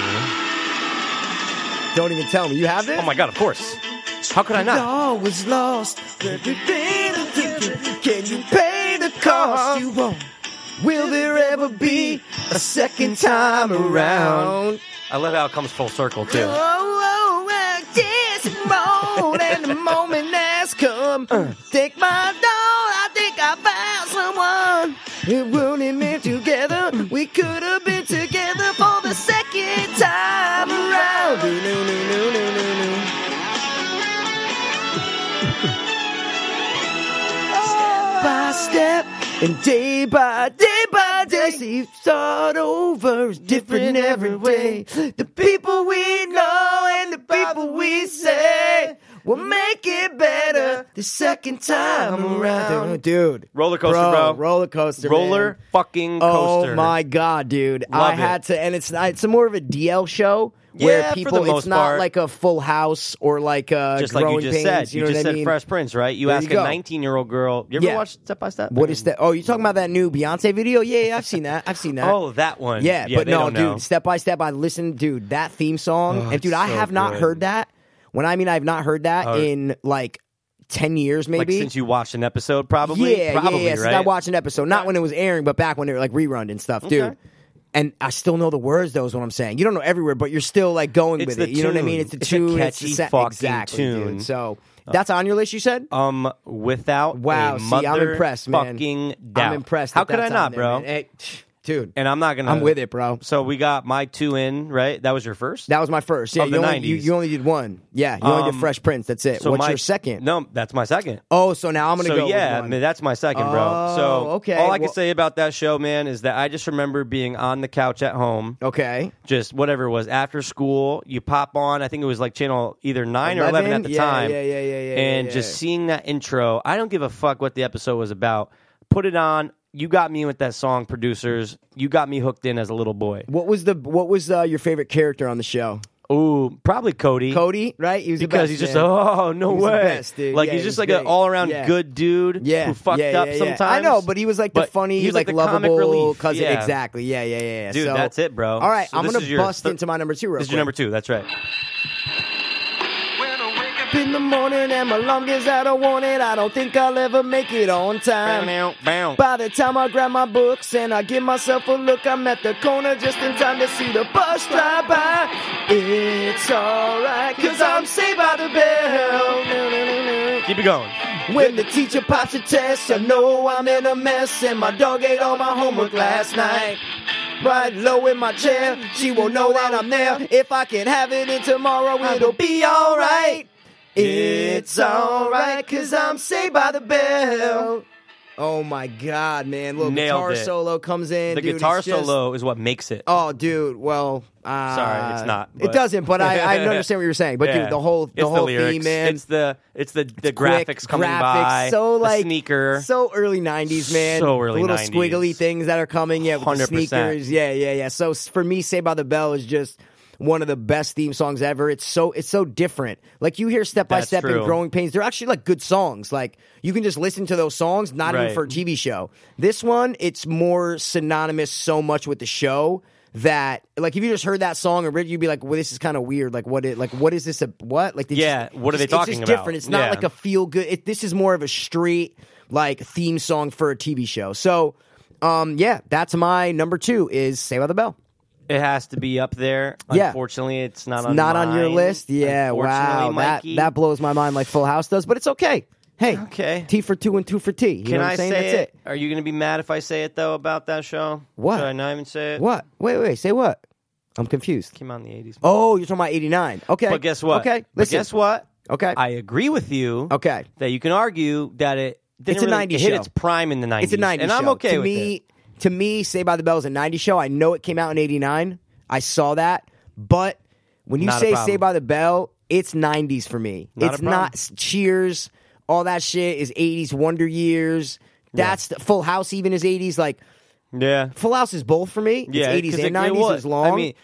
Speaker 1: don't even tell me you have this.
Speaker 2: Oh my god, of course. How could I not?
Speaker 1: All was lost. Everything I'm thinking. Can you pay the cost you won't? Will there ever be a second time around?
Speaker 2: I love how it comes full circle
Speaker 1: Oh,
Speaker 2: too.
Speaker 1: oh, oh, this moment and the moment has come. Take my doll, I think I found someone. It wouldn't meant together. We could have been together for the second time around. Do, do, do, do, do, do, do. step by step and day by day by day. See, start over is different every day. The people we know and the people we say will make it better the second time around. Dude,
Speaker 2: Roller coaster, bro.
Speaker 1: roller coaster, man.
Speaker 2: Roller fucking coaster.
Speaker 1: Oh my god, dude! I
Speaker 2: Love it.
Speaker 1: had to, and it's it's more of a DL show where
Speaker 2: Yeah, for the
Speaker 1: people it's
Speaker 2: most
Speaker 1: not
Speaker 2: part.
Speaker 1: like a full house or like a
Speaker 2: just like
Speaker 1: growing
Speaker 2: you just
Speaker 1: pains.
Speaker 2: said.
Speaker 1: you
Speaker 2: You,
Speaker 1: know
Speaker 2: just
Speaker 1: what I
Speaker 2: said
Speaker 1: mean?
Speaker 2: Fresh Prince, right? You
Speaker 1: There
Speaker 2: ask
Speaker 1: you go.
Speaker 2: a 19 year old girl. You ever
Speaker 1: Yeah.
Speaker 2: watched Step by Step?
Speaker 1: What is that? Oh, you're talking about that new Beyonce video? Yeah, yeah, I've seen that. I've seen that.
Speaker 2: Oh, that one.
Speaker 1: Yeah, but
Speaker 2: they
Speaker 1: no,
Speaker 2: don't
Speaker 1: dude,
Speaker 2: know. Oh,
Speaker 1: step by step, I listened, dude, that theme song. and dude,
Speaker 2: it's
Speaker 1: I
Speaker 2: so
Speaker 1: have not
Speaker 2: good.
Speaker 1: heard that. When I mean I've not heard that
Speaker 2: Oh.
Speaker 1: in like 10 years,
Speaker 2: Like
Speaker 1: maybe.
Speaker 2: since you watched an episode, probably.
Speaker 1: yeah,
Speaker 2: probably,
Speaker 1: yeah, yeah.
Speaker 2: Right?
Speaker 1: Since I watched an episode, not when it was airing, but back when it was like rerun and stuff, dude.
Speaker 2: Okay.
Speaker 1: And I still know the words, though, is what I'm saying. You don't know everywhere, but you're still like going
Speaker 2: It's
Speaker 1: with
Speaker 2: the
Speaker 1: it. You know what I mean?
Speaker 2: tune.
Speaker 1: It's the
Speaker 2: It's a
Speaker 1: tune.
Speaker 2: catchy
Speaker 1: it's the
Speaker 2: fucking
Speaker 1: exactly,
Speaker 2: tune. Oh.
Speaker 1: Dude. So that's on your list, you said?
Speaker 2: Um, without
Speaker 1: Wow,
Speaker 2: a
Speaker 1: see, I'm
Speaker 2: mother
Speaker 1: impressed, man.
Speaker 2: Fucking doubt.
Speaker 1: I'm impressed.
Speaker 2: How
Speaker 1: that
Speaker 2: could I
Speaker 1: that's on
Speaker 2: not,
Speaker 1: there,
Speaker 2: bro?
Speaker 1: man. Hey, dude,
Speaker 2: And uh, I'm not gonna.
Speaker 1: I'm with it, bro.
Speaker 2: So we got my two in, right? That was your first.
Speaker 1: That was my first. Yeah,
Speaker 2: Of the
Speaker 1: you only, you,
Speaker 2: 90s.
Speaker 1: you only did one. Yeah, you only did
Speaker 2: Um,
Speaker 1: Fresh Prince. That's it.
Speaker 2: so
Speaker 1: What's
Speaker 2: my,
Speaker 1: your second?
Speaker 2: No, that's my second.
Speaker 1: Oh, so now I'm gonna
Speaker 2: so
Speaker 1: go.
Speaker 2: yeah,
Speaker 1: with
Speaker 2: man,
Speaker 1: one.
Speaker 2: that's my second, bro.
Speaker 1: Oh,
Speaker 2: So
Speaker 1: okay,
Speaker 2: all I can
Speaker 1: well-
Speaker 2: say about that show, man, is that I just remember being on the couch at home,
Speaker 1: okay.
Speaker 2: just whatever it was after school. You pop on, I think it was like channel either nine or eleven at the
Speaker 1: yeah,
Speaker 2: time,
Speaker 1: Yeah, yeah, yeah, yeah.
Speaker 2: and
Speaker 1: yeah,
Speaker 2: just seeing that intro. I don't give a fuck what the episode was about. Put it on. You got me with that song, producers. You got me hooked in as a little boy.
Speaker 1: yeah. what was the what was uh, your favorite character on the show?
Speaker 2: Ooh, probably Cody.
Speaker 1: Cody, right? He was the
Speaker 2: because
Speaker 1: best,
Speaker 2: he's just
Speaker 1: man.
Speaker 2: oh no
Speaker 1: He was the
Speaker 2: way,
Speaker 1: best, dude.
Speaker 2: like
Speaker 1: Yeah,
Speaker 2: he's
Speaker 1: he was
Speaker 2: just like
Speaker 1: great.
Speaker 2: an all around
Speaker 1: Yeah.
Speaker 2: good dude
Speaker 1: yeah,
Speaker 2: who fucked
Speaker 1: yeah, yeah,
Speaker 2: up
Speaker 1: yeah.
Speaker 2: sometimes.
Speaker 1: I know, but he was like the
Speaker 2: But
Speaker 1: funny,
Speaker 2: he was like the comic
Speaker 1: lovable
Speaker 2: relief.
Speaker 1: cousin.
Speaker 2: Yeah.
Speaker 1: Exactly. Yeah, yeah, yeah. yeah.
Speaker 2: Dude,
Speaker 1: so,
Speaker 2: that's it, bro.
Speaker 1: All right,
Speaker 2: So
Speaker 1: I'm
Speaker 2: this
Speaker 1: gonna
Speaker 2: is your
Speaker 1: bust
Speaker 2: thir-
Speaker 1: into my number two. Real
Speaker 2: This is
Speaker 1: quick.
Speaker 2: your number two. That's right.
Speaker 5: When I wake up
Speaker 1: in the morning, and my longest I don't want it. I don't think I'll ever make it on time. By the time I grab my books and I give myself a look, I'm at the corner just in time to see the bus drive by. It's alright, cause I'm saved by the bell.
Speaker 2: Keep it going.
Speaker 1: When the teacher pops a test, I know I'm in a mess, and my dog ate all my homework last night. Right low in my chair, she won't know that I'm there. If I can have it in tomorrow, it'll be alright. It's alright, cause I'm saved by the bell. Oh my god, man. Little
Speaker 2: Nailed
Speaker 1: guitar
Speaker 2: it.
Speaker 1: solo comes in.
Speaker 2: The
Speaker 1: dude,
Speaker 2: guitar
Speaker 1: it's just-
Speaker 2: solo is what makes it.
Speaker 1: Oh, dude. Well, uh,
Speaker 2: Sorry, it's not,
Speaker 1: It
Speaker 2: but-
Speaker 1: doesn't. But I, I understand what you're saying. But
Speaker 2: Yeah.
Speaker 1: dude, the whole the
Speaker 2: it's
Speaker 1: whole
Speaker 2: lyrics.
Speaker 1: theme, man.
Speaker 2: It's the it's the the
Speaker 1: quick
Speaker 2: graphics coming
Speaker 1: graphics,
Speaker 2: by.
Speaker 1: So like
Speaker 2: the sneaker.
Speaker 1: so early '90s, man.
Speaker 2: So early
Speaker 1: the little
Speaker 2: 90s.
Speaker 1: squiggly things that are coming. Yeah, with the
Speaker 2: 100%.
Speaker 1: sneakers. Yeah, yeah, yeah. So s- for me, "Say by the Bell" is just one of the best theme songs ever. It's so it's so different. Like you hear "Step by
Speaker 2: That's
Speaker 1: Step" and
Speaker 2: true.
Speaker 1: "Growing Pains," they're actually like good songs. Like you can just listen to those songs, not even
Speaker 2: Right.
Speaker 1: for a TV show. This one, it's more synonymous so much with the show. That like if you just heard that song and read, it, you'd be like, "Well, this is kind of weird. Like, what? It, like, what is this? A, what? Like, they
Speaker 2: Yeah,
Speaker 1: just-
Speaker 2: what are they
Speaker 1: it's just
Speaker 2: talking about?
Speaker 1: Different. It's not
Speaker 2: Yeah.
Speaker 1: like a feel good. It, this is more of a straight like theme song for a TV show. So, um, yeah, that's my number two is Say by the Bell.
Speaker 2: It has to be up there.
Speaker 1: Yeah.
Speaker 2: Unfortunately, it's not on
Speaker 1: Not on your
Speaker 2: mine,
Speaker 1: list. Yeah, wow,
Speaker 2: unfortunately,
Speaker 1: that
Speaker 2: Mikey.
Speaker 1: that blows my mind like Full House does, but it's okay. Hey,
Speaker 2: Okay.
Speaker 1: T for two and two for T. You
Speaker 2: Can
Speaker 1: know what
Speaker 2: I
Speaker 1: I'm saying?
Speaker 2: say
Speaker 1: that's it.
Speaker 2: Are you going to be mad if I say it though about that show?
Speaker 1: What?
Speaker 2: Should I not even say it?
Speaker 1: What? Wait, wait, say what? I'm confused.
Speaker 2: Came out in the eighties.
Speaker 1: Oh, you're talking about '89. Okay,
Speaker 2: But guess what?
Speaker 1: Okay,
Speaker 2: But
Speaker 1: listen.
Speaker 2: guess what?
Speaker 1: Okay,
Speaker 2: I agree with you.
Speaker 1: okay.
Speaker 2: That you can argue that it didn't
Speaker 1: It's a
Speaker 2: really
Speaker 1: 90s
Speaker 2: hit
Speaker 1: show.
Speaker 2: its prime in the nineties.
Speaker 1: It's a 90s
Speaker 2: and I'm
Speaker 1: show.
Speaker 2: okay
Speaker 1: to
Speaker 2: with
Speaker 1: me,
Speaker 2: it.
Speaker 1: To me, Say by the Bell is a 90s show. I know it came out in 89. I saw that. But when you
Speaker 2: Not a
Speaker 1: say
Speaker 2: problem.
Speaker 1: Say by the Bell, it's 90s for me.
Speaker 2: Not a
Speaker 1: it's
Speaker 2: problem.
Speaker 1: not s- Cheers. All that shit is 80s Wonder Years. That's the, Full House even is 80s. Like
Speaker 2: Yeah,
Speaker 1: Full House is both for me. It's
Speaker 2: yeah.
Speaker 1: 80s
Speaker 2: 'cause
Speaker 1: and
Speaker 2: it- it
Speaker 1: 90s
Speaker 2: was.
Speaker 1: is long.
Speaker 2: I mean,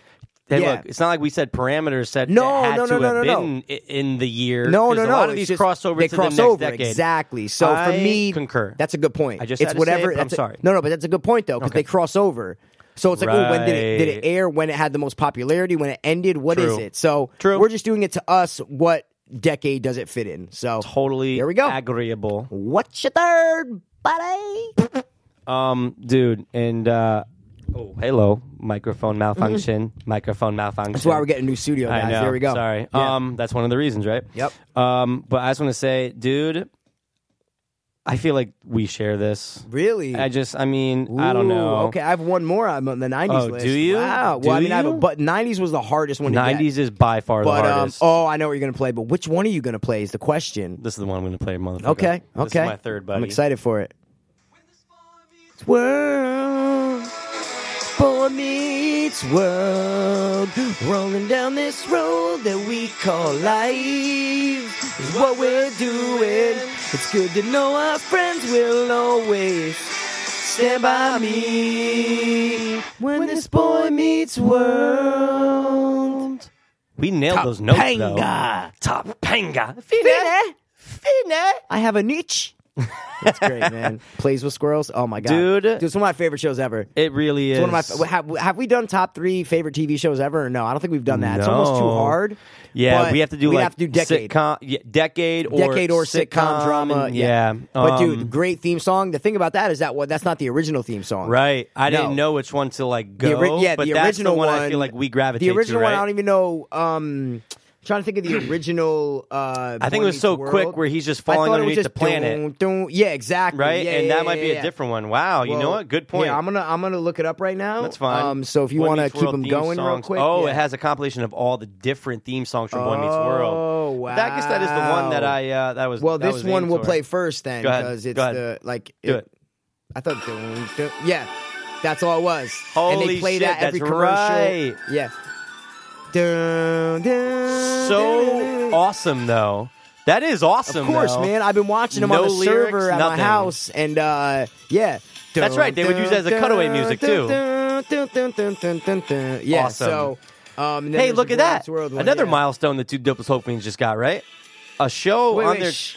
Speaker 2: hey,
Speaker 1: Yeah.
Speaker 2: look, it's not like we said parameters said
Speaker 1: No,
Speaker 2: it had
Speaker 1: no, no,
Speaker 2: to
Speaker 1: no,
Speaker 2: have
Speaker 1: no, no.
Speaker 2: been i- in the year.
Speaker 1: no,
Speaker 2: 'cause
Speaker 1: no, no.
Speaker 2: A lot of
Speaker 1: it's
Speaker 2: these
Speaker 1: just-
Speaker 2: cross over
Speaker 1: they
Speaker 2: to
Speaker 1: cross
Speaker 2: the next
Speaker 1: over,
Speaker 2: decade.
Speaker 1: Exactly. So for
Speaker 2: I
Speaker 1: me,
Speaker 2: concur.
Speaker 1: That's a good point.
Speaker 2: I just
Speaker 1: it's
Speaker 2: had to say
Speaker 1: whatever.
Speaker 2: it, but
Speaker 1: that's
Speaker 2: I'm
Speaker 1: a-
Speaker 2: sorry.
Speaker 1: No, no, but that's a good point though because they cross over. So it's like, oh, when did it, did it
Speaker 2: Right.
Speaker 1: air? When it had the most popularity? When it ended? What is
Speaker 2: True.
Speaker 1: it? So
Speaker 2: True.
Speaker 1: We're just doing it to us. What decade does it fit in? So
Speaker 2: Totally.
Speaker 1: There we go.
Speaker 2: Agreeable.
Speaker 1: What's your third, buddy?
Speaker 2: Um, dude, and uh, oh, hello, microphone malfunction, microphone malfunction.
Speaker 1: Mm-hmm. That's why we're getting a new studio, guys.
Speaker 2: I know.
Speaker 1: There we go.
Speaker 2: Sorry.
Speaker 1: Yeah.
Speaker 2: Um, that's one of the reasons, right?
Speaker 1: Yep.
Speaker 2: Um, but I just want to say, dude, I feel like we share this.
Speaker 1: really?
Speaker 2: I just, I mean, I don't
Speaker 1: Ooh,
Speaker 2: know.
Speaker 1: Okay, I have one more on the '90s
Speaker 2: Oh,
Speaker 1: list.
Speaker 2: do you?
Speaker 1: Wow. Well, I
Speaker 2: Do
Speaker 1: mean, I have a,
Speaker 2: you?
Speaker 1: but '90s was the hardest one. to get.
Speaker 2: Nineties is by far
Speaker 1: But
Speaker 2: the
Speaker 1: um,
Speaker 2: hardest.
Speaker 1: oh, I know what you're gonna play. But which one are you gonna play is the question.
Speaker 2: This is the one I'm going to play, motherfucker.
Speaker 1: Okay,
Speaker 2: This
Speaker 1: okay.
Speaker 2: is my third buddy.
Speaker 1: I'm excited for it. It's world, boy meets world, rolling down this road that we call life is what we're doing. It's good to know our friends will always stand by me when this boy meets world.
Speaker 2: We nailed those notes though.
Speaker 1: Panga.
Speaker 2: Top panga. Fina. Fina.
Speaker 1: I have a niche. That's great, man. Plays with squirrels. Oh my god,
Speaker 2: Dude.
Speaker 1: It's one of my favorite shows ever.
Speaker 2: It really is.
Speaker 1: It's one of my have, have we done top three favorite TV shows ever? Or no, I don't think we've done that. It's almost too
Speaker 2: No.
Speaker 1: hard.
Speaker 2: Yeah,
Speaker 1: but
Speaker 2: we have to do
Speaker 1: we
Speaker 2: like
Speaker 1: have to do decade,
Speaker 2: sitcom, yeah, decade, or
Speaker 1: decade or sitcom, drama.
Speaker 2: and-
Speaker 1: yeah, but
Speaker 2: um,
Speaker 1: dude, great theme song. The thing about that is that what that's not the original theme song,
Speaker 2: right? I
Speaker 1: No.
Speaker 2: didn't know which one to like
Speaker 1: The
Speaker 2: go.
Speaker 1: ori- yeah,
Speaker 2: but
Speaker 1: the
Speaker 2: that's
Speaker 1: original
Speaker 2: the one, I
Speaker 1: one-
Speaker 2: feel like we gravitate
Speaker 1: The original
Speaker 2: to. Right?
Speaker 1: one, I don't even know. Um, trying to think of the original. Uh,
Speaker 2: I think
Speaker 1: Boy
Speaker 2: it was
Speaker 1: Meets
Speaker 2: so
Speaker 1: World.
Speaker 2: quick where he's just
Speaker 1: I
Speaker 2: falling
Speaker 1: thought it was just
Speaker 2: underneath the planet,
Speaker 1: dun, dun. yeah, exactly.
Speaker 2: right?
Speaker 1: Yeah,
Speaker 2: and
Speaker 1: yeah,
Speaker 2: that might
Speaker 1: yeah,
Speaker 2: be
Speaker 1: yeah.
Speaker 2: a different one. Wow, you know
Speaker 1: Well,
Speaker 2: what? Good point.
Speaker 1: Yeah, I'm gonna I'm gonna look it up right now.
Speaker 2: That's fine.
Speaker 1: Um, so if you
Speaker 2: Boy
Speaker 1: want to
Speaker 2: Meets
Speaker 1: keep
Speaker 2: World
Speaker 1: them
Speaker 2: theme
Speaker 1: going real
Speaker 2: songs.
Speaker 1: quick,
Speaker 2: oh,
Speaker 1: yeah.
Speaker 2: it has a compilation of all the different theme songs from Boy Meets World.
Speaker 1: Oh,
Speaker 2: But That, I guess that is the one that
Speaker 1: wow.
Speaker 2: I uh, that was.
Speaker 1: Well,
Speaker 2: that
Speaker 1: this
Speaker 2: was
Speaker 1: one
Speaker 2: aimed
Speaker 1: we'll
Speaker 2: toward.
Speaker 1: play first then
Speaker 2: Go ahead.
Speaker 1: because it's
Speaker 2: Go ahead.
Speaker 1: the like.
Speaker 2: Do it.
Speaker 1: I thought, dun, dun- yeah, that's all it was. and they
Speaker 2: Holy
Speaker 1: play
Speaker 2: shit,
Speaker 1: that every
Speaker 2: that's
Speaker 1: commercial.
Speaker 2: right.
Speaker 1: Yeah. Dun, dun,
Speaker 2: So
Speaker 1: dun.
Speaker 2: awesome, though. That is awesome.
Speaker 1: Of course,
Speaker 2: though.
Speaker 1: man. I've been watching them on
Speaker 2: No
Speaker 1: the
Speaker 2: lyrics,
Speaker 1: server at my
Speaker 2: nothing.
Speaker 1: house, and uh, yeah.
Speaker 2: That's right, they would use it as a cutaway music, too.
Speaker 1: too. Yeah.
Speaker 2: Awesome.
Speaker 1: So, um, and then
Speaker 2: Hey,
Speaker 1: there's
Speaker 2: look
Speaker 1: the
Speaker 2: at that!
Speaker 1: Boy Meets World one,
Speaker 2: Another
Speaker 1: yeah.
Speaker 2: milestone the two Dopeless Hope Fiends just got, right? A show
Speaker 1: Wait,
Speaker 2: on
Speaker 1: wait,
Speaker 2: their.
Speaker 1: shh.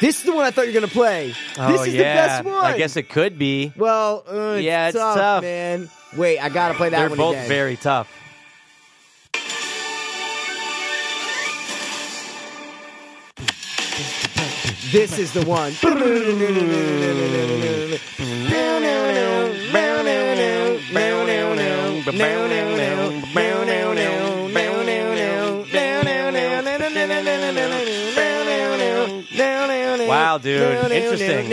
Speaker 1: This is the one I thought you were gonna play.
Speaker 2: Oh,
Speaker 1: this is the
Speaker 2: yeah.
Speaker 1: best one.
Speaker 2: I guess it could be.
Speaker 1: Well, uh, it's
Speaker 2: Yeah, it's
Speaker 1: tough,
Speaker 2: tough.
Speaker 1: man. Wait, I gotta play that
Speaker 2: They're
Speaker 1: one
Speaker 2: both
Speaker 1: again.
Speaker 2: very tough.
Speaker 1: This is the one.
Speaker 2: Wow, dude.
Speaker 1: Interesting.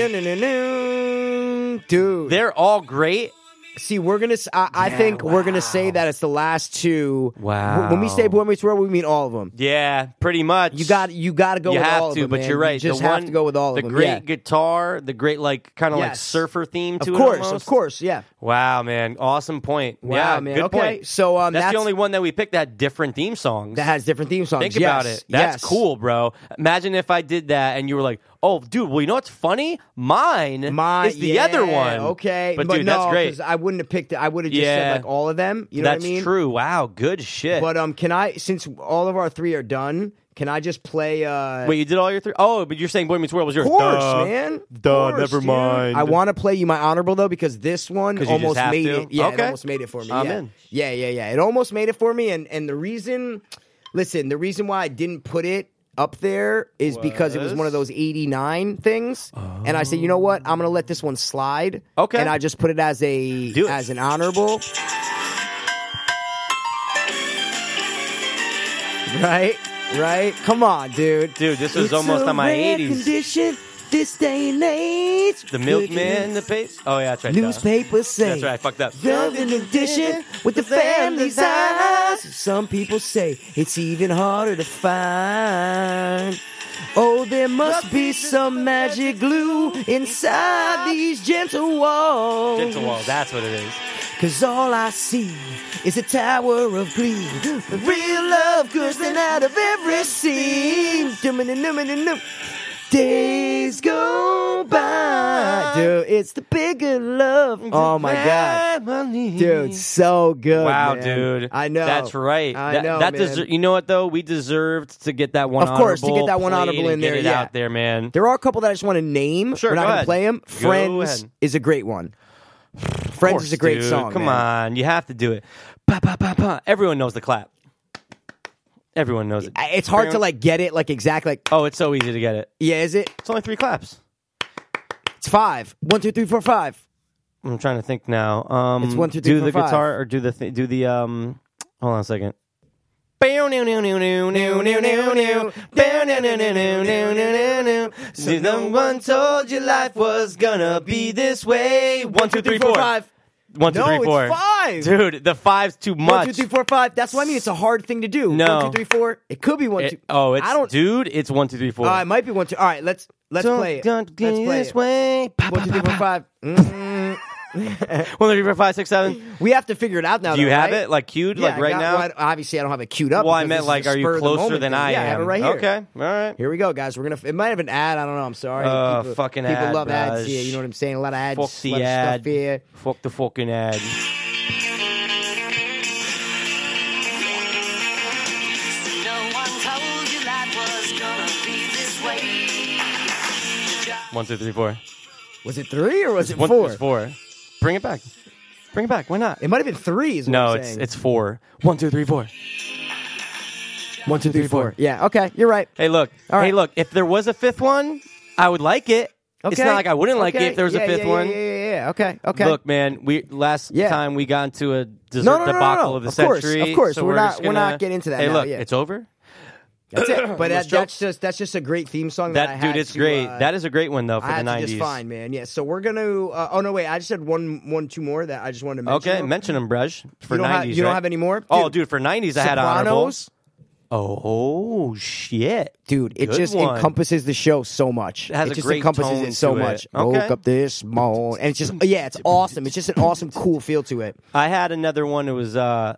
Speaker 1: Dude.
Speaker 2: They're all great.
Speaker 1: See, we're gonna. s- I, I think we're gonna say that it's the last two.
Speaker 2: Wow.
Speaker 1: When we say Boy Meets World, we mean all of them.
Speaker 2: Yeah, pretty much.
Speaker 1: You got. You got to go.
Speaker 2: you
Speaker 1: with
Speaker 2: have
Speaker 1: all of
Speaker 2: to,
Speaker 1: them,
Speaker 2: but
Speaker 1: man.
Speaker 2: you're right.
Speaker 1: You just
Speaker 2: the
Speaker 1: have
Speaker 2: one,
Speaker 1: to go with all
Speaker 2: the
Speaker 1: of them.
Speaker 2: great
Speaker 1: yeah.
Speaker 2: guitar, the great like kind of like
Speaker 1: Yes.
Speaker 2: surfer theme to
Speaker 1: Of
Speaker 2: it.
Speaker 1: course,
Speaker 2: almost.
Speaker 1: of course, yeah.
Speaker 2: Wow, man, awesome point.
Speaker 1: Wow,
Speaker 2: yeah,
Speaker 1: man.
Speaker 2: good
Speaker 1: Okay,
Speaker 2: point.
Speaker 1: so, um,
Speaker 2: that's, the
Speaker 1: that's-
Speaker 2: only one that we picked that different theme songs.
Speaker 1: That has different theme songs.
Speaker 2: Think
Speaker 1: Yes,
Speaker 2: about it. That's
Speaker 1: yes.
Speaker 2: cool, bro. Imagine if I did that and you were like, "Oh, dude, well, you know what's funny? Mine,
Speaker 1: My
Speaker 2: is the
Speaker 1: yeah,
Speaker 2: other one."
Speaker 1: Okay,
Speaker 2: but, dude,
Speaker 1: no,
Speaker 2: that's great.
Speaker 1: 'cause I wouldn't have picked it. I would have just
Speaker 2: Yeah.
Speaker 1: said like all of them. You know
Speaker 2: that's
Speaker 1: what I mean?
Speaker 2: true. Wow, good shit.
Speaker 1: But um, can I? Since all of our three are done, can I just play? uh
Speaker 2: Wait, you did all your three? Oh, but you're saying Boy Meets World was yours?
Speaker 1: Of course,
Speaker 2: Duh.
Speaker 1: man.
Speaker 2: Duh,
Speaker 1: Of course,
Speaker 2: never
Speaker 1: dude.
Speaker 2: mind.
Speaker 1: I want to play you my honorable though because this one
Speaker 2: 'Cause you just
Speaker 1: almost
Speaker 2: have
Speaker 1: made
Speaker 2: to?
Speaker 1: it. Yeah, it
Speaker 2: Okay.
Speaker 1: almost made it for me.
Speaker 2: I'm
Speaker 1: yeah.
Speaker 2: in.
Speaker 1: yeah, yeah, yeah. It almost made it for me, and and the reason, listen, the reason why I didn't put it up there is because it was one of those 89 things and i said you know what i'm gonna let this one slide
Speaker 2: Okay.
Speaker 1: and i just put it as a
Speaker 2: Do it.
Speaker 1: as an honorable right right come on dude
Speaker 2: Dude, this was
Speaker 1: It's
Speaker 2: almost
Speaker 1: a
Speaker 2: on my
Speaker 1: rare
Speaker 2: 80s.
Speaker 1: condition this day and age.
Speaker 2: the milkman, the pace. Oh yeah, that's right. duh.
Speaker 1: Newspaper say
Speaker 2: That's right. I fucked up.
Speaker 1: Love in addition with the family's eyes. Some people say it's even harder to find. Oh, there must be some magic glue inside these gentle walls.
Speaker 2: Gentle wall. That's what it is.
Speaker 1: Cause all I see is a tower of glee. The real love coursing out of every seam. Dum-a-dum-a-dum-a-dum. Days go by. Dude, it's the bigger love. Oh my god. Dude, so good.
Speaker 2: Wow,
Speaker 1: man.
Speaker 2: dude.
Speaker 1: I know.
Speaker 2: That's right.
Speaker 1: I
Speaker 2: that,
Speaker 1: know.
Speaker 2: That
Speaker 1: man.
Speaker 2: deser- you know what though? We deserved to get that one.
Speaker 1: Of course, to
Speaker 2: honorable
Speaker 1: get that one
Speaker 2: played
Speaker 1: honorable
Speaker 2: and
Speaker 1: in
Speaker 2: get
Speaker 1: there,
Speaker 2: it
Speaker 1: yeah.
Speaker 2: out there, man.
Speaker 1: There are a couple that I just want to name.
Speaker 2: Sure,
Speaker 1: We're not
Speaker 2: go
Speaker 1: gonna
Speaker 2: ahead.
Speaker 1: play them.
Speaker 2: Go
Speaker 1: Friends
Speaker 2: ahead.
Speaker 1: is a great one.
Speaker 2: Of
Speaker 1: Friends
Speaker 2: course,
Speaker 1: is a great
Speaker 2: dude.
Speaker 1: song.
Speaker 2: Come
Speaker 1: man.
Speaker 2: on, you have to do it. Pa, pa, pa, pa. Everyone knows the clap. Everyone knows it.
Speaker 1: I- It's hard to like get it like exactly like
Speaker 2: Oh, it's so easy to get it.
Speaker 1: yeah, is it?
Speaker 2: It's only three claps.
Speaker 1: It's five. One, two, three, four, five.
Speaker 2: I'm trying to think now. Um,
Speaker 1: It's one, two, three,
Speaker 2: do
Speaker 1: four,
Speaker 2: the
Speaker 1: five.
Speaker 2: guitar or do the th- do the um. Hold on a second. Bow, new, new, new, new, new, new, new, new. Bow, new, new, new, new, new, new, new, new. So no one told you life was gonna be this way. One, two, three, four. One, two,
Speaker 1: No,
Speaker 2: three,
Speaker 1: it's
Speaker 2: four.
Speaker 1: five.
Speaker 2: Dude, the five's too much.
Speaker 1: One, two, three, four, five. That's what I mean. It's a hard thing to do.
Speaker 2: No.
Speaker 1: One, two, three, four. It could be one, two.
Speaker 2: It- oh, it's
Speaker 1: I don't.
Speaker 2: dude. It's one, two, three, four.
Speaker 1: Uh, it might be one, two. All right, let's let's
Speaker 2: Don't
Speaker 1: play it.
Speaker 2: come
Speaker 1: Let's
Speaker 2: to me
Speaker 1: play
Speaker 2: this
Speaker 1: it.
Speaker 2: way. Pa,
Speaker 1: One,
Speaker 2: pa,
Speaker 1: two, three,
Speaker 2: pa,
Speaker 1: four,
Speaker 2: pa.
Speaker 1: five. Mm.
Speaker 2: One, two, three, four, five, six, seven.
Speaker 1: we have to figure it out now.
Speaker 2: Do you
Speaker 1: though,
Speaker 2: have
Speaker 1: right?
Speaker 2: it like cued
Speaker 1: Yeah,
Speaker 2: like
Speaker 1: I
Speaker 2: right
Speaker 1: got-
Speaker 2: now?
Speaker 1: well, I- obviously, I don't have it queued up.
Speaker 2: Well, I
Speaker 1: because this
Speaker 2: meant
Speaker 1: is
Speaker 2: like,
Speaker 1: a
Speaker 2: are
Speaker 1: spur
Speaker 2: you
Speaker 1: of the
Speaker 2: closer
Speaker 1: moment
Speaker 2: than
Speaker 1: thing.
Speaker 2: I am?
Speaker 1: Yeah, I have it right here.
Speaker 2: Okay, all right.
Speaker 1: Here we go, guys. We're gonna. It might have an ad. I don't know. I'm sorry.
Speaker 2: Uh,
Speaker 1: people,
Speaker 2: fucking
Speaker 1: people
Speaker 2: ad,
Speaker 1: love ads
Speaker 2: bruh.
Speaker 1: here. You know what I'm saying? A lot of ads.
Speaker 2: Fuck
Speaker 1: a lot
Speaker 2: the
Speaker 1: of
Speaker 2: ad.
Speaker 1: stuff here.
Speaker 2: Fuck the fucking ad. One, two, three, four.
Speaker 1: Was it three or was it
Speaker 2: One-
Speaker 1: four?
Speaker 2: It's four. Bring it back. Bring it back. Why not?
Speaker 1: It might have been three. Is what
Speaker 2: no,
Speaker 1: I'm
Speaker 2: it's
Speaker 1: saying.
Speaker 2: it's four. One, two, three, four. One, two, three, four.
Speaker 1: Yeah. Okay. You're right.
Speaker 2: Hey, look.
Speaker 1: All
Speaker 2: Hey,
Speaker 1: right.
Speaker 2: look. If there was a fifth one, I would like it. It's
Speaker 1: Okay.
Speaker 2: not like I wouldn't like it
Speaker 1: Okay.
Speaker 2: if there was
Speaker 1: Yeah,
Speaker 2: a fifth
Speaker 1: yeah, yeah,
Speaker 2: one.
Speaker 1: Yeah, yeah, yeah. Okay. Okay.
Speaker 2: Look, man. We last
Speaker 1: Yeah.
Speaker 2: time we got into a dessert
Speaker 1: No, no, no, no,
Speaker 2: debacle
Speaker 1: no.
Speaker 2: of the
Speaker 1: Of course,
Speaker 2: century.
Speaker 1: of course.
Speaker 2: so
Speaker 1: We're not-
Speaker 2: just
Speaker 1: we're not
Speaker 2: gonna-
Speaker 1: getting into that
Speaker 2: Hey,
Speaker 1: now,
Speaker 2: look.
Speaker 1: yeah.
Speaker 2: It's over.
Speaker 1: that's it. But that,
Speaker 2: Let's jump-
Speaker 1: that's just that's just a great theme song. That, I
Speaker 2: That
Speaker 1: had
Speaker 2: dude, it's
Speaker 1: to,
Speaker 2: great.
Speaker 1: uh,
Speaker 2: that is a great one though for
Speaker 1: I had
Speaker 2: the
Speaker 1: to just
Speaker 2: nineties.
Speaker 1: find man. Yeah. So we're gonna. Uh, oh no, wait. I just had one, one, two more that I just wanted to mention.
Speaker 2: Okay,
Speaker 1: real-
Speaker 2: mention them, Brush. For
Speaker 1: you don't have
Speaker 2: nineties,
Speaker 1: you don't have any more.
Speaker 2: Oh, dude, for nineties, I had
Speaker 1: Sopranos.
Speaker 2: honorables. Oh shit,
Speaker 1: Dude, it
Speaker 2: Good
Speaker 1: just
Speaker 2: one.
Speaker 1: encompasses the show so much.
Speaker 2: It has a
Speaker 1: just
Speaker 2: great
Speaker 1: encompasses
Speaker 2: tone
Speaker 1: it so
Speaker 2: to it.
Speaker 1: much.
Speaker 2: Okay.
Speaker 1: Woke up this morning, and it's just yeah, it's awesome. It's just an awesome, cool feel to it.
Speaker 2: I had another one. It was uh,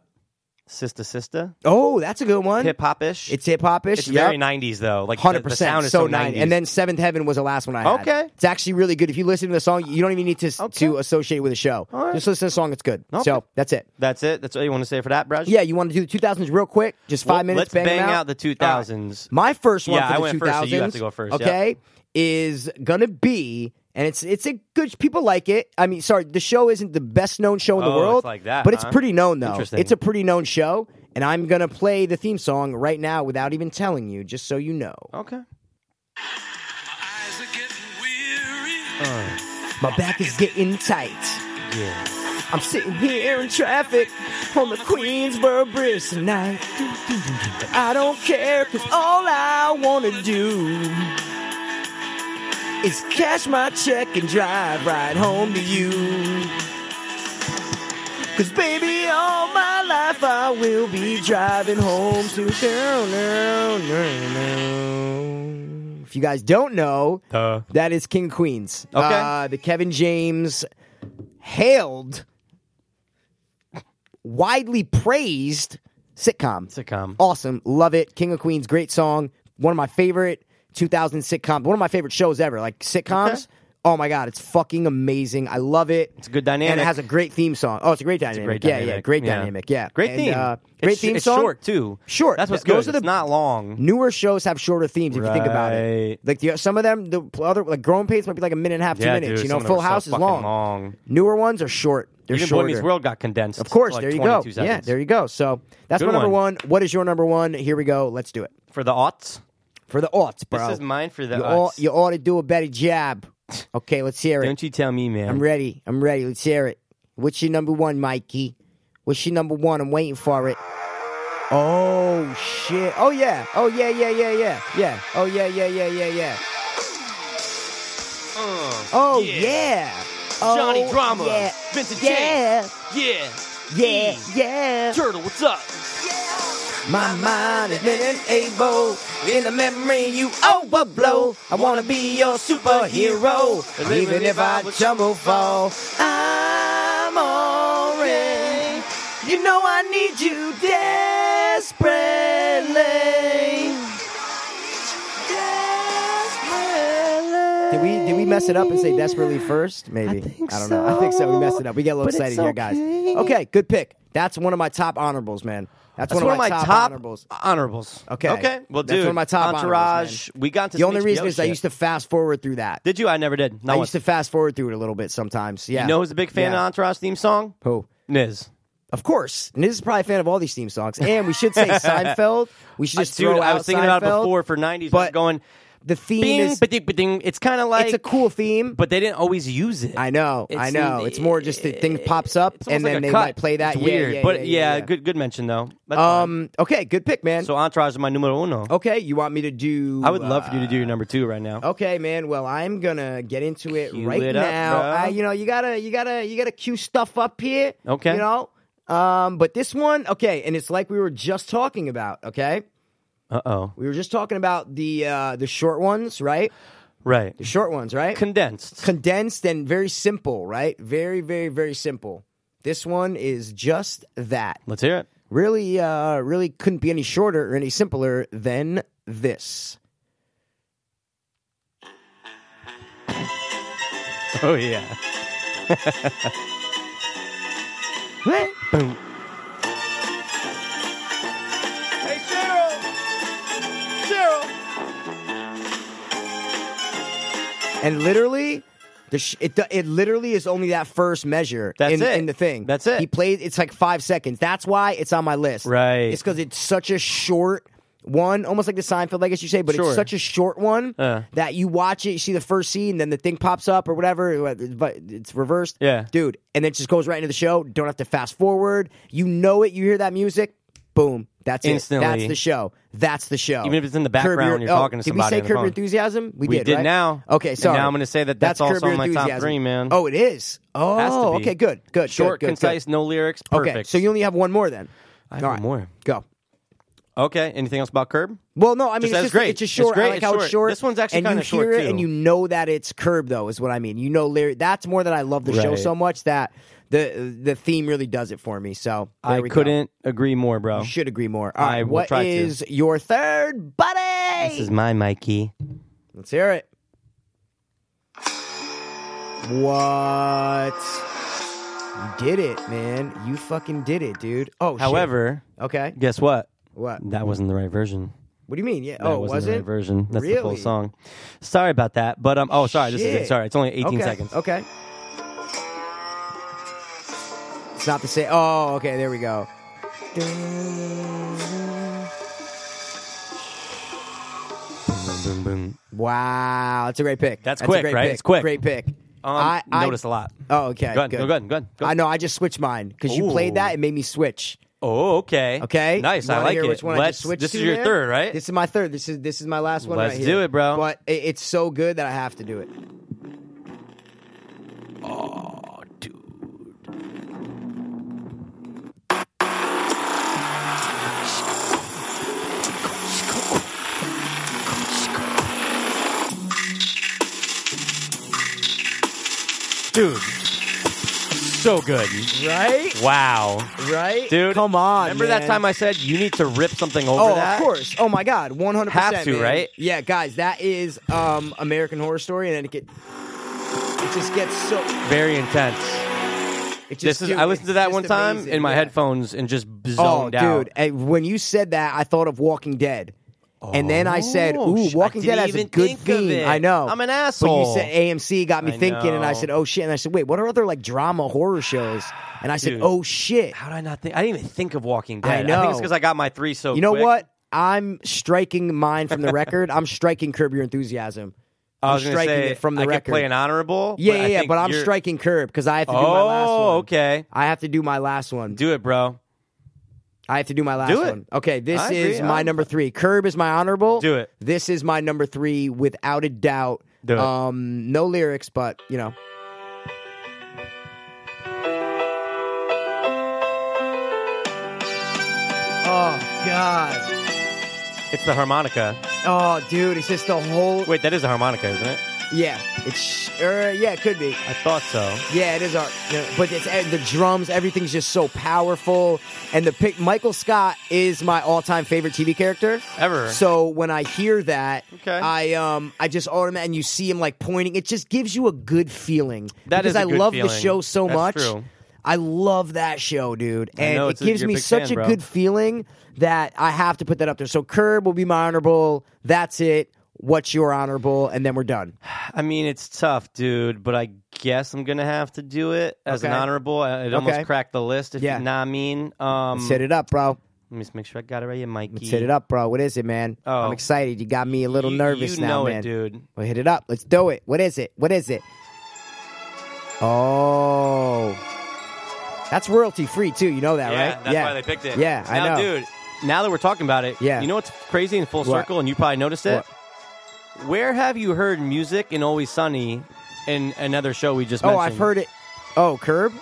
Speaker 2: Sister Sister,
Speaker 1: Oh, that's a good one.
Speaker 2: hip hop ish.
Speaker 1: It's hip hop ish.
Speaker 2: It's very nineties though. Like the-
Speaker 1: Hundred
Speaker 2: the
Speaker 1: percent,
Speaker 2: sound
Speaker 1: so,
Speaker 2: is so
Speaker 1: nine.
Speaker 2: nineties.
Speaker 1: And then Seventh Heaven was the last one I had.
Speaker 2: Okay.
Speaker 1: it's actually really good. If you listen to the song, you don't even need to to associate it with a show.
Speaker 2: right.
Speaker 1: Just listen to the song; it's good.
Speaker 2: Okay.
Speaker 1: So that's it.
Speaker 2: that's it. That's all you want to say for that, Brush.
Speaker 1: Yeah, you want to do the two thousands real quick? Just five
Speaker 2: Well,
Speaker 1: minutes.
Speaker 2: Let's bang,
Speaker 1: them
Speaker 2: out.
Speaker 1: out.
Speaker 2: the
Speaker 1: All
Speaker 2: two
Speaker 1: right.
Speaker 2: thousands.
Speaker 1: My first one
Speaker 2: Yeah,
Speaker 1: for
Speaker 2: I
Speaker 1: the
Speaker 2: went
Speaker 1: 2000s,
Speaker 2: first, so you have to go first, yeah.
Speaker 1: Okay, is gonna be, and it's it's a good. People like it. I mean, sorry, the show isn't the best known show in the
Speaker 2: Oh, it's
Speaker 1: world,
Speaker 2: like that,
Speaker 1: but it's
Speaker 2: huh?
Speaker 1: pretty known though.
Speaker 2: Interesting.
Speaker 1: It's a pretty known show, and I'm gonna play the theme song right now without even telling you, just so you know.
Speaker 2: Okay.
Speaker 5: Eyes are getting weary.
Speaker 1: Uh. My back is getting tight.
Speaker 2: Yeah.
Speaker 1: I'm sitting here in traffic on the Queensboro Bridge tonight. I don't care, cause all I wanna do is cash my check and drive right home to you. Cause baby, all my life I will be driving home to you. If you guys don't know,
Speaker 2: Uh,
Speaker 1: that is King Queens.
Speaker 2: Okay.
Speaker 1: Uh, the Kevin James hailed, widely praised sitcom.
Speaker 2: sitcom.
Speaker 1: Awesome. Love it. King of Queens. Great song. One of my favorite 2000 sitcoms. One of my favorite shows ever. Like sitcoms.
Speaker 2: Okay.
Speaker 1: Oh my God. It's fucking amazing. I love it. It's
Speaker 2: a good dynamic.
Speaker 1: And it has a great theme song. Oh, it's a great dynamic.
Speaker 2: Great
Speaker 1: yeah, yeah.
Speaker 2: dynamic.
Speaker 1: Great dynamic. Yeah.
Speaker 2: Great
Speaker 1: And,
Speaker 2: theme.
Speaker 1: uh,
Speaker 2: It's
Speaker 1: great
Speaker 2: sh-
Speaker 1: theme
Speaker 2: it's
Speaker 1: song.
Speaker 2: short too.
Speaker 1: Short.
Speaker 2: That's what's
Speaker 1: Th-
Speaker 2: good.
Speaker 1: those are
Speaker 2: it's
Speaker 1: the-
Speaker 2: not long.
Speaker 1: Newer shows have shorter themes if you think about it.
Speaker 2: Right.
Speaker 1: Like the, some of them, the other like grown pains might be like a minute and a half, two
Speaker 2: yeah,
Speaker 1: minutes. you
Speaker 2: dude,
Speaker 1: know,
Speaker 2: some of
Speaker 1: Full
Speaker 2: them are
Speaker 1: House
Speaker 2: so
Speaker 1: is
Speaker 2: fucking
Speaker 1: long.
Speaker 2: long.
Speaker 1: Newer ones are short. They're
Speaker 2: Even Boy
Speaker 1: shorter.
Speaker 2: Meets World got condensed.
Speaker 1: Of course,
Speaker 2: to like
Speaker 1: there you
Speaker 2: 22
Speaker 1: go.
Speaker 2: Seconds.
Speaker 1: Yeah, there you go. So that's
Speaker 2: Good
Speaker 1: my number
Speaker 2: one.
Speaker 1: one. What is your number one? Here we go. Let's do it
Speaker 2: for the aughts.
Speaker 1: for the aughts, bro.
Speaker 2: This is mine for the
Speaker 1: you,
Speaker 2: aughts.
Speaker 1: ought, you ought to do a better job. Okay, let's hear it.
Speaker 2: Don't you tell me, man.
Speaker 1: I'm ready. I'm ready. Let's hear it. What's your number one, Mikey? What's your number one? I'm waiting for it. Oh shit. Oh yeah. Oh yeah, yeah, yeah, yeah. Yeah. Oh yeah, yeah, yeah, yeah, yeah. oh yeah. Oh,
Speaker 2: Uh, Johnny Drama.
Speaker 1: Yeah.
Speaker 2: Vincent
Speaker 1: yeah.
Speaker 2: Yeah.
Speaker 1: Yeah. Yeah.
Speaker 2: Turtle, what's up?
Speaker 1: My mind has been enabled in the memory you overblow. I wanna be your superhero, and even if I jumble fall, I'm alright. You know I need you desperately. Desperately. Did we did we mess it up and say desperately first? Maybe I, don't know. I think so. We messed it up. We get a little excited here, guys. Okay, good pick. That's one of my top honorables, man. That's,
Speaker 2: That's
Speaker 1: one, of my, top, honorables.
Speaker 2: honorables.
Speaker 1: Okay.
Speaker 2: Okay. Well,
Speaker 1: That's
Speaker 2: dude,
Speaker 1: one of my top
Speaker 2: Entourage.
Speaker 1: honorables,
Speaker 2: We got to
Speaker 1: The only
Speaker 2: some
Speaker 1: reason
Speaker 2: HBO
Speaker 1: is I
Speaker 2: shit.
Speaker 1: used to fast forward through that.
Speaker 2: Did you? I never did. Not
Speaker 1: I
Speaker 2: once.
Speaker 1: used to fast forward through it a little bit sometimes. Yeah.
Speaker 2: You know who's a big fan
Speaker 1: Yeah.
Speaker 2: of Entourage theme song?
Speaker 1: Who?
Speaker 2: Niz.
Speaker 1: Of course. And this is probably a fan of all these theme songs. And we should say Seinfeld. We should just
Speaker 2: Uh, Dude,
Speaker 1: throw
Speaker 2: I
Speaker 1: out
Speaker 2: was thinking
Speaker 1: Seinfeld.
Speaker 2: about it before for '90s. I was
Speaker 1: but
Speaker 2: going
Speaker 1: The theme
Speaker 2: bing,
Speaker 1: is
Speaker 2: ba-ding, ba-ding. It's kind of like,
Speaker 1: it's a cool theme.
Speaker 2: but they didn't always use it.
Speaker 1: I know, I
Speaker 2: It's-
Speaker 1: know. It's more just that thing pops up
Speaker 2: It's
Speaker 1: and
Speaker 2: almost like
Speaker 1: then
Speaker 2: a
Speaker 1: they
Speaker 2: cut.
Speaker 1: might play that.
Speaker 2: It's
Speaker 1: Yeah,
Speaker 2: weird,
Speaker 1: yeah,
Speaker 2: but
Speaker 1: yeah, yeah, yeah.
Speaker 2: good good mention though. That's fine.
Speaker 1: Um Oh, okay, good pick, man.
Speaker 2: so Entourage is my numero uno.
Speaker 1: okay, you want me to do
Speaker 2: I would love for you to
Speaker 1: uh,
Speaker 2: do your number two right now.
Speaker 1: Okay, man. Well, I'm gonna get into it
Speaker 2: Cue
Speaker 1: right
Speaker 2: it up,
Speaker 1: now.
Speaker 2: bro.
Speaker 1: I, you know, you gotta, you gotta, you gotta cue stuff up here.
Speaker 2: Okay.
Speaker 1: You know, um, but this one, okay, and it's like we were just talking about. Okay,
Speaker 2: Uh oh.
Speaker 1: we were just talking about the uh, the short ones, right?
Speaker 2: Right.
Speaker 1: The short ones, right?
Speaker 2: Condensed.
Speaker 1: Condensed and very simple, right? Very, very, very simple. This one is just that.
Speaker 2: Let's hear it.
Speaker 1: Really, uh, really couldn't be any shorter or any simpler than this.
Speaker 2: Oh yeah.
Speaker 1: What?
Speaker 2: Boom.
Speaker 6: Hey, Cheryl! Cheryl!
Speaker 1: and literally, the sh- it do- it literally is only that first measure
Speaker 2: That's
Speaker 1: in,
Speaker 2: it.
Speaker 1: in the thing.
Speaker 2: That's it.
Speaker 1: He played. It's like five seconds. That's why it's on my list.
Speaker 2: Right.
Speaker 1: It's because it's such a short. One almost like the Seinfeld, I guess you say, but
Speaker 2: Sure.
Speaker 1: it's such a short one
Speaker 2: Uh.
Speaker 1: that you watch it, you see the first scene, then the thing pops up or whatever, but it's reversed.
Speaker 2: Yeah.
Speaker 1: dude, and then it just goes right into the show. Don't have to fast forward. You know it. You hear that music, boom. That's It.
Speaker 2: Instantly.
Speaker 1: That's the show. That's the show.
Speaker 2: Even if it's in the
Speaker 1: Curb Your-
Speaker 2: background, you're
Speaker 1: oh,
Speaker 2: talking to somebody
Speaker 1: Did we
Speaker 2: on the
Speaker 1: say Curb Your
Speaker 2: phone.
Speaker 1: Enthusiasm? We,
Speaker 2: We
Speaker 1: did,
Speaker 2: did
Speaker 1: right?
Speaker 2: now.
Speaker 1: Okay,
Speaker 2: And
Speaker 1: sorry.
Speaker 2: now I'm gonna say that that's
Speaker 1: Curb
Speaker 2: also
Speaker 1: Your
Speaker 2: on my top
Speaker 1: Enthusiasm.
Speaker 2: three, man.
Speaker 1: Oh, it is.
Speaker 2: Has to
Speaker 1: Oh,
Speaker 2: be.
Speaker 1: okay, good, good,
Speaker 2: Short,
Speaker 1: good, good,
Speaker 2: concise,
Speaker 1: good.
Speaker 2: no lyrics. Perfect.
Speaker 1: Okay, so you only have one more then.
Speaker 2: I have
Speaker 1: All
Speaker 2: one
Speaker 1: right,
Speaker 2: more.
Speaker 1: Go.
Speaker 2: Okay. Anything else about Curb?
Speaker 1: Well, no, I mean
Speaker 2: Just that
Speaker 1: it's just
Speaker 2: it's great.
Speaker 1: It's just
Speaker 2: It's
Speaker 1: short. I
Speaker 2: great,
Speaker 1: like
Speaker 2: it's
Speaker 1: how
Speaker 2: short.
Speaker 1: it's short.
Speaker 2: This one's actually
Speaker 1: and you
Speaker 2: kinda short,
Speaker 1: hear it
Speaker 2: too.
Speaker 1: and you know that it's curb though, is what I mean. You know, lyric. That's more that I love the show
Speaker 2: Right.
Speaker 1: so much that the the theme really does it for me. So there
Speaker 2: I
Speaker 1: we go.
Speaker 2: couldn't agree more, bro.
Speaker 1: You should agree more. All
Speaker 2: I
Speaker 1: right,
Speaker 2: will
Speaker 1: what
Speaker 2: try to.
Speaker 1: is your third buddy?
Speaker 2: This is my Mikey.
Speaker 1: Let's hear it. What? You did it, man. You fucking did it, dude. Oh, shit.
Speaker 2: However,
Speaker 1: okay.
Speaker 2: guess what?
Speaker 1: What?
Speaker 2: That wasn't the right version.
Speaker 1: What do you mean? Yeah.
Speaker 2: That
Speaker 1: oh,
Speaker 2: wasn't
Speaker 1: was
Speaker 2: the right
Speaker 1: it?
Speaker 2: version. That's the full
Speaker 1: Really?
Speaker 2: song. Sorry about that. But um oh sorry, this is it.
Speaker 1: Shit.
Speaker 2: Sorry. It's only 18
Speaker 1: okay.
Speaker 2: seconds.
Speaker 1: Okay. It's not the same. Oh, okay. There we go.
Speaker 2: Boom, boom, boom.
Speaker 1: Wow, that's a great pick.
Speaker 2: That's
Speaker 1: a
Speaker 2: quick,
Speaker 1: great
Speaker 2: right?
Speaker 1: Pick.
Speaker 2: It's quick.
Speaker 1: Great pick.
Speaker 2: Um,
Speaker 1: I, I
Speaker 2: notice a lot.
Speaker 1: Oh, okay.
Speaker 2: Go ahead,
Speaker 1: good.
Speaker 2: go ahead, go ahead, go
Speaker 1: I
Speaker 2: ahead.
Speaker 1: know. I just switched mine because you
Speaker 2: Ooh.
Speaker 1: played that. It made me switch.
Speaker 2: Oh, okay.
Speaker 1: Okay.
Speaker 2: Nice.
Speaker 1: You
Speaker 2: I
Speaker 1: wanna
Speaker 2: like
Speaker 1: hear
Speaker 2: it.
Speaker 1: Which one I
Speaker 2: Let's,
Speaker 1: just switched
Speaker 2: this is
Speaker 1: to
Speaker 2: your
Speaker 1: there?
Speaker 2: third, right?
Speaker 1: This is my third. This is this is my last one.
Speaker 2: Let's
Speaker 1: right here.
Speaker 2: do it, bro.
Speaker 1: But it, it's so good that I have to do it.
Speaker 2: Dude. So good.
Speaker 1: Right.
Speaker 2: Wow.
Speaker 1: Right.
Speaker 2: Dude.
Speaker 1: come on.
Speaker 2: Remember that time I said you need to rip something over
Speaker 1: Oh,
Speaker 2: that?
Speaker 1: of course. Oh my God, one hundred percent.
Speaker 2: Have to, right?
Speaker 1: Yeah, guys, that is um American Horror Story, and then it get it just gets so.
Speaker 2: Very intense.
Speaker 1: It just,
Speaker 2: This is
Speaker 1: dude,
Speaker 2: I listened
Speaker 1: it's
Speaker 2: to that
Speaker 1: just
Speaker 2: one time
Speaker 1: amazing,
Speaker 2: in my
Speaker 1: yeah.
Speaker 2: headphones and just zoned
Speaker 1: Oh,
Speaker 2: out.
Speaker 1: dude, and when you said that, I thought of Walking Dead. And then I said,
Speaker 2: Oh,
Speaker 1: "Ooh,
Speaker 2: sh- I
Speaker 1: Walking Dead
Speaker 2: didn't
Speaker 1: has a
Speaker 2: even
Speaker 1: good
Speaker 2: think of it.
Speaker 1: theme." I know.
Speaker 2: I'm an
Speaker 1: But
Speaker 2: asshole.
Speaker 1: you said AMC got me
Speaker 2: I
Speaker 1: thinking, and I
Speaker 2: know.
Speaker 1: said, "Oh shit!" And I said, "Wait, what are other like drama horror shows?" And I said,
Speaker 2: Dude.
Speaker 1: "Oh shit!"
Speaker 2: How did I not think? I didn't even think of Walking Dead.
Speaker 1: I
Speaker 2: think it's
Speaker 1: know.
Speaker 2: because I got my three so.
Speaker 1: You know
Speaker 2: quick.
Speaker 1: what? I'm striking mine from the record. I'm striking Curb Your Enthusiasm.
Speaker 2: I was
Speaker 1: I'm
Speaker 2: gonna
Speaker 1: striking
Speaker 2: say
Speaker 1: it from the
Speaker 2: I
Speaker 1: record.
Speaker 2: Could play an honorable.
Speaker 1: Yeah,
Speaker 2: but
Speaker 1: yeah,
Speaker 2: I
Speaker 1: yeah,
Speaker 2: think
Speaker 1: but I'm
Speaker 2: you're-
Speaker 1: striking Curb because I have to do my last one.
Speaker 2: Oh, okay.
Speaker 1: I have to do my last one.
Speaker 2: Do it, bro.
Speaker 1: I have to do my last
Speaker 2: Do it.
Speaker 1: one. Okay, this
Speaker 2: I
Speaker 1: is
Speaker 2: agree.
Speaker 1: my
Speaker 2: I'm-
Speaker 1: number three. Curb is my honorable.
Speaker 2: Do it.
Speaker 1: This is my number three, without a doubt.
Speaker 2: Do it.
Speaker 1: Um, no lyrics, but you know. Oh God!
Speaker 2: It's the harmonica.
Speaker 1: Oh, dude, it's just the whole.
Speaker 2: Wait, that is a harmonica, isn't it?
Speaker 1: Yeah, it's uh, yeah, it could be.
Speaker 2: I thought so.
Speaker 1: Yeah, it is art. Yeah, But it's and the drums, everything's just so powerful. And the pick, Michael Scott is my all-time favorite TV character
Speaker 2: Ever.
Speaker 1: So when I hear that,
Speaker 2: Okay.
Speaker 1: I um I just automatically and you see him like pointing. It just gives you a good feeling
Speaker 2: That
Speaker 1: because
Speaker 2: is a
Speaker 1: I
Speaker 2: good
Speaker 1: love the
Speaker 2: feeling.
Speaker 1: show so
Speaker 2: That's
Speaker 1: much.
Speaker 2: true.
Speaker 1: I love that show, dude,
Speaker 2: I
Speaker 1: and
Speaker 2: know,
Speaker 1: it
Speaker 2: it's a-
Speaker 1: gives
Speaker 2: you're a
Speaker 1: me
Speaker 2: big
Speaker 1: such
Speaker 2: fan,
Speaker 1: a
Speaker 2: bro.
Speaker 1: good feeling that I have to put that up there. So Curb will be my honorable. That's it. What's your honorable? And then we're done.
Speaker 2: I mean, it's tough, dude, but I guess I'm gonna have to do it as an
Speaker 1: Okay.
Speaker 2: honorable. I- It almost
Speaker 1: Okay.
Speaker 2: cracked the list. If
Speaker 1: Yeah.
Speaker 2: you know what I mean. Um,
Speaker 1: Set it up, bro.
Speaker 2: let me just make sure I got it right here, Mikey.
Speaker 1: Let's hit it up, bro. What is it, man?
Speaker 2: Oh.
Speaker 1: I'm excited. You got me a little
Speaker 2: You-
Speaker 1: nervous
Speaker 2: you
Speaker 1: now,
Speaker 2: know it,
Speaker 1: man.
Speaker 2: dude.
Speaker 1: Well, hit it up. Let's do it. What is it? What is it? Oh, that's royalty free too. You know that,
Speaker 2: Yeah,
Speaker 1: right?
Speaker 2: that's why they picked it.
Speaker 1: Yeah, I
Speaker 2: now,
Speaker 1: know.
Speaker 2: dude. Now that we're talking about it,
Speaker 1: Yeah.
Speaker 2: you know what's crazy in full
Speaker 1: What?
Speaker 2: circle, and you probably noticed it. Where have you heard music in Always Sunny? In another show we just
Speaker 1: Oh,
Speaker 2: mentioned.
Speaker 1: I've heard it. Oh, curb.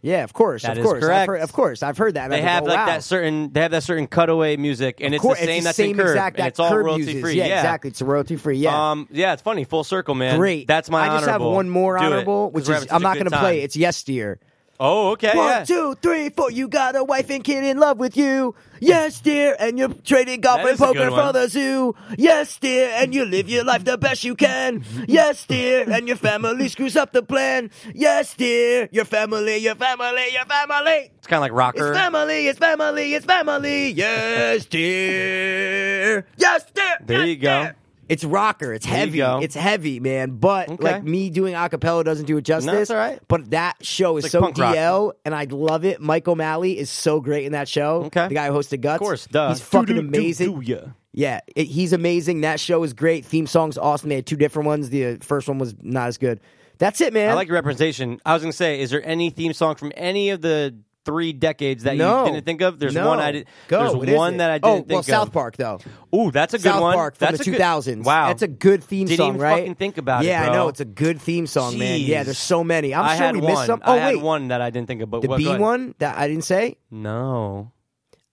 Speaker 1: Yeah, of course,
Speaker 2: That
Speaker 1: of
Speaker 2: is
Speaker 1: course,
Speaker 2: correct.
Speaker 1: I've heard, of course, I've heard that. and
Speaker 2: They
Speaker 1: I was
Speaker 2: have
Speaker 1: oh,
Speaker 2: like
Speaker 1: wow.
Speaker 2: that certain they have that certain cutaway music, and
Speaker 1: Of
Speaker 2: it's
Speaker 1: course,
Speaker 2: the same
Speaker 1: it's
Speaker 2: that's
Speaker 1: same
Speaker 2: in Curb,
Speaker 1: exact
Speaker 2: and
Speaker 1: that
Speaker 2: it's all
Speaker 1: curb
Speaker 2: royalty
Speaker 1: uses.
Speaker 2: free.
Speaker 1: Yeah, exactly. It's royalty free. Yeah.
Speaker 2: Um, yeah, it's funny. Full circle, man.
Speaker 1: Great.
Speaker 2: Um, That's my
Speaker 1: I just have
Speaker 2: honorable.
Speaker 1: one more
Speaker 2: Do it,
Speaker 1: honorable,
Speaker 2: 'cause
Speaker 1: which
Speaker 2: we're
Speaker 1: is
Speaker 2: having such
Speaker 1: I'm
Speaker 2: a
Speaker 1: not
Speaker 2: good
Speaker 1: going to play.
Speaker 2: time.
Speaker 1: It's yesteryear.
Speaker 2: Oh, okay. yeah.
Speaker 1: One, two, three, four. You got a wife and kid in love with you. Yes, dear, and you're trading golf
Speaker 2: That
Speaker 1: and
Speaker 2: is a good
Speaker 1: poker
Speaker 2: one.
Speaker 1: for the zoo. Yes, dear, and you live your life the best you can. Yes, dear, and your family screws up the plan. Yes, dear, your family, your family, your family.
Speaker 2: It's kind of like
Speaker 1: It's
Speaker 2: rocker.
Speaker 1: family, it's family, it's family. Yes, dear. Yes, dear.
Speaker 2: There
Speaker 1: yes,
Speaker 2: you go.
Speaker 1: dear. It's rocker. It's
Speaker 2: There you
Speaker 1: heavy.
Speaker 2: go.
Speaker 1: It's heavy, man. But
Speaker 2: Okay.
Speaker 1: like me doing acapella doesn't do it justice.
Speaker 2: that's all right.
Speaker 1: But that show is
Speaker 2: It's
Speaker 1: so
Speaker 2: like punk rock.
Speaker 1: DL, and I love it. Mike O'Malley is so great in that show.
Speaker 2: Okay.
Speaker 1: the guy who hosted Guts.
Speaker 2: Of course, duh.
Speaker 1: He's fucking
Speaker 2: Do, do, do,
Speaker 1: amazing.
Speaker 2: do ya.
Speaker 1: Yeah, it, he's amazing. That show is great. Theme song's awesome. They had two different ones. The uh, first one was not as good. That's it, man.
Speaker 2: I like your representation. I was going to say, is there any theme song from any of the three decades that
Speaker 1: No.
Speaker 2: you didn't think of? There's
Speaker 1: No.
Speaker 2: one I did.
Speaker 1: Go.
Speaker 2: There's
Speaker 1: What is
Speaker 2: one
Speaker 1: it?
Speaker 2: that I
Speaker 1: Oh,
Speaker 2: didn't think
Speaker 1: well,
Speaker 2: of.
Speaker 1: South Park though.
Speaker 2: Ooh, that's a good
Speaker 1: South
Speaker 2: one.
Speaker 1: Park from
Speaker 2: that's
Speaker 1: the
Speaker 2: a good-
Speaker 1: 2000s.
Speaker 2: wow,
Speaker 1: that's a good theme
Speaker 2: Didn't
Speaker 1: song,
Speaker 2: even
Speaker 1: right?
Speaker 2: fucking think about it,
Speaker 1: yeah, I
Speaker 2: bro.
Speaker 1: know it's a good theme song, man. Yeah,
Speaker 2: Jeez.
Speaker 1: there's so many. I'm
Speaker 2: I
Speaker 1: sure
Speaker 2: had
Speaker 1: we
Speaker 2: one.
Speaker 1: missed some. Oh
Speaker 2: I
Speaker 1: wait,
Speaker 2: had one that I didn't think of. But
Speaker 1: the
Speaker 2: what, go
Speaker 1: B
Speaker 2: ahead.
Speaker 1: one that I didn't say.
Speaker 2: No.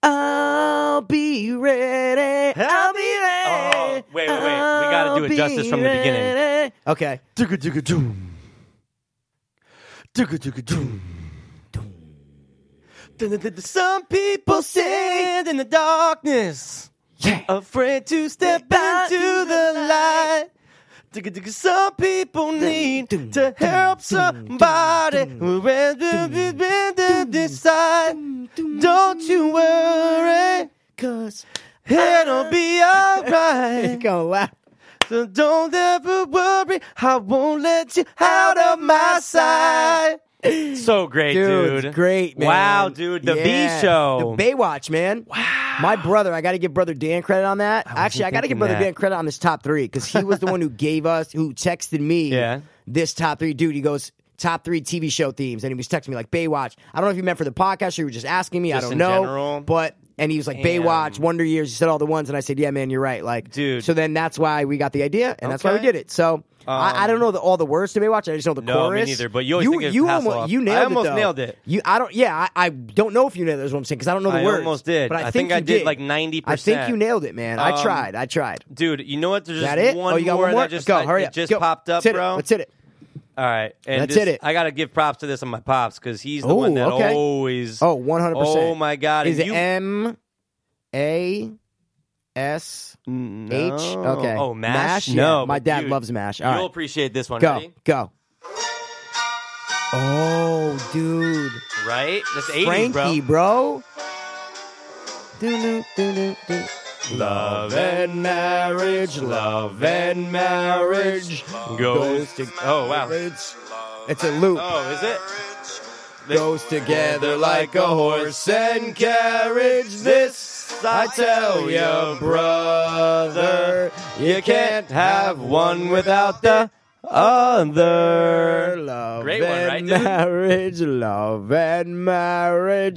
Speaker 1: I'll be ready. I'll be ready.
Speaker 2: Oh, wait, wait, wait. We gotta do it
Speaker 1: I'll be
Speaker 2: justice from the beginning.
Speaker 1: ready. Okay.
Speaker 2: Digga digga doom. Digga digga doom. Some people stand in the darkness, afraid to step into the light. Digga digga, some people need to help somebody. Rather than decide, don't you worry,
Speaker 1: Cause
Speaker 2: it'll be alright.
Speaker 1: go laugh.
Speaker 2: So don't ever worry, I won't let you out of my sight. So great,
Speaker 1: Dude,
Speaker 2: dude.
Speaker 1: it's great, man.
Speaker 2: Wow, dude. The
Speaker 1: Yeah.
Speaker 2: B show.
Speaker 1: The Baywatch, man. Wow. My brother, I got to give brother Dan credit on that. Actually, I got to give
Speaker 2: thinking
Speaker 1: brother
Speaker 2: that.
Speaker 1: Dan credit on this top three because he was the one who gave us, who texted me
Speaker 2: Yeah.
Speaker 1: this top three. Dude, he goes, top three TV show themes. And he was texting me like Baywatch. I don't know if you meant for the podcast or you were just asking me. I
Speaker 2: Just
Speaker 1: don't
Speaker 2: in
Speaker 1: know.
Speaker 2: general?
Speaker 1: But. And he was like, Baywatch, Wonder Years. He said all the ones. And I said, yeah, man, you're right. Like,
Speaker 2: Dude.
Speaker 1: So then that's why we got the idea. And that's why we
Speaker 2: Okay. Um,
Speaker 1: did it. So I, I don't know the, all the words to Baywatch. I just know the
Speaker 2: No, me
Speaker 1: chorus.
Speaker 2: neither, but you always think of
Speaker 1: you,
Speaker 2: Hasselhoff.
Speaker 1: almost, you
Speaker 2: I
Speaker 1: nailed
Speaker 2: almost
Speaker 1: it. though.
Speaker 2: nailed it.
Speaker 1: You, I don't. Yeah, I, I don't know if you nailed it. Is what I'm saying because I don't know the
Speaker 2: I
Speaker 1: words.
Speaker 2: almost did.
Speaker 1: But I,
Speaker 2: I
Speaker 1: think,
Speaker 2: think I
Speaker 1: you
Speaker 2: did
Speaker 1: did
Speaker 2: like 90%.
Speaker 1: I think you nailed it, man. I
Speaker 2: Um,
Speaker 1: tried. I tried.
Speaker 2: Dude, you know what? There's
Speaker 1: Is that
Speaker 2: just
Speaker 1: it?
Speaker 2: one
Speaker 1: oh, you got
Speaker 2: more
Speaker 1: one more.
Speaker 2: that just,
Speaker 1: Go.
Speaker 2: I-
Speaker 1: hurry
Speaker 2: it
Speaker 1: up.
Speaker 2: just
Speaker 1: Go.
Speaker 2: popped up,
Speaker 1: Let's hit
Speaker 2: bro.
Speaker 1: It. Let's hit it.
Speaker 2: All right. And
Speaker 1: Let's
Speaker 2: this-
Speaker 1: hit it.
Speaker 2: I got to give props to this on my pops because he's the
Speaker 1: Ooh,
Speaker 2: one that
Speaker 1: okay.
Speaker 2: always.
Speaker 1: Oh, 100.
Speaker 2: Oh,
Speaker 1: percent
Speaker 2: my God.
Speaker 1: Is
Speaker 2: and
Speaker 1: it
Speaker 2: you,
Speaker 1: M A S
Speaker 2: No.
Speaker 1: H? Okay.
Speaker 2: Oh, MASH?
Speaker 1: Mash.
Speaker 2: No.
Speaker 1: yeah. my
Speaker 2: but
Speaker 1: dad
Speaker 2: dude,
Speaker 1: loves Mash. All
Speaker 2: You'll
Speaker 1: right.
Speaker 2: appreciate this one.
Speaker 1: go.
Speaker 2: Ready?
Speaker 1: Go. Oh, dude.
Speaker 2: Right? That's 80s,
Speaker 1: Frankie,
Speaker 2: bro.
Speaker 1: bro. Do-do-do-do-do.
Speaker 2: Love and marriage, love and marriage goes to. Oh wow!
Speaker 1: It's a loop.
Speaker 2: Oh, is it?
Speaker 1: Goes
Speaker 2: Together like a horse and carriage, this I tell ya, brother, you can't have one without the other.
Speaker 1: Love
Speaker 2: Great one,
Speaker 1: and
Speaker 2: right, dude?
Speaker 1: marriage, love and marriage.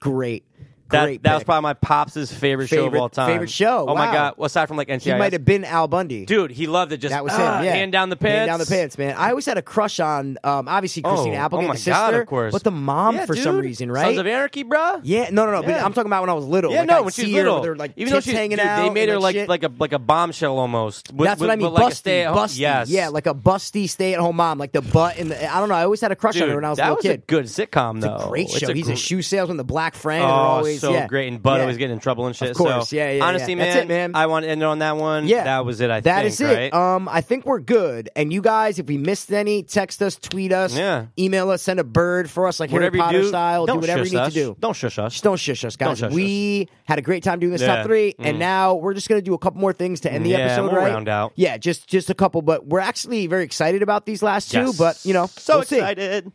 Speaker 1: Great.
Speaker 2: That,
Speaker 1: Great
Speaker 2: that was
Speaker 1: pick.
Speaker 2: probably my pops' favorite, show of
Speaker 1: Favorite-
Speaker 2: all time.
Speaker 1: favorite show,
Speaker 2: Oh my
Speaker 1: wow.
Speaker 2: god! Well, aside from like NCIS,
Speaker 1: He might have been Al Bundy.
Speaker 2: dude, he loved it. Just
Speaker 1: that was
Speaker 2: ah,
Speaker 1: him. Yeah.
Speaker 2: hand down the pants,
Speaker 1: Hand down the pants, man. I always had a crush on, um, obviously Christina
Speaker 2: Oh,
Speaker 1: Applegate,
Speaker 2: oh my
Speaker 1: the sister,
Speaker 2: God, of course.
Speaker 1: but the mom
Speaker 2: Yeah,
Speaker 1: for some
Speaker 2: dude.
Speaker 1: reason, right?
Speaker 2: Sons of Anarchy, bruh.
Speaker 1: yeah, no, no, no. But
Speaker 2: Yeah.
Speaker 1: I'm talking about when I was little.
Speaker 2: Yeah,
Speaker 1: like,
Speaker 2: no,
Speaker 1: I'd
Speaker 2: when she
Speaker 1: see
Speaker 2: was
Speaker 1: her,
Speaker 2: little,
Speaker 1: they're like
Speaker 2: even though
Speaker 1: tits
Speaker 2: she
Speaker 1: hanging
Speaker 2: dude,
Speaker 1: out,
Speaker 2: they made
Speaker 1: and
Speaker 2: her like
Speaker 1: shit.
Speaker 2: like a like a bombshell almost. With-
Speaker 1: That's
Speaker 2: with-
Speaker 1: what I mean.
Speaker 2: but like a
Speaker 1: busty,
Speaker 2: stay-at-home-
Speaker 1: busty,
Speaker 2: Yes,
Speaker 1: yeah, like a busty stay-at-home mom, like the butt and the. I don't know. I always had a crush on
Speaker 2: dude,
Speaker 1: her when I was
Speaker 2: that
Speaker 1: a little
Speaker 2: was
Speaker 1: kid.
Speaker 2: a good sitcom though.
Speaker 1: It's a great show. He's a
Speaker 2: gr-
Speaker 1: shoe salesman, the black friend.
Speaker 2: Oh,
Speaker 1: and always,
Speaker 2: so
Speaker 1: yeah.
Speaker 2: great, and Bud
Speaker 1: yeah.
Speaker 2: always getting in trouble and shit.
Speaker 1: course,
Speaker 2: so,
Speaker 1: yeah, yeah,
Speaker 2: Honestly,
Speaker 1: yeah.
Speaker 2: man,
Speaker 1: That's it, man.
Speaker 2: I want to end on that one.
Speaker 1: Yeah,
Speaker 2: that was it. I
Speaker 1: That
Speaker 2: think,
Speaker 1: is it.
Speaker 2: Right?
Speaker 1: Um, I think we're good. And you guys, if we missed any, text us, tweet us,
Speaker 2: Yeah.
Speaker 1: email us, send a bird for us, like
Speaker 2: whatever
Speaker 1: Harry Potter
Speaker 2: you do,
Speaker 1: style.
Speaker 2: don't
Speaker 1: Do whatever
Speaker 2: shush
Speaker 1: you need
Speaker 2: us.
Speaker 1: to do.
Speaker 2: Don't shush us.
Speaker 1: Just don't shush us, guys.
Speaker 2: shush
Speaker 1: we had a great time doing this
Speaker 2: Yeah. Mm.
Speaker 1: top three, and now we're just gonna do a couple more things to end the
Speaker 2: Yeah,
Speaker 1: episode.
Speaker 2: we'll
Speaker 1: right?
Speaker 2: round out.
Speaker 1: Yeah, just just a couple, but we're actually very excited about these last two.
Speaker 2: Yes.
Speaker 1: But you know,
Speaker 2: so
Speaker 1: we'll see.
Speaker 2: excited.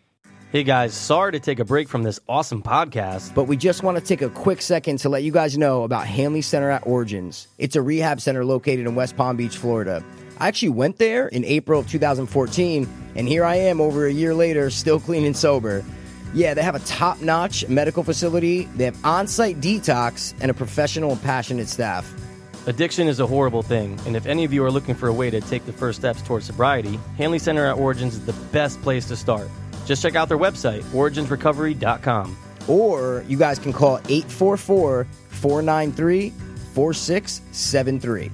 Speaker 2: Hey guys, sorry to take a break from this awesome podcast.
Speaker 1: But we just want to take a quick second to let you guys know about Hanley Center at Origins. It's a rehab center located in West Palm Beach, Florida. I actually went there in April of 2014, and here I am over a year later, still clean and sober. Yeah, they have a top notch medical facility, they have on site detox, and a professional and passionate staff.
Speaker 2: Addiction is a horrible thing, and if any of you are looking for a way to take the first steps towards sobriety, Hanley Center at Origins is the best place to start. Just check out their website, originsrecovery.com.
Speaker 1: Or you guys can call 844 493 4673.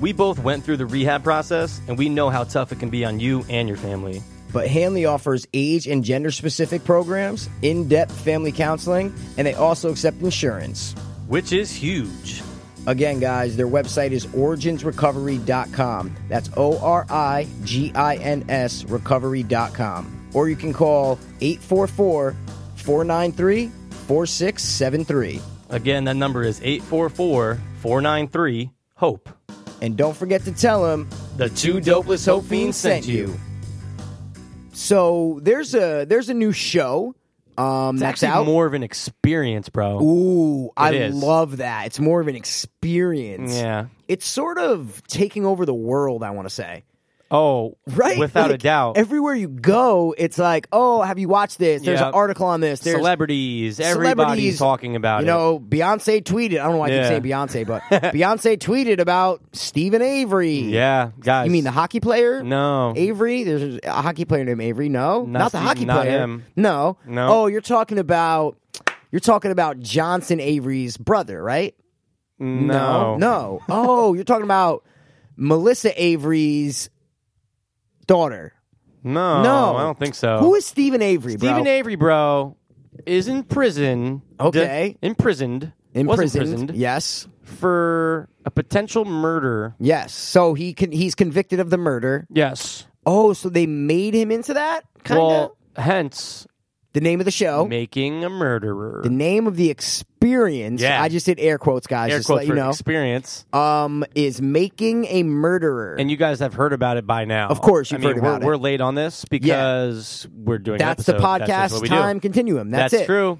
Speaker 2: We both went through the rehab process, and we know how tough it can be on you and your family.
Speaker 1: But Hanley offers age and gender specific programs, in depth family counseling, and they also accept insurance.
Speaker 2: Which is huge.
Speaker 1: Again, guys, their website is originsrecovery.com. That's O R I G I N S recovery.com. Or you can call 844 493 4673.
Speaker 2: Again, that number is 844 493 HOPE.
Speaker 1: And don't forget to tell him
Speaker 2: The two dopeless hope E fiends sent you.
Speaker 1: So there's a there's a new show um, that's
Speaker 2: actually
Speaker 1: out.
Speaker 2: more of an experience, bro.
Speaker 1: Ooh, I
Speaker 2: is.
Speaker 1: love that. It's more of an experience.
Speaker 2: Yeah.
Speaker 1: It's sort of taking over the world, I want to say.
Speaker 2: Oh,
Speaker 1: Right?
Speaker 2: Without a
Speaker 1: Like,
Speaker 2: doubt.
Speaker 1: Everywhere you go, it's like, oh, have you watched this? There's
Speaker 2: Yeah.
Speaker 1: an article on this. There's
Speaker 2: celebrities,
Speaker 1: celebrities,
Speaker 2: everybody's talking about
Speaker 1: you
Speaker 2: it.
Speaker 1: know, Beyonce tweeted. I don't know why
Speaker 2: Yeah.
Speaker 1: I keep saying Beyonce, but Beyonce tweeted about Stephen Avery.
Speaker 2: Yeah, guys.
Speaker 1: You mean the hockey player?
Speaker 2: No.
Speaker 1: Avery? There's a hockey player named Avery. No.
Speaker 2: Not
Speaker 1: the
Speaker 2: Steve-
Speaker 1: hockey
Speaker 2: not
Speaker 1: player.
Speaker 2: him.
Speaker 1: No.
Speaker 2: No.
Speaker 1: Oh, you're talking about you're talking about Johnson Avery's brother, right?
Speaker 2: Mm, no.
Speaker 1: No. Oh, you're talking about Melissa Avery's daughter.
Speaker 2: No.
Speaker 1: No.
Speaker 2: I don't think so.
Speaker 1: Who is Stephen Avery, bro?
Speaker 2: Oh. Stephen Avery, bro, is in prison.
Speaker 1: Okay.
Speaker 2: De- imprisoned. was
Speaker 1: imprisoned.
Speaker 2: imprisoned
Speaker 1: Yes.
Speaker 2: For a potential murder.
Speaker 1: Yes. So he can he's convicted of the murder.
Speaker 2: Yes.
Speaker 1: Oh, so they made him into that? Kinda.
Speaker 2: Well, hence
Speaker 1: the name of the show.
Speaker 2: making a murderer.
Speaker 1: the name of the experience.
Speaker 2: Yeah.
Speaker 1: I just did air quotes, guys,
Speaker 2: Air
Speaker 1: just to
Speaker 2: quotes
Speaker 1: let
Speaker 2: for
Speaker 1: you know.
Speaker 2: experience.
Speaker 1: um, is making a murderer.
Speaker 2: And you guys have heard about it by now.
Speaker 1: Of course you've
Speaker 2: I mean,
Speaker 1: heard
Speaker 2: we're,
Speaker 1: about it.
Speaker 2: We're late on this because we're doing an
Speaker 1: that's the
Speaker 2: episode. That's just
Speaker 1: podcast
Speaker 2: what we do.
Speaker 1: time continuum. That's, it.
Speaker 2: true.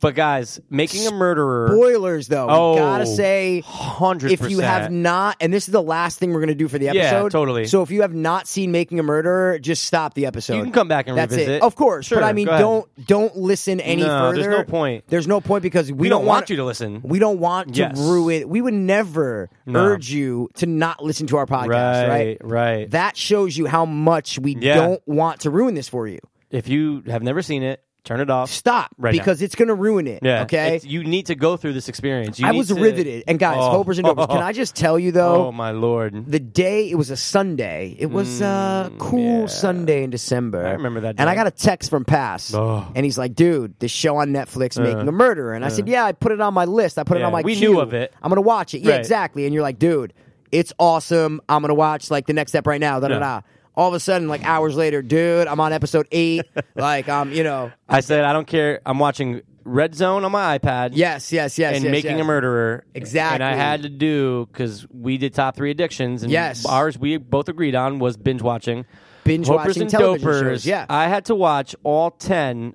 Speaker 2: But guys, making a murderer.
Speaker 1: Spoilers, though. We
Speaker 2: Oh,
Speaker 1: gotta say,
Speaker 2: 100%.
Speaker 1: if you have not, and this is the last thing we're gonna do for the
Speaker 2: Yeah,
Speaker 1: episode.
Speaker 2: totally.
Speaker 1: So if you have not seen Making a Murderer, just stop the episode.
Speaker 2: You can come back and
Speaker 1: That's
Speaker 2: revisit.
Speaker 1: it, of course.
Speaker 2: Sure,
Speaker 1: but I mean,
Speaker 2: go ahead.
Speaker 1: don't don't listen any
Speaker 2: No,
Speaker 1: further.
Speaker 2: there's no point.
Speaker 1: There's no point because we,
Speaker 2: We don't want
Speaker 1: wanna-
Speaker 2: you to listen.
Speaker 1: We don't want to
Speaker 2: Yes.
Speaker 1: ruin. We would never
Speaker 2: No.
Speaker 1: urge you to not listen to our podcast.
Speaker 2: right,
Speaker 1: Right.
Speaker 2: right,
Speaker 1: That shows you how much we
Speaker 2: Yeah.
Speaker 1: don't want to ruin this for you.
Speaker 2: if you have never seen it, turn it off.
Speaker 1: Stop
Speaker 2: Right now.
Speaker 1: because it's going to ruin it.
Speaker 2: Yeah.
Speaker 1: Okay.
Speaker 2: It's- you need to go through this experience. You
Speaker 1: I
Speaker 2: need
Speaker 1: was
Speaker 2: to-
Speaker 1: riveted. And guys,
Speaker 2: Oh.
Speaker 1: hopers and dopers, can I just tell you
Speaker 2: Oh
Speaker 1: though,
Speaker 2: my lord.
Speaker 1: the day it was a Sunday. It was a cool Sunday in December.
Speaker 2: Mm, I remember that
Speaker 1: And I
Speaker 2: day.
Speaker 1: got a text from Pass,
Speaker 2: Oh. Uh.
Speaker 1: and he's like, "Dude, this show on Netflix, Making a Murderer." And I said, "Yeah, I put it on my list. I put it
Speaker 2: Yeah,
Speaker 1: on my.
Speaker 2: we
Speaker 1: queue.
Speaker 2: knew of it.
Speaker 1: I'm gonna watch it. Yeah,
Speaker 2: Right.
Speaker 1: exactly." And you're like, "Dude, it's awesome. I'm gonna watch like the next step right now." Da da
Speaker 2: Yeah.
Speaker 1: da. All of a sudden, like hours later, dude, I'm on episode eight. like, um, you know,
Speaker 2: I said I don't care. I'm watching Red Zone on my iPad.
Speaker 1: yes, yes, yes,
Speaker 2: And
Speaker 1: yes,
Speaker 2: making
Speaker 1: yes.
Speaker 2: a murderer.
Speaker 1: Exactly.
Speaker 2: And I had to do because we did top three addictions, and
Speaker 1: Yes.
Speaker 2: ours we both agreed on was binge watching.
Speaker 1: binge
Speaker 2: Hopers
Speaker 1: watching
Speaker 2: and
Speaker 1: television
Speaker 2: dopers. Uh,
Speaker 1: shows. Yeah,
Speaker 2: I had to watch all ten.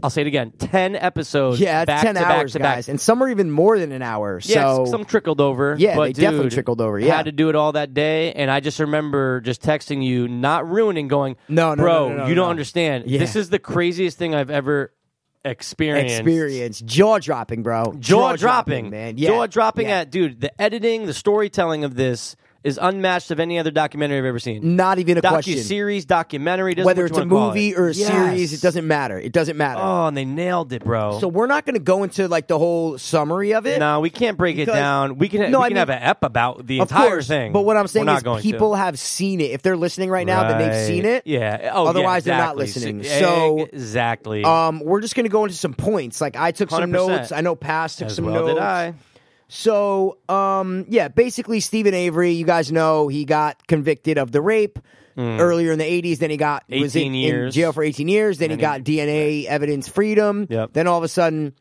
Speaker 2: I'll say it again: ten episodes.
Speaker 1: yeah,
Speaker 2: back
Speaker 1: it's ten
Speaker 2: to back
Speaker 1: hours,
Speaker 2: to back
Speaker 1: guys, and some are even more than an hour.
Speaker 2: Yeah,
Speaker 1: so
Speaker 2: s- some trickled over.
Speaker 1: Yeah,
Speaker 2: but
Speaker 1: they definitely
Speaker 2: dude,
Speaker 1: trickled over, yeah.
Speaker 2: had to do it all that day, and I just remember just texting you, not ruining, going,
Speaker 1: No, no, no,
Speaker 2: bro,
Speaker 1: no, no,
Speaker 2: you don't
Speaker 1: no."
Speaker 2: understand.
Speaker 1: Yeah.
Speaker 2: This is the craziest thing I've ever experienced.
Speaker 1: experience, jaw dropping, bro,
Speaker 2: Jaw dropping,
Speaker 1: man, yeah.
Speaker 2: Jaw dropping
Speaker 1: Yeah.
Speaker 2: at dude. The editing, the storytelling of this is unmatched of any other documentary I've ever seen.
Speaker 1: not even a
Speaker 2: Docu
Speaker 1: question.
Speaker 2: series, documentary, doesn't
Speaker 1: Whether
Speaker 2: what
Speaker 1: it's
Speaker 2: you
Speaker 1: a
Speaker 2: wanna call
Speaker 1: movie
Speaker 2: it.
Speaker 1: or a
Speaker 2: Yes.
Speaker 1: series, it doesn't matter. It doesn't matter.
Speaker 2: Oh, and they nailed it, bro.
Speaker 1: so we're not going to go into like the whole summary of it.
Speaker 2: no, we can't break it
Speaker 1: Because-
Speaker 2: down. We can,
Speaker 1: No,
Speaker 2: we
Speaker 1: I
Speaker 2: can
Speaker 1: mean-
Speaker 2: have an ep about the
Speaker 1: of
Speaker 2: entire
Speaker 1: course.
Speaker 2: thing.
Speaker 1: But what I'm
Speaker 2: We're
Speaker 1: saying
Speaker 2: not
Speaker 1: is,
Speaker 2: going to.
Speaker 1: people have seen it. If they're listening right now, then they've seen
Speaker 2: Right.
Speaker 1: it.
Speaker 2: Yeah. Oh, yeah,
Speaker 1: Otherwise, they're not
Speaker 2: exactly.
Speaker 1: listening. So-
Speaker 2: exactly.
Speaker 1: Um, we're just going to go into some points. Like I took some
Speaker 2: 100%.
Speaker 1: notes. I know Pass took
Speaker 2: As
Speaker 1: some
Speaker 2: well
Speaker 1: notes.
Speaker 2: did I.
Speaker 1: So, um, yeah, basically, Stephen Avery, you guys know he got convicted of the rape earlier in the 80s. Then he got was in,
Speaker 2: 18
Speaker 1: in
Speaker 2: years.
Speaker 1: jail for 18 Mm. years. Then he got DNA evidence freedom.
Speaker 2: Yep.
Speaker 1: Then all of a sudden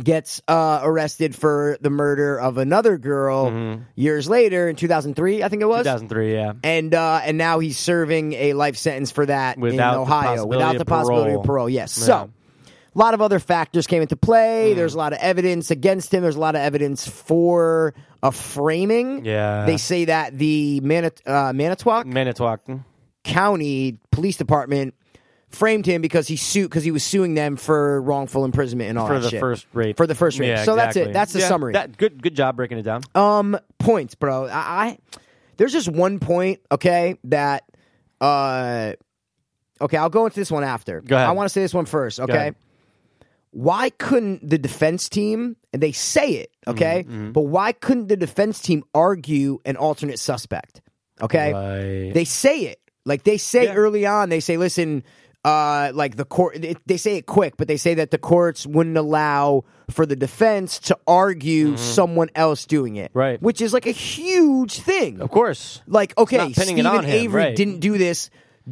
Speaker 1: gets uh, arrested for the murder of another girl years later in 2003, I think it was.
Speaker 2: 2003. Yeah.
Speaker 1: And uh, and now he's serving a life sentence for that
Speaker 2: Without
Speaker 1: in
Speaker 2: the
Speaker 1: Ohio
Speaker 2: possibility
Speaker 1: without
Speaker 2: of
Speaker 1: the possibility of
Speaker 2: parole.
Speaker 1: parole. Yes. So a lot of other factors came into
Speaker 2: Hmm.
Speaker 1: play. There's a lot of evidence against him. There's a lot of evidence for a framing.
Speaker 2: Yeah. Hmm.
Speaker 1: They say that the Manit- uh, Manitowoc
Speaker 2: Manitowoc.
Speaker 1: County Police Department framed him because he sued because he was suing them for wrongful imprisonment and all
Speaker 2: For
Speaker 1: that
Speaker 2: the
Speaker 1: Ah, shit.
Speaker 2: first rape.
Speaker 1: For the first rape.
Speaker 2: Yeah,
Speaker 1: so that's it.
Speaker 2: exactly.
Speaker 1: That's the
Speaker 2: Yeah,
Speaker 1: summary.
Speaker 2: That, good, good job breaking it down.
Speaker 1: Um, points, bro. I, I there's just one point, okay, that uh okay, I'll go into this one after.
Speaker 2: Go ahead.
Speaker 1: I want to say this one first, okay?
Speaker 2: ahead.
Speaker 1: Why couldn't the defense team and they say it, okay?
Speaker 2: Mm-hmm,
Speaker 1: But why couldn't the defense team argue an alternate suspect? Okay?
Speaker 2: Right.
Speaker 1: They say it. Like they say
Speaker 2: Yeah.
Speaker 1: early on, they say, listen, uh, like the court, it, they say it quick, but they say that the courts wouldn't allow for the defense to argue someone else doing it.
Speaker 2: Mm-hmm. Right.
Speaker 1: Which is like a huge thing.
Speaker 2: of course.
Speaker 1: Like, okay,
Speaker 2: not pinning it
Speaker 1: Stephen
Speaker 2: on him,
Speaker 1: Avery
Speaker 2: right.
Speaker 1: didn't do this.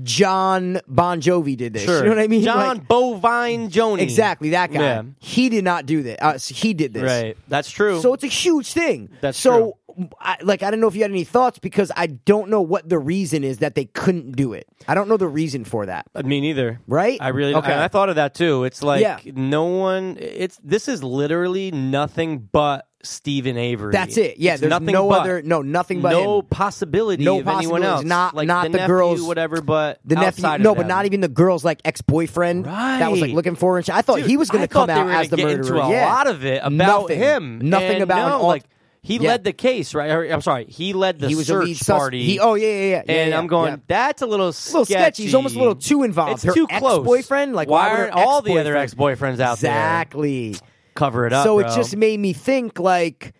Speaker 1: John Bon Jovi did this.
Speaker 2: Sure.
Speaker 1: You know what I mean?
Speaker 2: John
Speaker 1: Like,
Speaker 2: Bovine Joni.
Speaker 1: exactly, that guy.
Speaker 2: Yeah.
Speaker 1: He did not do that. Uh, he did this.
Speaker 2: Right. That's true.
Speaker 1: So it's a huge thing.
Speaker 2: That's
Speaker 1: so I, like I don't know if you had any thoughts because I don't know what the reason is that they couldn't do it. I don't know the reason for that.
Speaker 2: I mean, either.
Speaker 1: Right?
Speaker 2: Uh, I really.
Speaker 1: Okay.
Speaker 2: Okay. I, thought of that too. It's like
Speaker 1: Yeah.
Speaker 2: no one. It's this is literally nothing but Stephen Avery.
Speaker 1: That's it. Yeah,
Speaker 2: It's
Speaker 1: there's
Speaker 2: nothing
Speaker 1: no
Speaker 2: but-
Speaker 1: other- no, nothing but
Speaker 2: no
Speaker 1: him.
Speaker 2: possibility
Speaker 1: No
Speaker 2: of anyone
Speaker 1: possibilities.
Speaker 2: else.
Speaker 1: Not-
Speaker 2: like
Speaker 1: not
Speaker 2: the,
Speaker 1: the
Speaker 2: nephew,
Speaker 1: girls-
Speaker 2: whatever. But
Speaker 1: The nephew,
Speaker 2: outside of
Speaker 1: no, but
Speaker 2: them.
Speaker 1: not even the girl's like ex boyfriend that was like
Speaker 2: Right.
Speaker 1: looking for. her And shit. I thought
Speaker 2: Dude,
Speaker 1: he was going
Speaker 2: I
Speaker 1: to come
Speaker 2: thought they
Speaker 1: out
Speaker 2: were
Speaker 1: as the
Speaker 2: gonna get
Speaker 1: murderer.
Speaker 2: Into a
Speaker 1: yeah.
Speaker 2: lot of it about
Speaker 1: Nothing.
Speaker 2: him.
Speaker 1: Nothing
Speaker 2: And
Speaker 1: about an
Speaker 2: no,
Speaker 1: alt-
Speaker 2: like he
Speaker 1: Yeah.
Speaker 2: led the case, right? Or, I'm sorry, he led the
Speaker 1: he was a
Speaker 2: search
Speaker 1: lead sus-
Speaker 2: party.
Speaker 1: He, oh yeah, yeah, yeah. yeah,
Speaker 2: and
Speaker 1: yeah,
Speaker 2: I'm going.
Speaker 1: yeah.
Speaker 2: That's a
Speaker 1: a
Speaker 2: little
Speaker 1: little sketchy. He's almost a little too involved.
Speaker 2: It's
Speaker 1: Her
Speaker 2: too close.
Speaker 1: ex-boyfriend? Like, why
Speaker 2: why,
Speaker 1: would
Speaker 2: aren't
Speaker 1: her
Speaker 2: all the other
Speaker 1: ex-boyfriend-
Speaker 2: ex-boyfriends out
Speaker 1: exactly.
Speaker 2: there cover it up?
Speaker 1: so
Speaker 2: bro?
Speaker 1: it just made me think like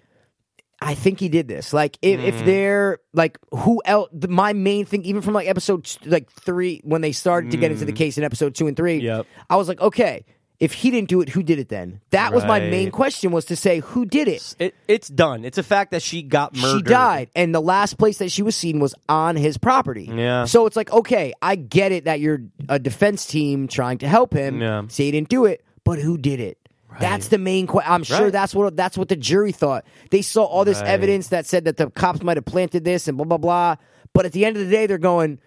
Speaker 1: I think he did this. Like if,
Speaker 2: Hmm.
Speaker 1: if they're like who else? My main thing, even from like episode t- like three when they started to get into the case in episode two and three,
Speaker 2: Hmm. Yep.
Speaker 1: I was like, okay, if he didn't do it, who did it then? That was my main
Speaker 2: Right.
Speaker 1: question was to say who did it.
Speaker 2: It, it's done. It's a fact that she got murdered.
Speaker 1: She died, and the last place that she was seen was on his property.
Speaker 2: Yeah.
Speaker 1: So it's like, okay, I get it that you're a defense team trying to help him.
Speaker 2: Yeah.
Speaker 1: Say he didn't do it, but who did it? That's the main question. I'm sure
Speaker 2: Right.
Speaker 1: that's what that's what the jury thought. They saw all this
Speaker 2: Right.
Speaker 1: evidence that said that the cops might have planted this and blah blah blah. But at the end of the day, they're going,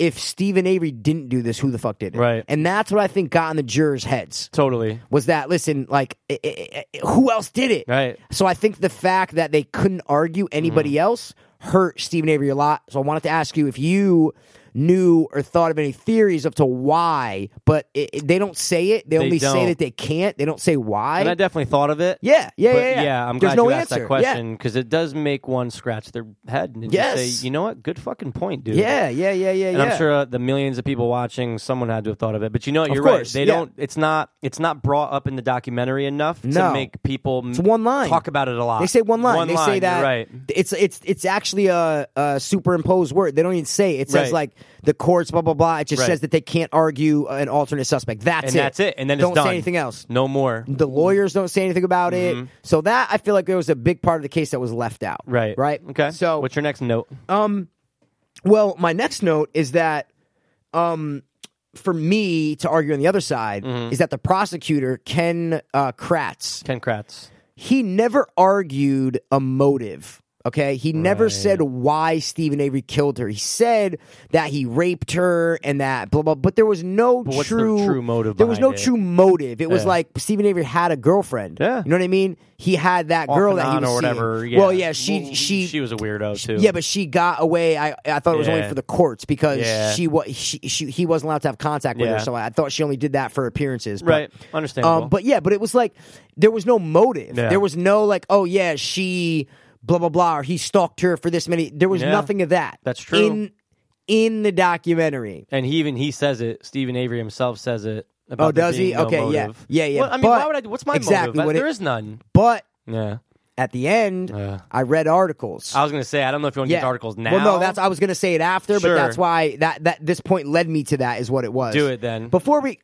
Speaker 1: if Stephen Avery didn't do this, who the fuck did it?
Speaker 2: Right.
Speaker 1: And that's what I think got in the jurors' heads
Speaker 2: Totally.
Speaker 1: was that listen like i i i who else did it
Speaker 2: Right. Mm-hmm.
Speaker 1: so i think the fact that they couldn't argue anybody else hurt stephen avery a lot so i wanted to ask you if you knew or thought of any theories of to why but it, it- they don't say it they,
Speaker 2: They
Speaker 1: only say
Speaker 2: don't.
Speaker 1: that they can't they don't say why
Speaker 2: And I definitely thought of it.
Speaker 1: yeah yeah
Speaker 2: But
Speaker 1: yeah, yeah
Speaker 2: I'm
Speaker 1: There's
Speaker 2: glad
Speaker 1: no
Speaker 2: you asked
Speaker 1: answer.
Speaker 2: that question because it does make one scratch their head and just
Speaker 1: Yes.
Speaker 2: say, you know what, good fucking point, dude.
Speaker 1: yeah yeah yeah yeah yeah,
Speaker 2: And
Speaker 1: yeah.
Speaker 2: I'm sure uh, the millions of people watching, someone had to have thought of it. But you know what? You're
Speaker 1: course,
Speaker 2: right. They
Speaker 1: yeah.
Speaker 2: don't. It's not. It's not brought up in the documentary enough
Speaker 1: No.
Speaker 2: to make people m-
Speaker 1: It's one line.
Speaker 2: talk about it a lot.
Speaker 1: They say one line.
Speaker 2: One
Speaker 1: they
Speaker 2: line.
Speaker 1: say
Speaker 2: you're
Speaker 1: that
Speaker 2: right.
Speaker 1: it's it's it's actually a, a superimposed word. They don't even say it. It says
Speaker 2: Right.
Speaker 1: like the courts, blah blah blah. It just
Speaker 2: Right.
Speaker 1: says that they can't argue an alternate suspect. That's
Speaker 2: And
Speaker 1: it.
Speaker 2: that's it. And then
Speaker 1: don't
Speaker 2: it's done. Mm-hmm.
Speaker 1: say anything else.
Speaker 2: No more.
Speaker 1: The lawyers don't say anything about it. So that I feel like there was a big part of the case that was left out.
Speaker 2: Right.
Speaker 1: Right.
Speaker 2: Okay.
Speaker 1: So
Speaker 2: what's your next note?
Speaker 1: well, my next note is that, um, for me to argue on the other side
Speaker 2: Mm-hmm.
Speaker 1: is that the prosecutor Ken uh, Kratz,
Speaker 2: Ken Kratz.
Speaker 1: he never argued a motive. Okay, he never said why Stephen Avery killed her. He said that he raped her and that blah blah. But there was no
Speaker 2: what's the
Speaker 1: true
Speaker 2: true motive
Speaker 1: There was no
Speaker 2: behind it?
Speaker 1: true motive. It was
Speaker 2: Yeah.
Speaker 1: like Stephen Avery had a girlfriend.
Speaker 2: Yeah.
Speaker 1: you know what I mean. He had that girl
Speaker 2: Off and
Speaker 1: that he
Speaker 2: on
Speaker 1: was
Speaker 2: or whatever.
Speaker 1: seeing.
Speaker 2: Yeah.
Speaker 1: Well, yeah, she
Speaker 2: Well,
Speaker 1: she
Speaker 2: she was a weirdo too.
Speaker 1: yeah, but she got away. I I thought it was only
Speaker 2: Yeah.
Speaker 1: for the courts because
Speaker 2: Yeah.
Speaker 1: she was she, she he wasn't allowed to have contact with her.
Speaker 2: Yeah.
Speaker 1: So I thought she only did that for appearances. But,
Speaker 2: Right. Understandable.
Speaker 1: Um, but yeah, but it was like there was no motive.
Speaker 2: Yeah.
Speaker 1: There was no like, oh yeah, she blah blah blah, or he stalked her for this many. There was
Speaker 2: Yeah.
Speaker 1: nothing of that.
Speaker 2: That's true.
Speaker 1: In in the documentary,
Speaker 2: and he even he says it. Stephen Avery himself says it. About
Speaker 1: Oh,
Speaker 2: there
Speaker 1: does he?
Speaker 2: being no
Speaker 1: Okay, yeah.
Speaker 2: motive.
Speaker 1: Yeah, yeah,
Speaker 2: Well, I mean,
Speaker 1: but
Speaker 2: why would I? do- What's my
Speaker 1: exactly what
Speaker 2: motive?
Speaker 1: it-
Speaker 2: There is none.
Speaker 1: but
Speaker 2: Yeah.
Speaker 1: at the end,
Speaker 2: Yeah.
Speaker 1: I read articles.
Speaker 2: I was gonna say I don't know if you want to get to articles now.
Speaker 1: Well, no, that's I was gonna say it after, but
Speaker 2: Sure.
Speaker 1: that's why that that this point led me to that is what it was.
Speaker 2: Do it then.
Speaker 1: Before we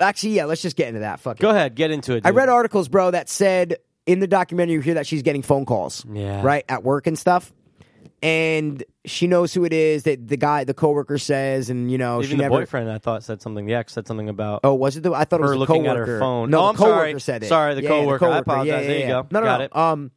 Speaker 1: actually, yeah, let's just get into that. Fuck. it.
Speaker 2: Go ahead, get into it.
Speaker 1: I
Speaker 2: dude.
Speaker 1: read articles, bro, that said in the documentary you hear that she's getting phone calls.
Speaker 2: Yeah.
Speaker 1: Right at work and stuff. And she knows who it is that the guy, the coworker says, and you know
Speaker 2: Even
Speaker 1: she
Speaker 2: the
Speaker 1: never.
Speaker 2: boyfriend, I thought said something. The ex said something about.
Speaker 1: Oh, was it the? I thought it was
Speaker 2: Her
Speaker 1: the
Speaker 2: looking at
Speaker 1: coworker.
Speaker 2: her phone.
Speaker 1: No,
Speaker 2: Oh,
Speaker 1: the
Speaker 2: I'm
Speaker 1: coworker
Speaker 2: sorry.
Speaker 1: said it.
Speaker 2: Sorry, the
Speaker 1: Yeah, yeah,
Speaker 2: coworker. I apologize.
Speaker 1: Yeah, yeah,
Speaker 2: There you
Speaker 1: yeah.
Speaker 2: go.
Speaker 1: No, no,
Speaker 2: Got
Speaker 1: no.
Speaker 2: it.
Speaker 1: Um,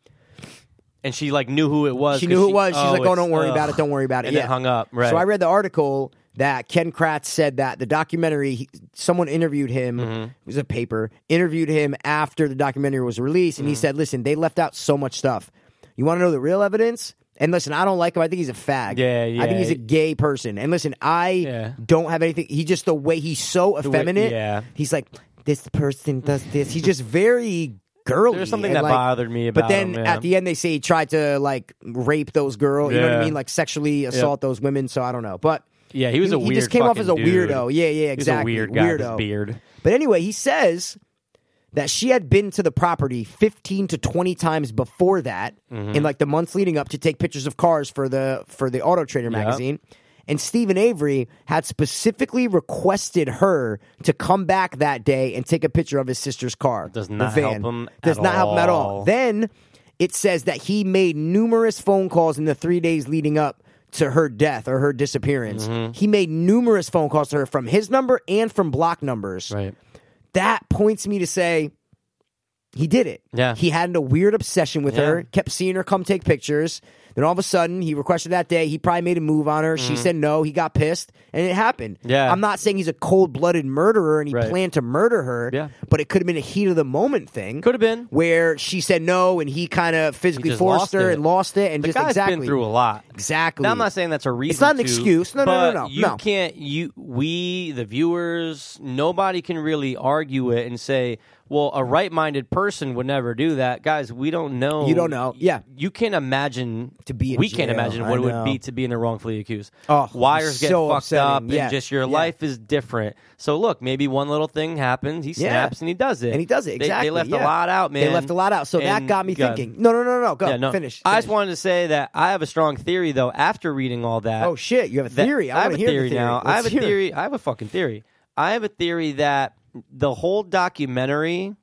Speaker 2: and she like knew who it was.
Speaker 1: she
Speaker 2: 'cause
Speaker 1: knew who it was. She's
Speaker 2: oh,
Speaker 1: like, "Oh,
Speaker 2: it's-
Speaker 1: don't worry about
Speaker 2: ugh.
Speaker 1: it. Don't worry about it."
Speaker 2: And
Speaker 1: yeah,
Speaker 2: then hung up. Right.
Speaker 1: So I read the article that Ken Kratz said that the documentary, he, someone interviewed him.
Speaker 2: Mm-hmm.
Speaker 1: It was a paper interviewed him after the documentary was released, and
Speaker 2: Mm.
Speaker 1: he said, "Listen, they left out so much stuff. You want to know the real evidence?" And listen, I don't like him. I think he's a fag.
Speaker 2: Yeah,
Speaker 1: I
Speaker 2: yeah.
Speaker 1: think he's a gay person. And listen, I
Speaker 2: Yeah.
Speaker 1: don't have anything. He just the way he's so
Speaker 2: way-
Speaker 1: effeminate.
Speaker 2: yeah.
Speaker 1: He's like, this person does this. He's just very girly.
Speaker 2: There's something
Speaker 1: and,
Speaker 2: that
Speaker 1: like-
Speaker 2: bothered me
Speaker 1: But
Speaker 2: about
Speaker 1: then
Speaker 2: him, yeah.
Speaker 1: at the end, they say he tried to like rape those girls. You know what I
Speaker 2: Yeah.
Speaker 1: mean? Like sexually assault those women. So I don't know, but
Speaker 2: Yeah, he was a
Speaker 1: He
Speaker 2: weird.
Speaker 1: just came off
Speaker 2: fucking
Speaker 1: as a
Speaker 2: dude.
Speaker 1: weirdo. Yeah, yeah, exactly.
Speaker 2: He's a weird guy with his
Speaker 1: Weirdo.
Speaker 2: beard.
Speaker 1: But anyway, he says that she had been to the property 15 to 20 times before that
Speaker 2: Mm-hmm.
Speaker 1: in like the months leading up to take pictures of cars for the for the Auto Trader magazine. And Stephen Avery had specifically requested her to come back that day and take a picture of his sister's car.
Speaker 2: Does
Speaker 1: the
Speaker 2: not help
Speaker 1: van.
Speaker 2: him
Speaker 1: Does
Speaker 2: at
Speaker 1: not help him at all.
Speaker 2: all.
Speaker 1: Then it says that he made numerous phone calls in the three days leading up to her death or her disappearance.
Speaker 2: Mm-hmm.
Speaker 1: He made numerous phone calls to her from his number and from block numbers
Speaker 2: Right.
Speaker 1: that points me to say He did it.
Speaker 2: Yeah.
Speaker 1: He had a weird obsession with
Speaker 2: Yeah.
Speaker 1: her, kept seeing her come take pictures. Then all of a sudden, he requested that day. He probably made a move on her. She said no. He got pissed, and it happened.
Speaker 2: Mm-hmm. Yeah.
Speaker 1: I'm not saying he's a cold blooded murderer and he
Speaker 2: Right.
Speaker 1: planned to murder her,
Speaker 2: Yeah.
Speaker 1: but it could have been a heat of the moment thing.
Speaker 2: Could have been.
Speaker 1: Where she said no, and he kind of physically
Speaker 2: just
Speaker 1: forced
Speaker 2: lost
Speaker 1: her
Speaker 2: it.
Speaker 1: and lost it, and
Speaker 2: The
Speaker 1: just
Speaker 2: guy's
Speaker 1: exactly
Speaker 2: been through a lot.
Speaker 1: Exactly.
Speaker 2: Now, I'm not saying that's a reason.
Speaker 1: not an
Speaker 2: to,
Speaker 1: excuse. No, no, no,
Speaker 2: but
Speaker 1: no,
Speaker 2: You
Speaker 1: no.
Speaker 2: can't. You, we, the viewers, nobody can really argue it and say, "Well, a right-minded person would never do that." Guys, we don't know.
Speaker 1: You don't know. Yeah.
Speaker 2: you can't imagine
Speaker 1: To be in
Speaker 2: we can't
Speaker 1: jail.
Speaker 2: imagine
Speaker 1: I
Speaker 2: what it
Speaker 1: know.
Speaker 2: would be to be in a wrongfully accused.
Speaker 1: Oh,
Speaker 2: Wires get
Speaker 1: so
Speaker 2: fucked
Speaker 1: upsetting.
Speaker 2: up,
Speaker 1: Yeah.
Speaker 2: and just your
Speaker 1: Yeah.
Speaker 2: life is different. So look, maybe one little thing happens. He
Speaker 1: Yeah.
Speaker 2: snaps and he does it,
Speaker 1: And he does it
Speaker 2: They-
Speaker 1: exactly.
Speaker 2: They, left
Speaker 1: yeah.
Speaker 2: a lot out, man.
Speaker 1: They left a lot out. So that
Speaker 2: And
Speaker 1: got me
Speaker 2: God.
Speaker 1: thinking. No, no, no, no. Go
Speaker 2: Yeah, no.
Speaker 1: finish.
Speaker 2: I just
Speaker 1: finish.
Speaker 2: wanted to say that I have a strong theory, though. After reading all that,
Speaker 1: Oh shit! You have a
Speaker 2: that-
Speaker 1: theory.
Speaker 2: I,
Speaker 1: I,
Speaker 2: have
Speaker 1: want
Speaker 2: a
Speaker 1: to hear the
Speaker 2: theory now. I have a
Speaker 1: Let's hear it.
Speaker 2: theory. I have a fucking theory. I have a theory that the whole documentary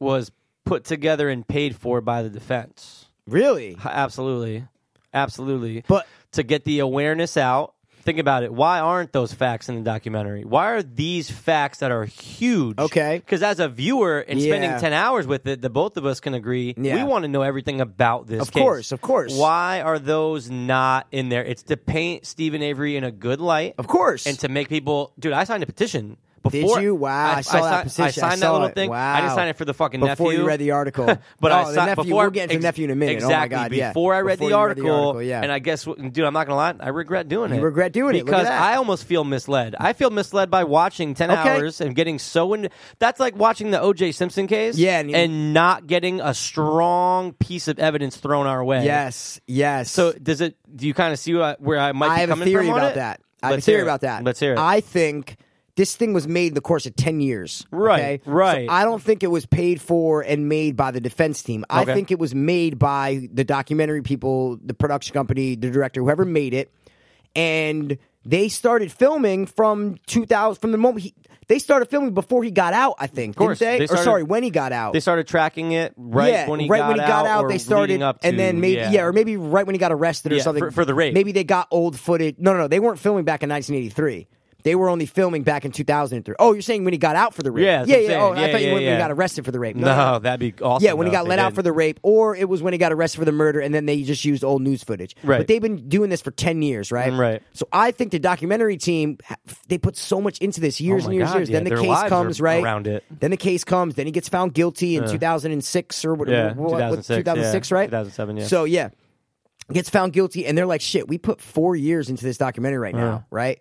Speaker 2: was put together and paid for by the defense.
Speaker 1: Really?
Speaker 2: Ha- Absolutely, absolutely.
Speaker 1: But-
Speaker 2: to get the awareness out. Think about it. Why aren't those facts in the documentary? Why are these facts that are huge?
Speaker 1: Okay.
Speaker 2: Because as a viewer and
Speaker 1: Yeah.
Speaker 2: spending 10 hours with it, the both of us can agree
Speaker 1: Yeah.
Speaker 2: we want to know everything about this
Speaker 1: Of
Speaker 2: case.
Speaker 1: course, of course.
Speaker 2: Why are those not in there? It's to paint Stephen Avery in a good light.
Speaker 1: Of course.
Speaker 2: And to make people, dude, I signed a petition.
Speaker 1: Did
Speaker 2: Before,
Speaker 1: you? Wow, I saw that
Speaker 2: signed- I
Speaker 1: petition. I
Speaker 2: signed that
Speaker 1: saw
Speaker 2: little
Speaker 1: it.
Speaker 2: thing. I didn't
Speaker 1: Wow.
Speaker 2: sign it for the fucking nephew.
Speaker 1: Before you read the article.
Speaker 2: but
Speaker 1: oh,
Speaker 2: I
Speaker 1: the
Speaker 2: saw
Speaker 1: nephew,
Speaker 2: before
Speaker 1: we'll get into
Speaker 2: ex-
Speaker 1: the nephew in a minute. oh my
Speaker 2: Exactly.
Speaker 1: god! Yeah.
Speaker 2: Before I read, the,
Speaker 1: you
Speaker 2: article,
Speaker 1: yeah.
Speaker 2: and I guess, what- dude, I'm not gonna lie, I regret doing
Speaker 1: You
Speaker 2: it.
Speaker 1: regret doing it. Look at
Speaker 2: because
Speaker 1: that.
Speaker 2: I almost feel misled. I feel misled by watching ten
Speaker 1: Okay.
Speaker 2: hours and getting so in. That's like watching the O.J. Simpson case,
Speaker 1: Yeah, and
Speaker 2: and,
Speaker 1: you-
Speaker 2: not getting a strong piece of evidence thrown our way.
Speaker 1: yes, yes.
Speaker 2: So does it? Do you kind of see what- where I might?
Speaker 1: I
Speaker 2: be
Speaker 1: have a
Speaker 2: coming
Speaker 1: theory
Speaker 2: from on
Speaker 1: about
Speaker 2: it?
Speaker 1: that. I have a
Speaker 2: Let's
Speaker 1: theory
Speaker 2: hear it.
Speaker 1: about that.
Speaker 2: Let's hear it.
Speaker 1: I think this thing was made in the course of 10 years.
Speaker 2: Right,
Speaker 1: okay?
Speaker 2: right.
Speaker 1: So I don't think it was paid for and made by the defense team. I
Speaker 2: Okay.
Speaker 1: think it was made by the documentary people, the production company, the director, whoever made it. And they started filming from 2000, from the moment he, they started filming before he got out, I think.
Speaker 2: course,
Speaker 1: Didn't they?
Speaker 2: they
Speaker 1: or
Speaker 2: started-
Speaker 1: sorry, when he got out
Speaker 2: they started tracking it right
Speaker 1: yeah,
Speaker 2: when he
Speaker 1: right
Speaker 2: got
Speaker 1: when he
Speaker 2: out.
Speaker 1: got out,
Speaker 2: or
Speaker 1: they started
Speaker 2: leading up
Speaker 1: and
Speaker 2: to-
Speaker 1: then maybe yeah. or maybe right when he got arrested or
Speaker 2: Yeah,
Speaker 1: something
Speaker 2: for- for the rape.
Speaker 1: Maybe they got old footage. No, no, no, they weren't filming back in 1983. They were only filming back in 2003. Oh, you're saying when he got out for the rape?
Speaker 2: Yeah, that's
Speaker 1: yeah,
Speaker 2: what I'm
Speaker 1: yeah. Oh,
Speaker 2: saying.
Speaker 1: I thought
Speaker 2: Yeah,
Speaker 1: you meant
Speaker 2: yeah,
Speaker 1: when he
Speaker 2: yeah.
Speaker 1: got arrested for the rape.
Speaker 2: No, that'd be awesome.
Speaker 1: Yeah, when he
Speaker 2: though,
Speaker 1: got
Speaker 2: if
Speaker 1: let
Speaker 2: they
Speaker 1: out
Speaker 2: did.
Speaker 1: for the rape, or it was when he got arrested for the murder, and then they just used old news footage.
Speaker 2: Right. Mm,
Speaker 1: But they've been doing this for ten years, right?
Speaker 2: Right.
Speaker 1: So I think the documentary team ha- they put so much into this, years
Speaker 2: Oh my
Speaker 1: and years,
Speaker 2: God,
Speaker 1: and years.
Speaker 2: yeah,
Speaker 1: Then the
Speaker 2: their
Speaker 1: case
Speaker 2: lives
Speaker 1: comes,
Speaker 2: are
Speaker 1: right?
Speaker 2: around it.
Speaker 1: Then the case comes. Then he gets found guilty in two thousand and six or whatever.
Speaker 2: Yeah,
Speaker 1: what- what-
Speaker 2: 2006,
Speaker 1: 2006,
Speaker 2: yeah.
Speaker 1: right?
Speaker 2: 2007, yeah.
Speaker 1: So yeah, gets found guilty, and they're like, "Shit, we put four years into this documentary right now, right?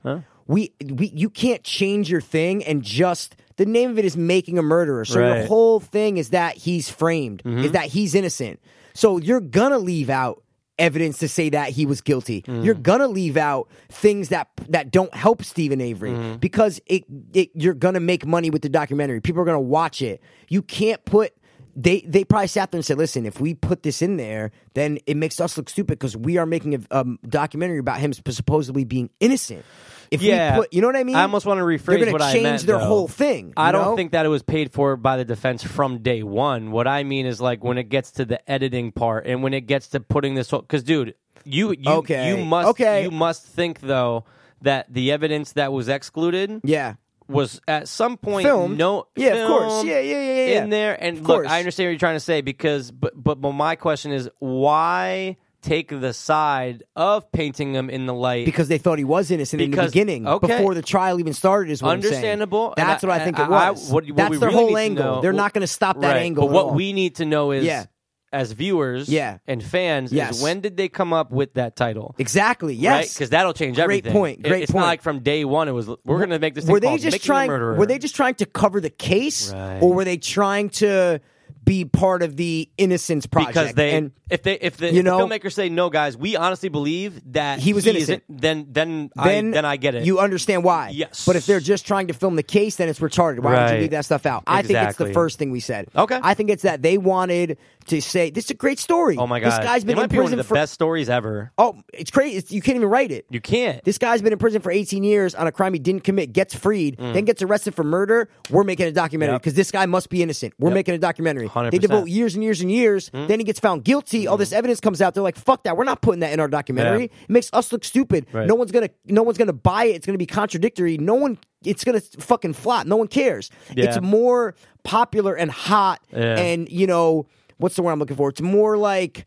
Speaker 1: We we you can't change your thing and just." The name of it is making a murderer. So your
Speaker 2: Right.
Speaker 1: whole whole thing is that he's framed,
Speaker 2: Mm-hmm.
Speaker 1: is that he's innocent. So you're gonna leave out evidence to say that he was guilty.
Speaker 2: Mm.
Speaker 1: You're gonna leave out things that that don't help Stephen Avery
Speaker 2: Mm-hmm.
Speaker 1: because it, it you're gonna make money with the documentary. People are gonna watch it. You can't put they they probably sat there and said, "Listen, if we put this in there, then it makes us look stupid because we are making a, a documentary about him supposedly being innocent." If
Speaker 2: Yeah.
Speaker 1: we put, you know what I mean?
Speaker 2: I almost wanna rephrase
Speaker 1: They're gonna
Speaker 2: what I
Speaker 1: change
Speaker 2: meant,
Speaker 1: their
Speaker 2: though.
Speaker 1: whole thing.
Speaker 2: I
Speaker 1: you
Speaker 2: don't
Speaker 1: know?
Speaker 2: think that it was paid for by the defense from day one. What I mean is like when it gets to the editing part and when it gets to putting this whole because dude, you you
Speaker 1: Okay.
Speaker 2: you must
Speaker 1: Okay.
Speaker 2: you must think though that the evidence that was excluded
Speaker 1: Yeah.
Speaker 2: was at some point
Speaker 1: Filmed.
Speaker 2: no
Speaker 1: Yeah, of course.
Speaker 2: filmed
Speaker 1: Yeah, yeah, yeah, yeah.
Speaker 2: in there and
Speaker 1: Of
Speaker 2: look
Speaker 1: course.
Speaker 2: I understand what you're trying to say because but but, but my question is why take the side of painting them in the light
Speaker 1: because they thought he was innocent in the
Speaker 2: Because-
Speaker 1: beginning,
Speaker 2: okay.
Speaker 1: before the trial even started. Is what I'm saying.
Speaker 2: understandable. and
Speaker 1: That's what I think it
Speaker 2: and I-
Speaker 1: was.
Speaker 2: what- what
Speaker 1: That's
Speaker 2: we
Speaker 1: their
Speaker 2: really need
Speaker 1: whole
Speaker 2: to
Speaker 1: angle.
Speaker 2: know-
Speaker 1: They're not gonna stop that
Speaker 2: Right.
Speaker 1: angle
Speaker 2: But
Speaker 1: at
Speaker 2: what
Speaker 1: all.
Speaker 2: we need to know is,
Speaker 1: Yeah.
Speaker 2: as viewers,
Speaker 1: Yeah.
Speaker 2: and fans,
Speaker 1: Yes.
Speaker 2: is when did they come up with that title?
Speaker 1: exactly. Yes.
Speaker 2: because that'll change
Speaker 1: Great
Speaker 2: everything.
Speaker 1: point,
Speaker 2: It-
Speaker 1: great
Speaker 2: it's
Speaker 1: point.
Speaker 2: not like from day one. It was we're going to make this.
Speaker 1: were
Speaker 2: thing
Speaker 1: they
Speaker 2: called
Speaker 1: just
Speaker 2: Making a
Speaker 1: trying?
Speaker 2: Murderer.
Speaker 1: Were they just trying to cover the case,
Speaker 2: Right.
Speaker 1: or were they trying to be part of the innocence project?
Speaker 2: because they
Speaker 1: and
Speaker 2: if they if the,
Speaker 1: you
Speaker 2: if the
Speaker 1: know-
Speaker 2: filmmakers say no, guys, we honestly believe that
Speaker 1: He was
Speaker 2: is
Speaker 1: innocent."
Speaker 2: in- Then then
Speaker 1: then
Speaker 2: I, then I get it.
Speaker 1: You understand why.
Speaker 2: Yes.
Speaker 1: But if they're just trying to film the case, then it's retarded. Why would you
Speaker 2: Right.
Speaker 1: leave that stuff out? I think it's the
Speaker 2: Exactly.
Speaker 1: first thing we said.
Speaker 2: Okay.
Speaker 1: I think it's that they wanted to say this is a great story.
Speaker 2: oh my god,
Speaker 1: this guy's
Speaker 2: it
Speaker 1: been
Speaker 2: might
Speaker 1: in
Speaker 2: be one
Speaker 1: prison
Speaker 2: of the
Speaker 1: for.
Speaker 2: best stories ever.
Speaker 1: Oh, it's crazy. It's, you can't even write it.
Speaker 2: You can't.
Speaker 1: This guy's been in prison for 18 years on a crime he didn't commit, gets freed, then gets arrested for murder. We're making a documentary
Speaker 2: Mm. Yep.
Speaker 1: because this guy must be innocent. We're making a documentary.
Speaker 2: 100%.
Speaker 1: They devote years and years and years.
Speaker 2: Mm.
Speaker 1: Then he gets found guilty. All this evidence comes out. They're like, "Fuck that! We're not putting that in our documentary.
Speaker 2: Mm-hmm. Yeah.
Speaker 1: It makes us look stupid.
Speaker 2: Right.
Speaker 1: No one's gonna, no one's gonna buy it. It's gonna be contradictory. No one it's gonna fucking flop. No one cares. It's
Speaker 2: Yeah.
Speaker 1: more popular and hot,
Speaker 2: Yeah.
Speaker 1: and you know what's the word I'm looking for? It's more like.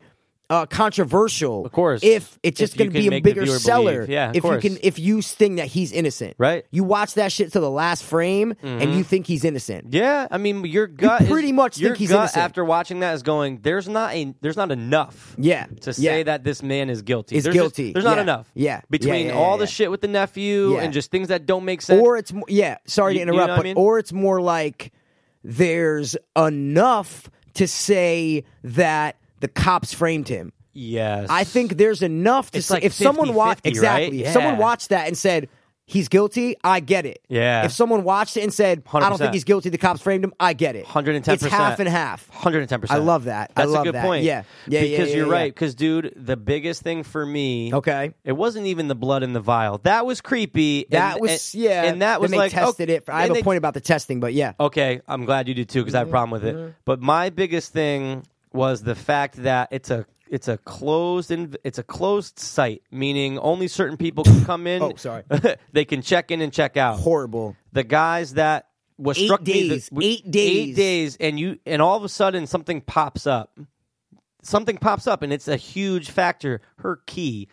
Speaker 1: Uh, controversial,
Speaker 2: Of course.
Speaker 1: If it's just
Speaker 2: If you
Speaker 1: going to
Speaker 2: can
Speaker 1: be a
Speaker 2: make the
Speaker 1: bigger
Speaker 2: viewer
Speaker 1: seller,
Speaker 2: believe. Yeah, of
Speaker 1: if
Speaker 2: course.
Speaker 1: you can, if you sting that he's innocent,
Speaker 2: Right. Mm-hmm.
Speaker 1: You watch that shit to the last frame, and you think he's innocent.
Speaker 2: Yeah, I mean, your gut
Speaker 1: pretty
Speaker 2: is,
Speaker 1: much
Speaker 2: your
Speaker 1: think he's
Speaker 2: gut
Speaker 1: innocent.
Speaker 2: after watching that is going. There's not a there's not enough.
Speaker 1: Yeah,
Speaker 2: to say
Speaker 1: yeah.
Speaker 2: that this man is guilty
Speaker 1: Is
Speaker 2: there's just-
Speaker 1: guilty.
Speaker 2: there's not
Speaker 1: Yeah.
Speaker 2: enough.
Speaker 1: Yeah. Yeah,
Speaker 2: between
Speaker 1: yeah, yeah,
Speaker 2: all the
Speaker 1: yeah.
Speaker 2: shit with the nephew
Speaker 1: Yeah.
Speaker 2: and just things that don't make sense.
Speaker 1: Or it's mo- yeah. Sorry to
Speaker 2: You- you know
Speaker 1: interrupt,
Speaker 2: what I
Speaker 1: but
Speaker 2: mean?
Speaker 1: or it's more like there's enough to say that the cops framed him.
Speaker 2: yes,
Speaker 1: I think there's enough to
Speaker 2: It's
Speaker 1: say
Speaker 2: like
Speaker 1: if someone watched
Speaker 2: 50-50, right?
Speaker 1: exactly if someone
Speaker 2: Yeah.
Speaker 1: watched that and said he's guilty, I get it.
Speaker 2: Yeah.
Speaker 1: If someone watched it and said I don't
Speaker 2: 100%.
Speaker 1: think he's guilty, the cops framed him, I get it.
Speaker 2: 110%.
Speaker 1: It's half and half.
Speaker 2: Hundred and
Speaker 1: I
Speaker 2: ten percent.
Speaker 1: love that. I
Speaker 2: That's
Speaker 1: love
Speaker 2: a good
Speaker 1: that.
Speaker 2: point.
Speaker 1: Yeah. Yeah, yeah,
Speaker 2: Because
Speaker 1: yeah,
Speaker 2: you're
Speaker 1: yeah.
Speaker 2: right. Because dude, the biggest thing for me.
Speaker 1: Okay.
Speaker 2: It wasn't even the blood in the vial. That was creepy. and-
Speaker 1: That was
Speaker 2: and-
Speaker 1: yeah.
Speaker 2: And that was
Speaker 1: then they
Speaker 2: like
Speaker 1: tested
Speaker 2: okay,
Speaker 1: it. I have
Speaker 2: and
Speaker 1: a
Speaker 2: they- Oh,
Speaker 1: point about the testing, but yeah.
Speaker 2: Okay, I'm glad you did too because I have a problem with it.
Speaker 1: Mm-hmm.
Speaker 2: But my biggest thing was the fact that it's a it's a closed in, it's a closed site, meaning only certain people can come in.
Speaker 1: Oh, sorry.
Speaker 2: they can check in and check out.
Speaker 1: Horrible.
Speaker 2: the guys that what
Speaker 1: Eight
Speaker 2: struck me the-
Speaker 1: days, eight days.
Speaker 2: eight days, and you and all of a sudden something pops up, something pops up, and it's a huge factor. Her key.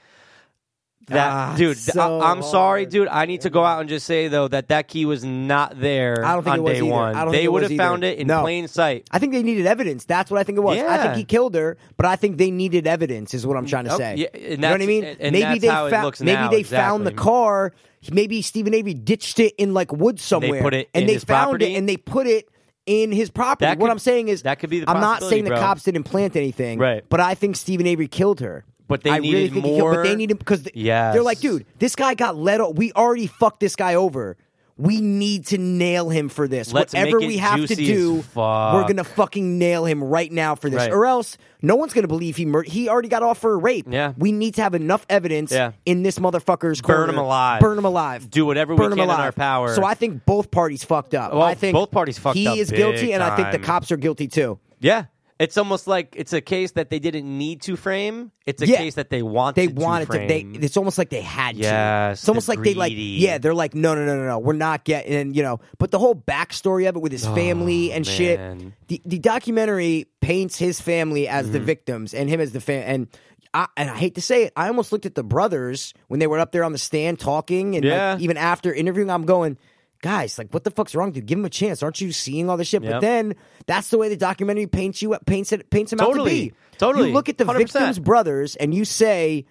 Speaker 2: That
Speaker 1: Ah,
Speaker 2: dude,
Speaker 1: it's
Speaker 2: th-
Speaker 1: so
Speaker 2: I, am sorry,
Speaker 1: hard.
Speaker 2: dude. I need to go out and just say though that that key was not there
Speaker 1: I don't think
Speaker 2: on
Speaker 1: it was
Speaker 2: day
Speaker 1: either.
Speaker 2: one.
Speaker 1: I don't
Speaker 2: they
Speaker 1: think it was
Speaker 2: would have
Speaker 1: either.
Speaker 2: found it in
Speaker 1: No.
Speaker 2: plain sight.
Speaker 1: I think they needed evidence. That's what I think it was. I
Speaker 2: Yeah.
Speaker 1: think he killed her, but I think they needed evidence. Is what I'm trying to say.
Speaker 2: Okay, yeah, and
Speaker 1: you know what I
Speaker 2: that's-
Speaker 1: mean?
Speaker 2: and- and
Speaker 1: maybe
Speaker 2: that's
Speaker 1: they
Speaker 2: how it
Speaker 1: found.
Speaker 2: looks
Speaker 1: maybe
Speaker 2: now,
Speaker 1: they found the
Speaker 2: exacthen.
Speaker 1: car. Maybe Stephen Avery ditched it in like woods somewhere,
Speaker 2: put it
Speaker 1: and
Speaker 2: in
Speaker 1: they
Speaker 2: his
Speaker 1: found
Speaker 2: property?
Speaker 1: it, and they put it in his property.
Speaker 2: That
Speaker 1: what
Speaker 2: could-
Speaker 1: I'm saying is
Speaker 2: that could be the
Speaker 1: I'm not saying
Speaker 2: possibility,
Speaker 1: the
Speaker 2: bro.
Speaker 1: cops didn't plant anything,
Speaker 2: Right.
Speaker 1: But I think Stephen Avery killed her.
Speaker 2: But they
Speaker 1: I really
Speaker 2: needed
Speaker 1: think He killed, but they
Speaker 2: more-
Speaker 1: needed because th-
Speaker 2: Yes.
Speaker 1: they're like, dude, this guy got let. o- We already fucked this guy over. We need to nail him for this.
Speaker 2: Let's make
Speaker 1: Whatever
Speaker 2: it
Speaker 1: we have to
Speaker 2: juicy as
Speaker 1: do, we're
Speaker 2: fuck.
Speaker 1: gonna fucking nail him right now for this,
Speaker 2: Right.
Speaker 1: or else no one's gonna believe he murdered. He already got off for a rape.
Speaker 2: Yeah.
Speaker 1: we need to have enough evidence
Speaker 2: Yeah.
Speaker 1: in this motherfucker's
Speaker 2: Burn
Speaker 1: corner.
Speaker 2: him alive.
Speaker 1: burn him alive,
Speaker 2: Do whatever we
Speaker 1: burn him
Speaker 2: can in
Speaker 1: alive.
Speaker 2: our power.
Speaker 1: So I think both parties fucked up.
Speaker 2: Well,
Speaker 1: I think
Speaker 2: both parties fucked
Speaker 1: he
Speaker 2: up
Speaker 1: He is guilty,
Speaker 2: big
Speaker 1: and I think the
Speaker 2: time.
Speaker 1: cops are guilty too.
Speaker 2: Yeah. It's almost like it's a case that they didn't need to frame. It's a
Speaker 1: Yeah.
Speaker 2: case that they wanted
Speaker 1: They
Speaker 2: to
Speaker 1: wanted to. They.
Speaker 2: frame.
Speaker 1: It's almost like they had to.
Speaker 2: Yes,
Speaker 1: It's almost
Speaker 2: they're
Speaker 1: like they like.
Speaker 2: greedy.
Speaker 1: Yeah, they're like, no, no, no, no, no. We're not getting. And, you know, but the whole backstory of it with his family and shit.
Speaker 2: Oh, man. Mm-hmm.
Speaker 1: The, the documentary paints his family as the victims and him as the fan. And I and I hate to say it, I almost looked at the brothers when they were up there on the stand talking and like,
Speaker 2: Yeah.
Speaker 1: even after interviewing. I'm going. Guys, like, what the fuck's wrong, dude? Give him a chance. Aren't you seeing all this shit? But
Speaker 2: Yep.
Speaker 1: then that's the way the documentary paints you paints it paints him out
Speaker 2: Totally.
Speaker 1: to be.
Speaker 2: Totally.
Speaker 1: You look at the
Speaker 2: 100%.
Speaker 1: victims' brothers and you say,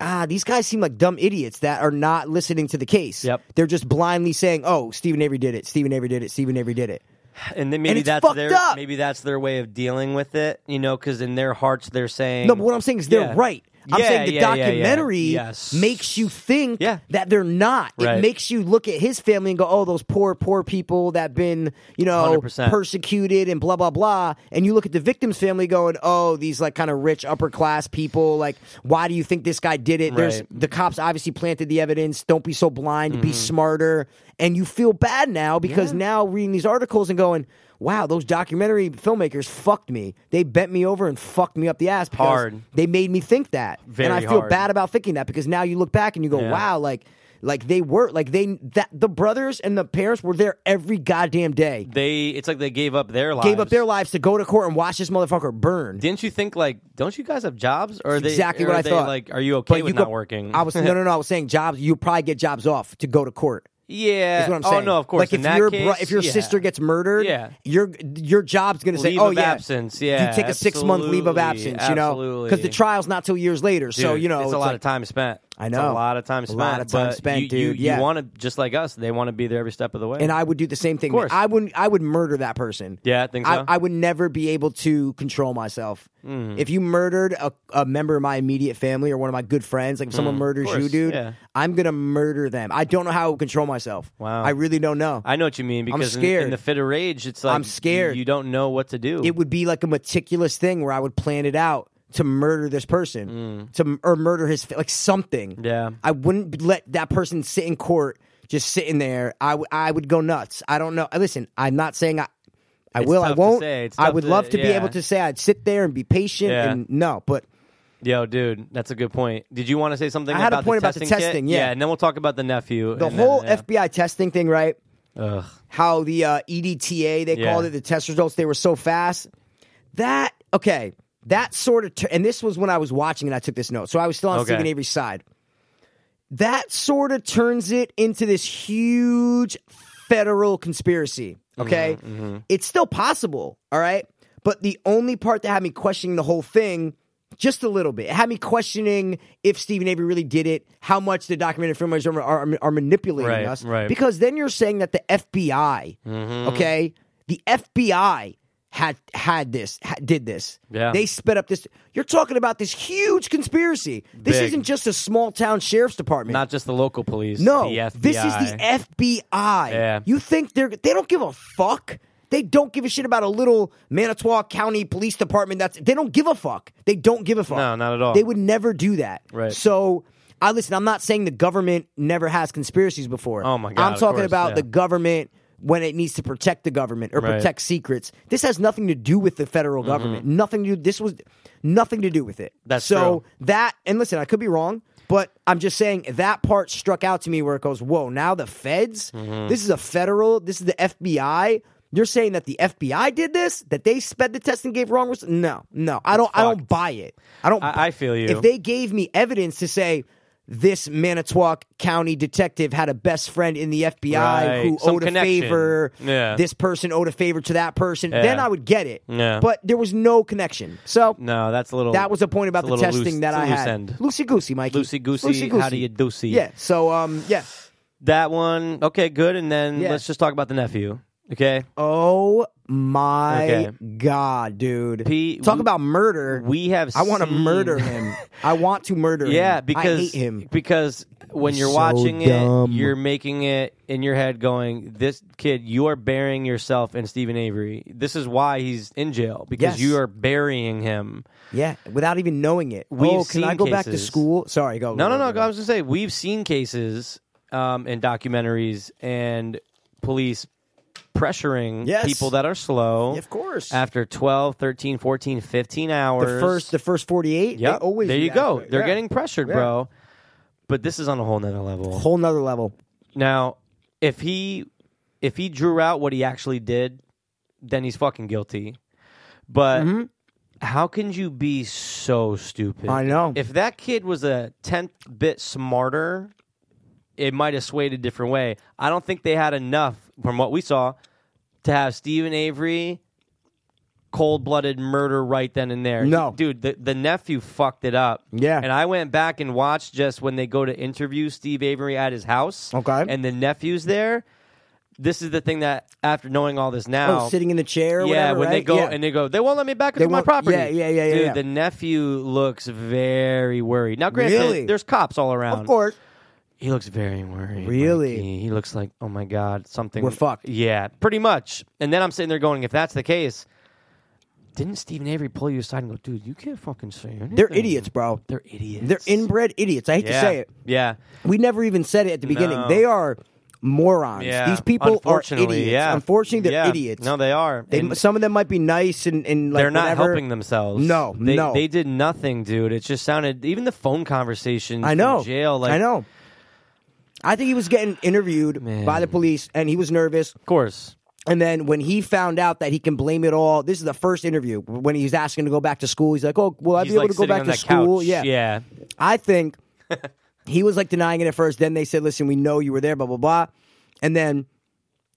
Speaker 1: ah, these guys seem like dumb idiots that are not listening to the case.
Speaker 2: Yep.
Speaker 1: They're just blindly saying, oh, Stephen Avery did it. Stephen Avery did it. Stephen Avery did it.
Speaker 2: and then maybe
Speaker 1: And it's
Speaker 2: that's
Speaker 1: fucked
Speaker 2: their
Speaker 1: up.
Speaker 2: maybe that's their way of dealing with it, you know, because in their hearts they're saying
Speaker 1: No, but what I'm saying is they're
Speaker 2: Yeah.
Speaker 1: right. I'm
Speaker 2: Yeah,
Speaker 1: saying the
Speaker 2: yeah, yeah, yeah.
Speaker 1: documentary
Speaker 2: Yes.
Speaker 1: makes you think
Speaker 2: Yeah.
Speaker 1: that they're not. It
Speaker 2: Right.
Speaker 1: makes you look at his family and go, "Oh, those poor, poor people that been, you know,
Speaker 2: 100%.
Speaker 1: persecuted and blah blah blah." And you look at the victim's family going, "Oh, these like kind of rich upper class people. Like, why do you think this guy did it? There's
Speaker 2: Right.
Speaker 1: the cops obviously planted the evidence. Don't be so blind.
Speaker 2: Mm-hmm.
Speaker 1: Be smarter." And you feel bad now because now reading these articles and going. Wow, those documentary filmmakers fucked me. They bent me over and fucked me up the ass because
Speaker 2: Hard.
Speaker 1: They made me think that, and
Speaker 2: Very
Speaker 1: I feel
Speaker 2: hard.
Speaker 1: bad about thinking that because now you look back and you go,
Speaker 2: Yeah.
Speaker 1: "Wow, like, like they were like they that the brothers and the parents were there every goddamn day,
Speaker 2: they it's like they gave up their lives.
Speaker 1: gave up their lives to go to court and watch this motherfucker burn."
Speaker 2: Didn't you think like don't you guys have jobs or are they
Speaker 1: exactly
Speaker 2: or
Speaker 1: what
Speaker 2: are
Speaker 1: I
Speaker 2: they,
Speaker 1: thought.
Speaker 2: Like, are you okay
Speaker 1: But
Speaker 2: with
Speaker 1: you go-
Speaker 2: not working?
Speaker 1: I was no, no, no. I was saying jobs. You probably get jobs off to go to court.
Speaker 2: yeah.
Speaker 1: Is what I'm
Speaker 2: oh
Speaker 1: saying.
Speaker 2: no, of course.
Speaker 1: Like
Speaker 2: in
Speaker 1: if
Speaker 2: that
Speaker 1: your
Speaker 2: case,
Speaker 1: bro- if your
Speaker 2: yeah.
Speaker 1: sister gets murdered,
Speaker 2: Yeah.
Speaker 1: your your job's gonna say,
Speaker 2: Leave
Speaker 1: oh
Speaker 2: of
Speaker 1: yeah,
Speaker 2: absence, yeah,
Speaker 1: you take a six month leave of
Speaker 2: absolutely,
Speaker 1: absence, you know, because the
Speaker 2: absolutely.
Speaker 1: trial's not till years later. so
Speaker 2: Dude,
Speaker 1: you know,
Speaker 2: it's, a lot
Speaker 1: like-
Speaker 2: of time spent.
Speaker 1: I
Speaker 2: It's
Speaker 1: know.
Speaker 2: a lot of time
Speaker 1: A
Speaker 2: spent.
Speaker 1: lot of time
Speaker 2: but
Speaker 1: spent,
Speaker 2: you, You,
Speaker 1: dude, yeah.
Speaker 2: you want to just like us. They want to be there every step of the way.
Speaker 1: and I would do the same thing. man.
Speaker 2: course.
Speaker 1: I would I would murder that person.
Speaker 2: Yeah, I think so. Hmm.
Speaker 1: I, would never be able to control myself. If you murdered a, a member of my immediate family or one of my good friends, like if someone murders you,
Speaker 2: Hmm, course,
Speaker 1: dude,
Speaker 2: yeah.
Speaker 1: I'm gonna murder them. I don't know how I would control myself.
Speaker 2: Wow.
Speaker 1: I really don't know.
Speaker 2: I know what you mean because in- In,
Speaker 1: scared.
Speaker 2: the fit of rage, it's like
Speaker 1: I'm scared.
Speaker 2: You, you don't know what to do.
Speaker 1: it would be like a meticulous thing where I would plan it out to murder this person to or murder his fa- like something.
Speaker 2: Hmm. Yeah.
Speaker 1: I wouldn't let that person sit in court just sitting there. I w- I would go nuts. I don't know. Listen, I'm not saying I I
Speaker 2: It's
Speaker 1: will. I
Speaker 2: tough to
Speaker 1: won't.
Speaker 2: say. It's
Speaker 1: I
Speaker 2: tough
Speaker 1: would
Speaker 2: to-
Speaker 1: love to be
Speaker 2: yeah.
Speaker 1: able to say I'd sit there and be patient
Speaker 2: Yeah.
Speaker 1: and no, but
Speaker 2: Yo, dude, that's a good point. Did you want to say something?
Speaker 1: I had a
Speaker 2: about
Speaker 1: point
Speaker 2: the
Speaker 1: about the
Speaker 2: testing
Speaker 1: testing,
Speaker 2: Kit?
Speaker 1: yeah.
Speaker 2: and then we'll talk about the nephew.
Speaker 1: The
Speaker 2: and then,
Speaker 1: whole
Speaker 2: yeah.
Speaker 1: FBI testing thing, right?
Speaker 2: Ugh.
Speaker 1: How the uh, EDTA they
Speaker 2: Yeah.
Speaker 1: called it the test results they were so fast. That okay, that sort of tur- and this was when I was watching and I took this note, so I was still on
Speaker 2: Okay.
Speaker 1: Stephen Avery's side. That sort of turns it into this huge federal conspiracy.
Speaker 2: Mm-hmm,
Speaker 1: Okay, it's still possible, all right. But the only part that had me questioning the whole thing. Just a little bit. It had me questioning if Stephen Avery really did it, how much the documented filmmakers are, are, are manipulating
Speaker 2: Right,
Speaker 1: us.
Speaker 2: right.
Speaker 1: Because then you're saying that the FBI,
Speaker 2: Mm-hmm.
Speaker 1: okay, the FBI had had this, had, did this.
Speaker 2: Yeah.
Speaker 1: They sped up this. You're talking about this huge conspiracy. This
Speaker 2: Big.
Speaker 1: isn't just a small town sheriff's department.
Speaker 2: Not just the local police.
Speaker 1: no,
Speaker 2: the FBI.
Speaker 1: this is the FBI.
Speaker 2: Yeah.
Speaker 1: You think they're they don't give a fuck. They don't give a shit about a little Manitowoc County Police Department. That's they don't give a fuck. They don't give a fuck.
Speaker 2: No, not at all.
Speaker 1: They would never do that.
Speaker 2: Right.
Speaker 1: So I listen. I'm not saying the government never has conspiracies before.
Speaker 2: Oh, my God,
Speaker 1: I'm
Speaker 2: of
Speaker 1: talking
Speaker 2: course,
Speaker 1: about
Speaker 2: yeah.
Speaker 1: the government when it needs to protect the government or
Speaker 2: Right. Mm-hmm.
Speaker 1: protect secrets. This has nothing to do with the federal government. Nothing to do. This was nothing to do with it.
Speaker 2: That's
Speaker 1: so
Speaker 2: true.
Speaker 1: that and listen, I could be wrong, but I'm just saying that part struck out to me where it goes, whoa, now the feds?
Speaker 2: Mm-hmm.
Speaker 1: This is a federal, this is the FBI. You're saying that the FBI did this? That they sped the test and gave wrong results? No, no. I don't I don't buy it. I don't
Speaker 2: I- I feel you.
Speaker 1: If they gave me evidence to say this Manitowoc County detective had a best friend in the FBI who
Speaker 2: Right. Some
Speaker 1: owed a
Speaker 2: connection.
Speaker 1: favor.
Speaker 2: Yeah.
Speaker 1: This person owed a favor to that person. Then
Speaker 2: Yeah.
Speaker 1: I would get it.
Speaker 2: Yeah.
Speaker 1: But there was no connection. So
Speaker 2: No, that's a little.
Speaker 1: that was a point about
Speaker 2: it's
Speaker 1: the
Speaker 2: little
Speaker 1: testing
Speaker 2: loose-
Speaker 1: that
Speaker 2: it's a
Speaker 1: I
Speaker 2: loose
Speaker 1: had.
Speaker 2: End.
Speaker 1: Loosey goosey, Mikey.
Speaker 2: Loosey-goosey,
Speaker 1: Loosey-goosey.
Speaker 2: how do you doosey?
Speaker 1: Yeah. So um yeah.
Speaker 2: That one. Okay, good. And then
Speaker 1: Yeah.
Speaker 2: let's just talk about the nephew. Okay.
Speaker 1: Oh my
Speaker 2: Okay.
Speaker 1: god, dude.
Speaker 2: P-
Speaker 1: Talk
Speaker 2: we-
Speaker 1: about murder.
Speaker 2: We have.
Speaker 1: I want to
Speaker 2: seen-
Speaker 1: murder him. I want to murder him.
Speaker 2: Yeah, because
Speaker 1: I hate him.
Speaker 2: because when you're
Speaker 1: So
Speaker 2: watching
Speaker 1: dumb.
Speaker 2: it, you're making it in your head going, "This kid, you are burying yourself in Stephen Avery. This is why he's in jail
Speaker 1: Yes.
Speaker 2: because you are burying him."
Speaker 1: Yeah, without even knowing it.
Speaker 2: We've
Speaker 1: oh, can
Speaker 2: seen
Speaker 1: I go back to
Speaker 2: cases-
Speaker 1: school? Sorry, go.
Speaker 2: No, no, no. I was gonna say we've seen cases um, in documentaries and police pressuring
Speaker 1: Yes.
Speaker 2: people that are slow.
Speaker 1: Of course.
Speaker 2: After 12, 13, 14, 15
Speaker 1: The
Speaker 2: hours.
Speaker 1: first, the first forty-eight. Yeah,
Speaker 2: Yep.
Speaker 1: always.
Speaker 2: there
Speaker 1: do
Speaker 2: you
Speaker 1: that.
Speaker 2: go. They're
Speaker 1: Yeah.
Speaker 2: getting pressured,
Speaker 1: Yeah.
Speaker 2: bro. But this is on a whole nother level.
Speaker 1: whole nother level.
Speaker 2: Now, if he if he drew out what he actually did, then he's fucking guilty. But how can you be so stupid?
Speaker 1: Mm-hmm. I know.
Speaker 2: If that kid was a tenth bit smarter, it might have swayed a different way. I don't think they had enough from what we saw to have Stephen Avery cold blooded murder right then and there.
Speaker 1: No.
Speaker 2: Dude, the, the nephew fucked it up.
Speaker 1: Yeah.
Speaker 2: And I went back and watched just when they go to interview Steve Avery at his house.
Speaker 1: Okay.
Speaker 2: And the nephew's there. This is the thing that after knowing all this now
Speaker 1: Oh, sitting in the chair. Or
Speaker 2: yeah,
Speaker 1: whatever,
Speaker 2: when they
Speaker 1: right?
Speaker 2: go
Speaker 1: Yeah.
Speaker 2: and they go, they won't let me back
Speaker 1: They
Speaker 2: into my
Speaker 1: won't-
Speaker 2: property.
Speaker 1: yeah, yeah, yeah, yeah,
Speaker 2: Dude,
Speaker 1: yeah.
Speaker 2: the nephew looks very worried. Now, granted,
Speaker 1: Really?
Speaker 2: there's cops all around.
Speaker 1: of course.
Speaker 2: He looks very worried.
Speaker 1: Really?
Speaker 2: Mikey. He looks like, oh my God, something.
Speaker 1: We're fucked.
Speaker 2: Yeah, pretty much. And then I'm sitting there going, if that's the case, didn't Stephen Avery pull you aside and go, dude, you can't fucking say anything?
Speaker 1: They're idiots, bro.
Speaker 2: They're idiots.
Speaker 1: They're inbred idiots. I hate
Speaker 2: yeah.
Speaker 1: to say it.
Speaker 2: Yeah.
Speaker 1: We never even said it at the beginning.
Speaker 2: No.
Speaker 1: They are morons.
Speaker 2: Yeah.
Speaker 1: These people are
Speaker 2: Unfortunately,
Speaker 1: idiots.
Speaker 2: Yeah.
Speaker 1: Unfortunately, they're
Speaker 2: Yeah.
Speaker 1: idiots.
Speaker 2: No, they are.
Speaker 1: They,
Speaker 2: And-
Speaker 1: some of them might be nice and, and like
Speaker 2: they're not
Speaker 1: whatever.
Speaker 2: helping themselves.
Speaker 1: No,
Speaker 2: they,
Speaker 1: no.
Speaker 2: they did nothing, dude. It just sounded even the phone conversation.
Speaker 1: I know.
Speaker 2: jail. Like
Speaker 1: I know. I think he was getting interviewed
Speaker 2: Man.
Speaker 1: by the police, and he was nervous.
Speaker 2: of course.
Speaker 1: And then when he found out that he can blame it all, this is the first interview when he's asking to go back to school. He's like, "Oh, will I
Speaker 2: He's
Speaker 1: be able
Speaker 2: like
Speaker 1: to go
Speaker 2: sitting
Speaker 1: back
Speaker 2: on
Speaker 1: to
Speaker 2: that
Speaker 1: school?"
Speaker 2: couch.
Speaker 1: Yeah,
Speaker 2: yeah.
Speaker 1: I think he was like denying it at first. Then they said, listen, we know you were there, blah, blah, blah. And then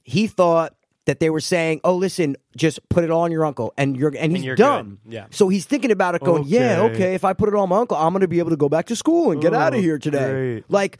Speaker 1: he thought that they were saying, oh, listen, just put it all on your uncle. And you're and he's
Speaker 2: you're
Speaker 1: dumb.
Speaker 2: good. Yeah.
Speaker 1: So he's thinking about it going, yeah,
Speaker 2: Okay. Oh,
Speaker 1: okay, if I put it on my uncle, I'm going to be able to go back to school and get out of here today.
Speaker 2: great.
Speaker 1: Like,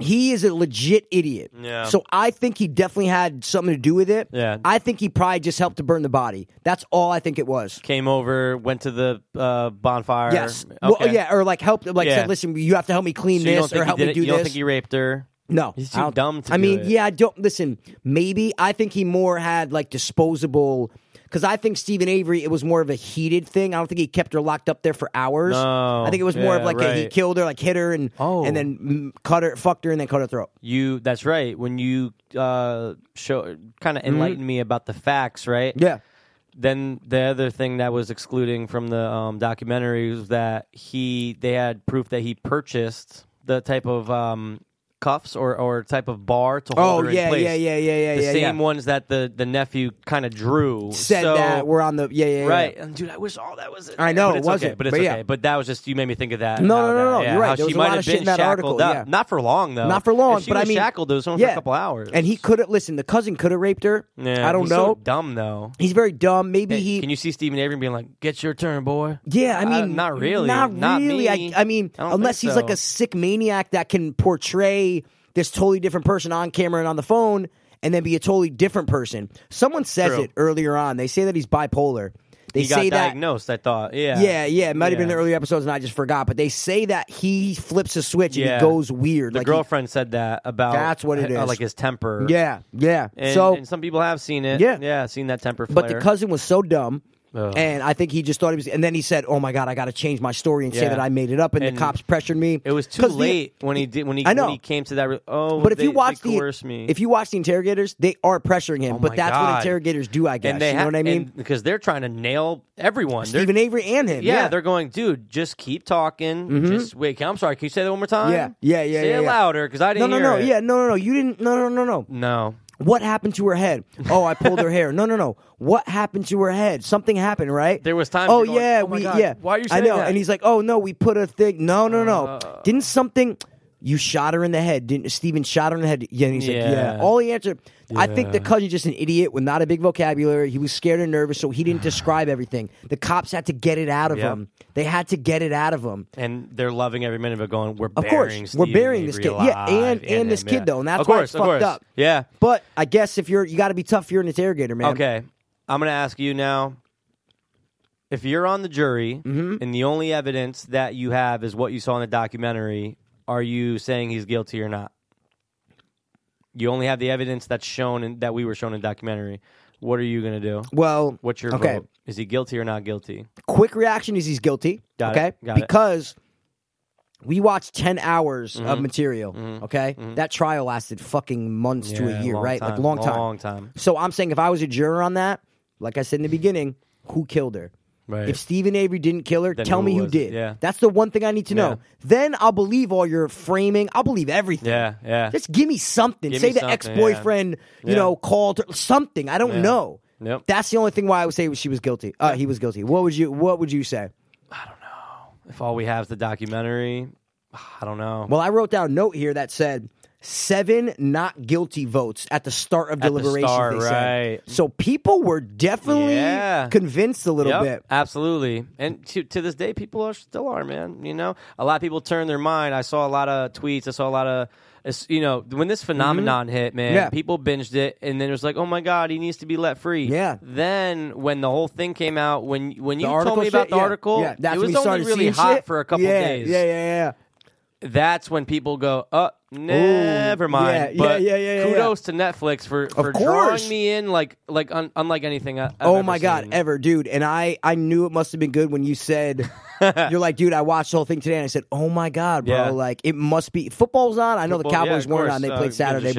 Speaker 1: he is a legit idiot.
Speaker 2: Yeah.
Speaker 1: So I think he definitely had something to do with it.
Speaker 2: Yeah.
Speaker 1: I think he probably just helped to burn the body. That's all I think it was.
Speaker 2: Came over, went to the uh, bonfire.
Speaker 1: Yes.
Speaker 2: Okay.
Speaker 1: Well, yeah, or like help, like
Speaker 2: Yeah.
Speaker 1: said, listen, you have to help me clean
Speaker 2: So you don't
Speaker 1: this
Speaker 2: think
Speaker 1: or
Speaker 2: he
Speaker 1: help
Speaker 2: did
Speaker 1: me
Speaker 2: it-
Speaker 1: do
Speaker 2: you
Speaker 1: this.
Speaker 2: don't think he raped her?
Speaker 1: no,
Speaker 2: He's
Speaker 1: I
Speaker 2: too
Speaker 1: don't-
Speaker 2: dumb to
Speaker 1: I
Speaker 2: do
Speaker 1: mean,
Speaker 2: it.
Speaker 1: yeah, I don't listen. Maybe I think he more had like disposable. Because I think Stephen Avery, it was more of a heated thing. I don't think he kept her locked up there for hours.
Speaker 2: No.
Speaker 1: I think it was more of
Speaker 2: Yeah,
Speaker 1: like a, he
Speaker 2: right.
Speaker 1: killed her, like hit her, and
Speaker 2: Oh.
Speaker 1: and then mm, cut her, fucked her, and then cut her throat.
Speaker 2: You. That's right. When you uh, show, kind of enlightened me about the facts, right?
Speaker 1: Mm-hmm. Yeah,
Speaker 2: then the other thing that was excluding from the um, documentary was that he they had proof that he purchased the type of um, cuffs or, or type of bar to hold
Speaker 1: Oh
Speaker 2: her in
Speaker 1: yeah,
Speaker 2: place.
Speaker 1: yeah, yeah, yeah, yeah,
Speaker 2: the
Speaker 1: yeah.
Speaker 2: same
Speaker 1: yeah.
Speaker 2: ones that the, the nephew kind of drew
Speaker 1: Said
Speaker 2: So-
Speaker 1: that we're on the yeah, yeah, yeah.
Speaker 2: Right, and dude, I wish all that was. in
Speaker 1: I
Speaker 2: there,
Speaker 1: know,
Speaker 2: but
Speaker 1: it
Speaker 2: it's
Speaker 1: wasn't,
Speaker 2: okay, but it's
Speaker 1: but yeah.
Speaker 2: okay. But that was just you made me think of that.
Speaker 1: No,
Speaker 2: how
Speaker 1: no, no,
Speaker 2: that-
Speaker 1: no,
Speaker 2: yeah,
Speaker 1: you're right,
Speaker 2: how
Speaker 1: there was
Speaker 2: she
Speaker 1: a
Speaker 2: might
Speaker 1: lot
Speaker 2: have
Speaker 1: of shit
Speaker 2: been
Speaker 1: in that
Speaker 2: shackled
Speaker 1: article,
Speaker 2: up,
Speaker 1: yeah.
Speaker 2: not for long though,
Speaker 1: Not for long,
Speaker 2: She
Speaker 1: but I
Speaker 2: was
Speaker 1: mean,
Speaker 2: shackled. It was only
Speaker 1: yeah.
Speaker 2: for a couple hours,
Speaker 1: And he could have listened. The cousin could have raped her.
Speaker 2: Yeah,
Speaker 1: I don't
Speaker 2: he's
Speaker 1: know.
Speaker 2: So dumb though.
Speaker 1: He's very dumb. Maybe
Speaker 2: Hey,
Speaker 1: he.
Speaker 2: Can you see Stephen Avery being like, "Get your turn, boy"?
Speaker 1: yeah, I mean,
Speaker 2: Uh, not really,
Speaker 1: not,
Speaker 2: not
Speaker 1: really.
Speaker 2: me.
Speaker 1: I, I mean,
Speaker 2: I don't
Speaker 1: unless
Speaker 2: think
Speaker 1: he's like
Speaker 2: so.
Speaker 1: a sick maniac that can portray this totally different person on camera and on the phone, and then be a totally different person. Someone says
Speaker 2: True.
Speaker 1: it earlier on. They say that he's bipolar. They
Speaker 2: He got
Speaker 1: say that
Speaker 2: diagnosed. I thought, yeah,
Speaker 1: Yeah, yeah. It might have been
Speaker 2: Yeah.
Speaker 1: the earlier episodes and I just forgot, but they say that he flips a switch and
Speaker 2: Yeah.
Speaker 1: he goes weird.
Speaker 2: The
Speaker 1: like he-
Speaker 2: girlfriend said that about
Speaker 1: That's what it
Speaker 2: uh,
Speaker 1: is.
Speaker 2: like his temper.
Speaker 1: yeah, yeah.
Speaker 2: and,
Speaker 1: so
Speaker 2: and some people have seen it.
Speaker 1: Yeah.
Speaker 2: yeah, seen that temper. Flare.
Speaker 1: but the cousin was so dumb.
Speaker 2: Ugh.
Speaker 1: And I think he just thought he was, and then he said, "Oh my God, I got to change my story and say
Speaker 2: Yeah.
Speaker 1: that I made it up." And,
Speaker 2: And
Speaker 1: the cops pressured me.
Speaker 2: It was too
Speaker 1: 'Cause the-
Speaker 2: late when he did when he
Speaker 1: I know.
Speaker 2: when he came to that. Re- oh,
Speaker 1: but if
Speaker 2: they-
Speaker 1: you watch
Speaker 2: they
Speaker 1: the
Speaker 2: coerced me.
Speaker 1: if you watch the interrogators, they are pressuring him.
Speaker 2: Oh
Speaker 1: but
Speaker 2: my
Speaker 1: that's what
Speaker 2: God.
Speaker 1: interrogators do, I guess.
Speaker 2: and they
Speaker 1: you know
Speaker 2: ha-
Speaker 1: what I mean?
Speaker 2: and- because they're trying to nail everyone. They're-
Speaker 1: Stephen Avery and him.
Speaker 2: yeah,
Speaker 1: Yeah, Mm-hmm.
Speaker 2: they're going, dude. Just keep talking. Just wait. can- I'm sorry. Can you say that one more time?
Speaker 1: Yeah, yeah, yeah,
Speaker 2: Say
Speaker 1: yeah,
Speaker 2: it
Speaker 1: yeah.
Speaker 2: louder because I
Speaker 1: no,
Speaker 2: didn't.
Speaker 1: no,
Speaker 2: hear
Speaker 1: no.
Speaker 2: it.
Speaker 1: Yeah, no, no, no. You didn't. No, no, no, no.
Speaker 2: No.
Speaker 1: What happened to her head? Oh, I pulled her hair. No, no, no. What happened to her head? Something happened, right?
Speaker 2: There was times
Speaker 1: Oh
Speaker 2: you're going,
Speaker 1: yeah,
Speaker 2: "Oh my
Speaker 1: we
Speaker 2: God,
Speaker 1: yeah.
Speaker 2: why are you
Speaker 1: I
Speaker 2: saying
Speaker 1: know.
Speaker 2: that? Uh.
Speaker 1: And he's like, oh no, we put a thing. No, no, no. Didn't something? You shot her in the head. Didn't Steven shot her in the head? Yeah. And he's like,
Speaker 2: Yeah.
Speaker 1: yeah. All he answered. I think the cousin's just an idiot with not a big vocabulary. He was scared and nervous, so he didn't describe everything. The cops had to get it out of
Speaker 2: Yep.
Speaker 1: him. They had to get it out of him.
Speaker 2: And they're loving every minute of it. Going, we're
Speaker 1: Of course,
Speaker 2: burying
Speaker 1: we're
Speaker 2: Stephen
Speaker 1: burying this
Speaker 2: Avery
Speaker 1: kid. Yeah,
Speaker 2: alive
Speaker 1: and- and this
Speaker 2: him,
Speaker 1: kid,
Speaker 2: yeah.
Speaker 1: though, and that's
Speaker 2: of
Speaker 1: why
Speaker 2: course,
Speaker 1: it's
Speaker 2: of
Speaker 1: fucked
Speaker 2: course.
Speaker 1: up.
Speaker 2: Yeah.
Speaker 1: But I guess if you're, you got to be tough. If you're an interrogator, man.
Speaker 2: Okay. I'm going to ask you now if you're on the jury
Speaker 1: Mm-hmm.
Speaker 2: and the only evidence that you have is what you saw in the documentary, are you saying he's guilty or not? You only have the evidence that's shown in, that we were shown in the documentary. What are you going to do?
Speaker 1: Well,
Speaker 2: What's your
Speaker 1: okay?
Speaker 2: vote? Is he guilty or not guilty?
Speaker 1: quick reaction is he's guilty.
Speaker 2: Got it,
Speaker 1: okay.
Speaker 2: got it.
Speaker 1: because we watched 10 hours
Speaker 2: Mm-hmm.
Speaker 1: of material. Okay. That trial lasted fucking months to a
Speaker 2: Yeah,
Speaker 1: year,
Speaker 2: long
Speaker 1: right? Like
Speaker 2: time,
Speaker 1: long time.
Speaker 2: long time.
Speaker 1: So I'm saying if I was a juror on that, like I said in the beginning, who killed her?
Speaker 2: Right.
Speaker 1: If Stephen Avery didn't kill her,
Speaker 2: Then
Speaker 1: tell
Speaker 2: who
Speaker 1: me who
Speaker 2: was
Speaker 1: did.
Speaker 2: it? Yeah.
Speaker 1: That's the one thing I need to
Speaker 2: Yeah.
Speaker 1: know. Then I'll believe all your framing. I'll believe everything.
Speaker 2: Yeah, yeah.
Speaker 1: Just give me something.
Speaker 2: Give
Speaker 1: Say
Speaker 2: me
Speaker 1: the
Speaker 2: something,
Speaker 1: ex boyfriend,
Speaker 2: Yeah.
Speaker 1: you know, called her, something. I don't
Speaker 2: Yeah.
Speaker 1: know.
Speaker 2: Yep.
Speaker 1: That's the only thing why I would say she was guilty. Uh, he was guilty. What would you What would you say?
Speaker 2: If all we have is the documentary, I don't know.
Speaker 1: Well, I wrote down a note here that said seven not guilty votes at the start of
Speaker 2: At the
Speaker 1: deliberations.
Speaker 2: start,
Speaker 1: they said.
Speaker 2: right.
Speaker 1: So people were definitely
Speaker 2: Yeah.
Speaker 1: convinced a little
Speaker 2: Yep,
Speaker 1: bit.
Speaker 2: Absolutely. And to, to this day, people are still are, man. You know, a lot of people turn their mind. I saw a lot of tweets. I saw a lot of, it's- you know, when this phenomenon hit, man,
Speaker 1: Mm-hmm. Yeah.
Speaker 2: people binged it. And then it was like, oh my God, he needs to be let free.
Speaker 1: Yeah.
Speaker 2: Then when the whole thing came out, when when you told
Speaker 1: article
Speaker 2: me about
Speaker 1: shit?
Speaker 2: the
Speaker 1: Yeah,
Speaker 2: article,
Speaker 1: yeah. That's
Speaker 2: it
Speaker 1: when
Speaker 2: was
Speaker 1: you
Speaker 2: only
Speaker 1: started
Speaker 2: really
Speaker 1: seeing
Speaker 2: hot
Speaker 1: shit?
Speaker 2: for a couple
Speaker 1: yeah,
Speaker 2: days.
Speaker 1: Yeah, yeah, yeah.
Speaker 2: That's when people go, oh, never
Speaker 1: yeah,
Speaker 2: mind.
Speaker 1: yeah,
Speaker 2: but
Speaker 1: yeah, yeah, yeah, yeah.
Speaker 2: kudos to Netflix for, for
Speaker 1: course.
Speaker 2: drawing me in like like un, unlike anything I, I've
Speaker 1: oh
Speaker 2: ever
Speaker 1: my god,
Speaker 2: seen.
Speaker 1: ever, dude. And I, I knew it must have been good when you said you're like, dude, I watched the whole thing today, and I said, oh my god, bro,
Speaker 2: Yeah.
Speaker 1: like it must be football's on. I know
Speaker 2: Football,
Speaker 1: the
Speaker 2: yeah,
Speaker 1: Cowboys
Speaker 2: of
Speaker 1: weren't
Speaker 2: course.
Speaker 1: on; they
Speaker 2: Uh,
Speaker 1: played
Speaker 2: gives a
Speaker 1: Saturday,
Speaker 2: shit.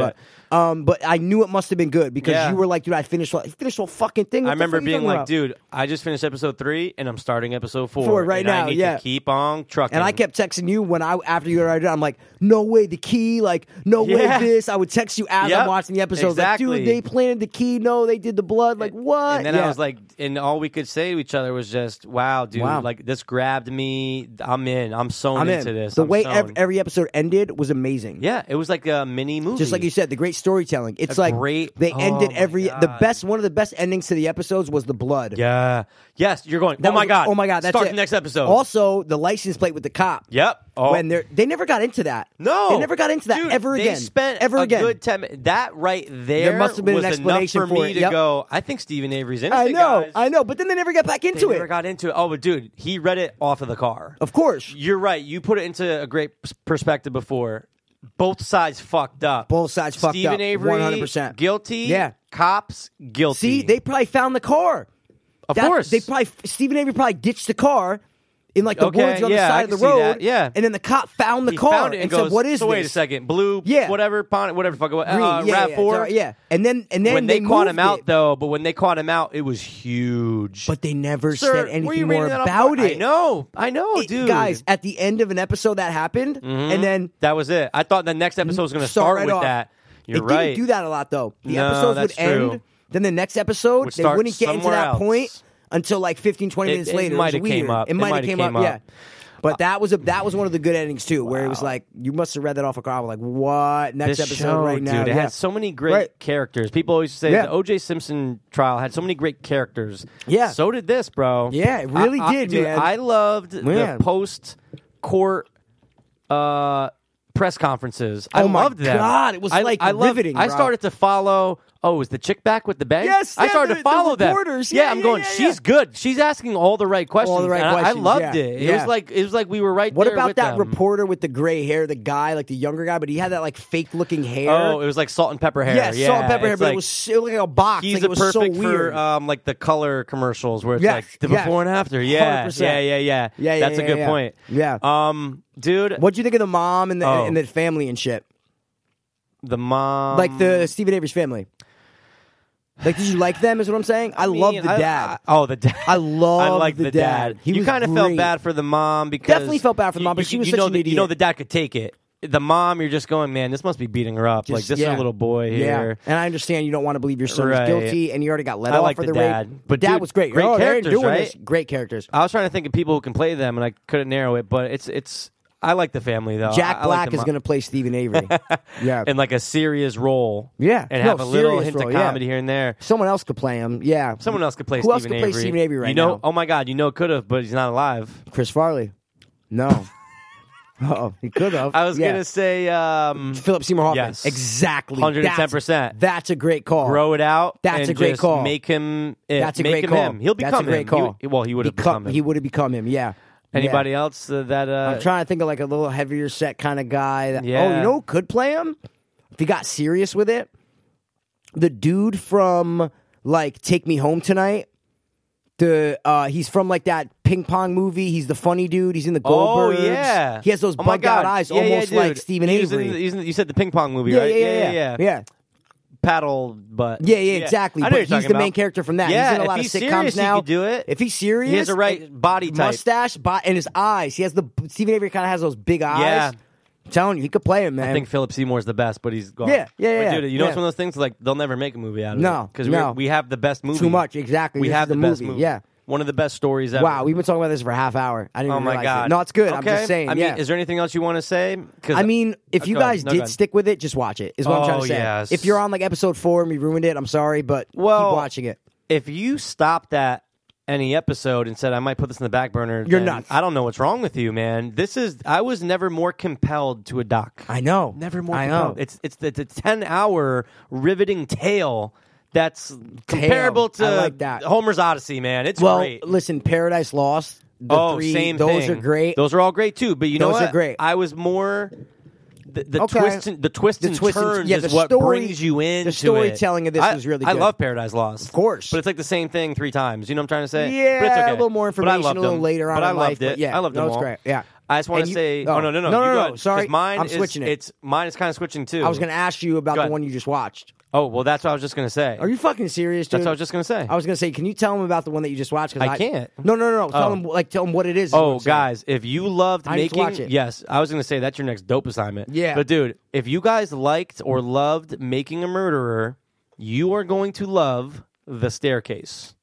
Speaker 1: but um, but I knew it must have been good because
Speaker 2: Yeah.
Speaker 1: you were like, dude, I finished, I finished the whole fucking thing.
Speaker 2: I
Speaker 1: What the
Speaker 2: remember
Speaker 1: fuck are you
Speaker 2: being
Speaker 1: talking
Speaker 2: like,
Speaker 1: about?
Speaker 2: dude, I just finished episode three and I'm starting episode four.
Speaker 1: Four right
Speaker 2: and I
Speaker 1: now,
Speaker 2: need
Speaker 1: yeah.
Speaker 2: to keep on trucking.
Speaker 1: And I kept texting you when I after you already done. I'm like, no way, the key. Like, no way,
Speaker 2: Yeah.
Speaker 1: this. I would text you as
Speaker 2: Yep,
Speaker 1: I'm watching the episodes. Like,
Speaker 2: exactly.
Speaker 1: dude, they planted the key. No, they did the blood. Like, what?
Speaker 2: And then
Speaker 1: uh, Yeah.
Speaker 2: I was like, and all we could say to each other was just, wow, dude,
Speaker 1: Wow.
Speaker 2: like this grabbed me. I'm in. I'm sewn
Speaker 1: I'm in.
Speaker 2: into this.
Speaker 1: The
Speaker 2: I'm
Speaker 1: way
Speaker 2: sewn.
Speaker 1: ev- every episode ended was amazing.
Speaker 2: yeah, it was like a mini movie.
Speaker 1: Just like you said, the great storytelling. It's
Speaker 2: A
Speaker 1: like
Speaker 2: great-
Speaker 1: they
Speaker 2: oh
Speaker 1: ended
Speaker 2: my
Speaker 1: every the
Speaker 2: God.
Speaker 1: best. One of the best endings to the episodes was the blood.
Speaker 2: Yeah. Yes, you're going,
Speaker 1: That
Speaker 2: oh my
Speaker 1: was-
Speaker 2: God.
Speaker 1: Oh my god! That's
Speaker 2: Start
Speaker 1: it.
Speaker 2: the next episode.
Speaker 1: Also, the license plate with the cop.
Speaker 2: yep. Oh.
Speaker 1: When they they never got into that.
Speaker 2: no,
Speaker 1: they never got into that
Speaker 2: Dude,
Speaker 1: ever again.
Speaker 2: They spent
Speaker 1: ever
Speaker 2: a
Speaker 1: again.
Speaker 2: good ten. mi- That right there,
Speaker 1: must have been
Speaker 2: was
Speaker 1: an explanation
Speaker 2: enough for,
Speaker 1: for
Speaker 2: me
Speaker 1: it,
Speaker 2: to
Speaker 1: yep.
Speaker 2: go. I think Stephen Avery's innocent.
Speaker 1: I know,
Speaker 2: guys.
Speaker 1: I know, but then they never got back
Speaker 2: They
Speaker 1: into
Speaker 2: never
Speaker 1: it.
Speaker 2: got into it. Oh, but dude, he read it off of the car.
Speaker 1: of course,
Speaker 2: You're right. You put it into a great pers- perspective before. Both sides fucked up.
Speaker 1: Both sides fucked
Speaker 2: Stephen
Speaker 1: up,
Speaker 2: Avery,
Speaker 1: 100%.
Speaker 2: guilty.
Speaker 1: Yeah.
Speaker 2: Cops, guilty.
Speaker 1: See, they probably found the car.
Speaker 2: of
Speaker 1: That-
Speaker 2: course
Speaker 1: they probably Stephen Avery probably ditched the car, in like the
Speaker 2: Okay,
Speaker 1: woods on the
Speaker 2: yeah, I
Speaker 1: side of the
Speaker 2: can see that,
Speaker 1: road.
Speaker 2: yeah.
Speaker 1: And then the cop found the
Speaker 2: He
Speaker 1: car
Speaker 2: found it
Speaker 1: and,
Speaker 2: and,
Speaker 1: said,
Speaker 2: goes,
Speaker 1: "What is
Speaker 2: so
Speaker 1: this?"
Speaker 2: wait a second, blue,
Speaker 1: Yeah.
Speaker 2: whatever, pon- whatever, fuck, uh,
Speaker 1: Green,
Speaker 2: uh,
Speaker 1: yeah, yeah,
Speaker 2: Rav Four,
Speaker 1: yeah, yeah. And then and then
Speaker 2: when they, caught
Speaker 1: moved
Speaker 2: him out
Speaker 1: it.
Speaker 2: though, but when they caught him out, it was huge.
Speaker 1: but they never said
Speaker 2: Sir, were you
Speaker 1: anything
Speaker 2: reading
Speaker 1: more
Speaker 2: that off-
Speaker 1: about it.
Speaker 2: I know, I know,
Speaker 1: It-
Speaker 2: dude. Mm-hmm.
Speaker 1: Guys, at the end of an episode that happened, and then
Speaker 2: that was it. I thought the next episode was going to
Speaker 1: Mm-hmm. Start
Speaker 2: start
Speaker 1: right
Speaker 2: with
Speaker 1: off.
Speaker 2: that. You're
Speaker 1: they
Speaker 2: right.
Speaker 1: didn't do that a lot though. The
Speaker 2: No,
Speaker 1: episodes would
Speaker 2: that's
Speaker 1: end,
Speaker 2: true.
Speaker 1: then the next episode
Speaker 2: Would
Speaker 1: they
Speaker 2: start
Speaker 1: wouldn't get into
Speaker 2: somewhere
Speaker 1: that
Speaker 2: else.
Speaker 1: point until like 15, 20
Speaker 2: It-
Speaker 1: minutes
Speaker 2: it
Speaker 1: later.
Speaker 2: might
Speaker 1: was
Speaker 2: have came
Speaker 1: weird.
Speaker 2: up.
Speaker 1: It
Speaker 2: It
Speaker 1: might have
Speaker 2: might have
Speaker 1: came,
Speaker 2: came
Speaker 1: up.
Speaker 2: up.
Speaker 1: Yeah. But that was a that was one of the good endings too, where it was like you must have read that off a car. Like what next
Speaker 2: This
Speaker 1: episode
Speaker 2: show,
Speaker 1: right now?
Speaker 2: dude, it
Speaker 1: yeah.
Speaker 2: had so many great
Speaker 1: Right.
Speaker 2: characters. People always say
Speaker 1: Yeah.
Speaker 2: the O.J. Simpson trial had so many great characters.
Speaker 1: Yeah.
Speaker 2: so did this, bro.
Speaker 1: Yeah, it really
Speaker 2: I- I-
Speaker 1: did,
Speaker 2: dude,
Speaker 1: man.
Speaker 2: I loved
Speaker 1: Man.
Speaker 2: the post court. Uh, press conferences. I
Speaker 1: Oh my
Speaker 2: loved them.
Speaker 1: God, it was,
Speaker 2: I,
Speaker 1: like,
Speaker 2: I loved-
Speaker 1: riveting,
Speaker 2: I
Speaker 1: bro.
Speaker 2: started to follow. Oh, is the chick back with the bang?
Speaker 1: Yes,
Speaker 2: I
Speaker 1: yeah,
Speaker 2: started
Speaker 1: the-
Speaker 2: to
Speaker 1: the
Speaker 2: follow them.
Speaker 1: reporters.
Speaker 2: Yeah,
Speaker 1: Yeah,
Speaker 2: I'm
Speaker 1: yeah,
Speaker 2: going.
Speaker 1: yeah,
Speaker 2: She's good. She's asking all the right questions.
Speaker 1: right
Speaker 2: and I-
Speaker 1: questions,
Speaker 2: I, loved
Speaker 1: yeah,
Speaker 2: it. It
Speaker 1: yeah.
Speaker 2: was like it was like we were right.
Speaker 1: What
Speaker 2: there
Speaker 1: about
Speaker 2: with
Speaker 1: that
Speaker 2: them.
Speaker 1: reporter with the gray hair, the guy, like the younger guy, but he had that like fake looking hair?
Speaker 2: Oh, it was like salt and pepper hair.
Speaker 1: yeah,
Speaker 2: yeah
Speaker 1: salt and pepper hair,
Speaker 2: it's
Speaker 1: but
Speaker 2: like-
Speaker 1: it was so, like a box.
Speaker 2: He's
Speaker 1: like,
Speaker 2: a
Speaker 1: it was
Speaker 2: perfect
Speaker 1: so weird.
Speaker 2: for um, like the color commercials where it's
Speaker 1: Yes,
Speaker 2: like the
Speaker 1: yes.
Speaker 2: before and after. Yeah,
Speaker 1: 100%.
Speaker 2: yeah, yeah, yeah.
Speaker 1: Yeah, yeah,
Speaker 2: That's
Speaker 1: yeah,
Speaker 2: a good
Speaker 1: yeah.
Speaker 2: point.
Speaker 1: Yeah.
Speaker 2: Um, dude,
Speaker 1: What'd you think of the mom and the
Speaker 2: Oh.
Speaker 1: and the family and shit?
Speaker 2: the mom,
Speaker 1: Like the Stephen Avery's family. Like, did you like them? Is what I'm saying. I, love the
Speaker 2: I-
Speaker 1: dad.
Speaker 2: I- oh, the dad.
Speaker 1: I love
Speaker 2: I like
Speaker 1: the
Speaker 2: the,
Speaker 1: dad.
Speaker 2: dad.
Speaker 1: He
Speaker 2: you
Speaker 1: was
Speaker 2: kind of felt
Speaker 1: great.
Speaker 2: bad for the mom because
Speaker 1: Definitely felt bad for the
Speaker 2: you-
Speaker 1: mom, but
Speaker 2: you-
Speaker 1: she was
Speaker 2: you
Speaker 1: such
Speaker 2: know
Speaker 1: an
Speaker 2: the- You know
Speaker 1: idiot.
Speaker 2: the dad could take it. The mom, you're just going, man. This must be beating her up. like
Speaker 1: Just-
Speaker 2: this
Speaker 1: yeah.
Speaker 2: is a little boy here.
Speaker 1: Yeah, and I understand you don't want to believe your son is
Speaker 2: Right.
Speaker 1: guilty, and you already got let
Speaker 2: I
Speaker 1: off
Speaker 2: like
Speaker 1: for the,
Speaker 2: the
Speaker 1: rape.
Speaker 2: dad. But
Speaker 1: dad
Speaker 2: dude,
Speaker 1: was great.
Speaker 2: great
Speaker 1: oh, they're
Speaker 2: characters,
Speaker 1: doing
Speaker 2: right?
Speaker 1: this. Great characters.
Speaker 2: I was trying to think of people who can play them, and I couldn't narrow it. But it's it's. I like the family though.
Speaker 1: Jack
Speaker 2: I- I like
Speaker 1: Black
Speaker 2: the
Speaker 1: is
Speaker 2: mom.
Speaker 1: going to play Stephen Avery. yeah,
Speaker 2: in like a serious role.
Speaker 1: Yeah.
Speaker 2: And
Speaker 1: No,
Speaker 2: have a little
Speaker 1: serious
Speaker 2: hint
Speaker 1: role,
Speaker 2: of
Speaker 1: yeah.
Speaker 2: comedy here and there.
Speaker 1: someone else could play him. Yeah,
Speaker 2: Someone else could play
Speaker 1: Who else
Speaker 2: Stephen
Speaker 1: could play
Speaker 2: Avery.
Speaker 1: Stephen Avery right
Speaker 2: you know,
Speaker 1: now?
Speaker 2: Oh my God, you know could have, but he's not alive.
Speaker 1: Chris Farley. No. oh, he could have.
Speaker 2: I was
Speaker 1: Yeah.
Speaker 2: gonna say um
Speaker 1: Philip Seymour Hoffman.
Speaker 2: Yes.
Speaker 1: Exactly.
Speaker 2: 110%.
Speaker 1: That's, that's a great call.
Speaker 2: grow it out.
Speaker 1: That's
Speaker 2: and
Speaker 1: a great
Speaker 2: just
Speaker 1: call.
Speaker 2: Make him it.
Speaker 1: That's a
Speaker 2: make
Speaker 1: great
Speaker 2: him
Speaker 1: call.
Speaker 2: him. He'll become
Speaker 1: That's a great
Speaker 2: him.
Speaker 1: call.
Speaker 2: He- well, he would have
Speaker 1: Become-
Speaker 2: become him.
Speaker 1: He would have become him. Yeah.
Speaker 2: Anybody
Speaker 1: Yeah.
Speaker 2: else uh, that uh
Speaker 1: I'm trying to think of like a little heavier set kind of guy. That, Oh,
Speaker 2: Yeah.
Speaker 1: you know, who could play him if he got serious with it. The dude from like Take Me Home Tonight. The uh, he's from like that ping pong movie. He's the funny dude. He's in the
Speaker 2: Oh
Speaker 1: Goldbergs.
Speaker 2: yeah,
Speaker 1: he has those
Speaker 2: oh my
Speaker 1: bugged out
Speaker 2: God.
Speaker 1: eyes,
Speaker 2: Yeah, yeah,
Speaker 1: almost like
Speaker 2: dude.
Speaker 1: Stephen
Speaker 2: He was in
Speaker 1: Avery.
Speaker 2: the- he's in the- you said the ping pong movie,
Speaker 1: yeah,
Speaker 2: right?
Speaker 1: yeah, yeah, yeah, yeah.
Speaker 2: Paddle, but
Speaker 1: Yeah, yeah, exactly.
Speaker 2: I know
Speaker 1: But
Speaker 2: you're
Speaker 1: he's
Speaker 2: talking
Speaker 1: the main
Speaker 2: about.
Speaker 1: character from that.
Speaker 2: Yeah,
Speaker 1: he's in a
Speaker 2: if
Speaker 1: lot
Speaker 2: he's
Speaker 1: of sitcoms
Speaker 2: serious, he
Speaker 1: now.
Speaker 2: could do it.
Speaker 1: If he's serious, eh,
Speaker 2: He has the right
Speaker 1: it-
Speaker 2: body type.
Speaker 1: mustache, bo- and his eyes. He has the Stephen Avery kind of has those big eyes.
Speaker 2: Yeah.
Speaker 1: I'm telling you, he could play him, man.
Speaker 2: I think Philip Seymour's the best, but he's gone.
Speaker 1: Yeah, yeah,
Speaker 2: But
Speaker 1: yeah,
Speaker 2: dude, you know,
Speaker 1: yeah.
Speaker 2: it's one of those things like they'll never make a movie out of it.
Speaker 1: No, no.
Speaker 2: because we have the best movie.
Speaker 1: Too much, exactly.
Speaker 2: We
Speaker 1: This
Speaker 2: have
Speaker 1: is the
Speaker 2: best
Speaker 1: movie,
Speaker 2: movie.
Speaker 1: yeah.
Speaker 2: one of the best stories ever.
Speaker 1: wow, we've been talking about this for a half hour. I didn't.
Speaker 2: Oh
Speaker 1: even
Speaker 2: my
Speaker 1: realize
Speaker 2: god.
Speaker 1: It. No, it's good. I'm
Speaker 2: Okay.
Speaker 1: just saying.
Speaker 2: I mean,
Speaker 1: yeah.
Speaker 2: is there anything else you want to say? 'Cause-
Speaker 1: I mean, if
Speaker 2: Oh,
Speaker 1: you
Speaker 2: go ahead.
Speaker 1: guys
Speaker 2: No, go
Speaker 1: did
Speaker 2: ahead.
Speaker 1: stick with it, just watch it. Is what I'm trying
Speaker 2: Oh,
Speaker 1: to say.
Speaker 2: yes.
Speaker 1: If you're on like episode four and we ruined it, I'm sorry, but
Speaker 2: Well,
Speaker 1: keep watching it.
Speaker 2: if you stopped at any episode and said I might put this in the back burner,
Speaker 1: You're
Speaker 2: then
Speaker 1: nuts.
Speaker 2: I don't know what's wrong with you, man. This is I was never more compelled to a doc.
Speaker 1: I know.
Speaker 2: Never more
Speaker 1: I know.
Speaker 2: compelled. It's it's it's a ten hour riveting tale. That's comparable to
Speaker 1: I like that.
Speaker 2: Homer's Odyssey, man. It's
Speaker 1: well,
Speaker 2: great.
Speaker 1: listen, Paradise Lost. The
Speaker 2: oh,
Speaker 1: three,
Speaker 2: same
Speaker 1: Those
Speaker 2: thing.
Speaker 1: are great.
Speaker 2: Those are all great too. But you know
Speaker 1: Those are
Speaker 2: what?
Speaker 1: great.
Speaker 2: I was more the, the
Speaker 1: Okay.
Speaker 2: twists and the twists
Speaker 1: The
Speaker 2: and
Speaker 1: twists and-
Speaker 2: turns
Speaker 1: yeah,
Speaker 2: is
Speaker 1: the
Speaker 2: what
Speaker 1: story-
Speaker 2: brings you
Speaker 1: the
Speaker 2: in.
Speaker 1: storytelling of this
Speaker 2: I,
Speaker 1: was really
Speaker 2: I
Speaker 1: good.
Speaker 2: love Paradise Lost, of
Speaker 1: course.
Speaker 2: but it's like the same thing three times. You know what I'm trying to say?
Speaker 1: Yeah,
Speaker 2: but it's okay.
Speaker 1: a little more
Speaker 2: But I
Speaker 1: information
Speaker 2: loved
Speaker 1: a little
Speaker 2: them.
Speaker 1: later on.
Speaker 2: But I
Speaker 1: in
Speaker 2: loved
Speaker 1: life,
Speaker 2: it.
Speaker 1: but yeah,
Speaker 2: I loved
Speaker 1: no,
Speaker 2: them
Speaker 1: it's
Speaker 2: all.
Speaker 1: great. Yeah,
Speaker 2: I just want
Speaker 1: And
Speaker 2: to
Speaker 1: you-
Speaker 2: say,
Speaker 1: oh.
Speaker 2: oh no, no,
Speaker 1: no,
Speaker 2: no,
Speaker 1: no,
Speaker 2: you go
Speaker 1: no,
Speaker 2: ahead, 'cause
Speaker 1: Sorry,
Speaker 2: mine
Speaker 1: I'm
Speaker 2: is-
Speaker 1: switching it.
Speaker 2: It's mine is kind of switching too.
Speaker 1: I was gonna ask you about the
Speaker 2: Go ahead.
Speaker 1: one you just watched.
Speaker 2: Oh well, that's what I was just gonna say.
Speaker 1: Are you fucking serious, dude?
Speaker 2: That's what I was just gonna say.
Speaker 1: I was gonna say, can you tell him about the one that you just watched? 'Cause
Speaker 2: I can't.
Speaker 1: No, no, no. no. Tell
Speaker 2: Oh.
Speaker 1: him like tell him what it is. is what
Speaker 2: Oh,
Speaker 1: I'm saying.
Speaker 2: guys, if you loved
Speaker 1: I need to
Speaker 2: making,
Speaker 1: watch it.
Speaker 2: yes, I was going to say that's your next dope assignment.
Speaker 1: Yeah.
Speaker 2: but dude, if you guys liked or loved making a murderer, you are going to love the staircase.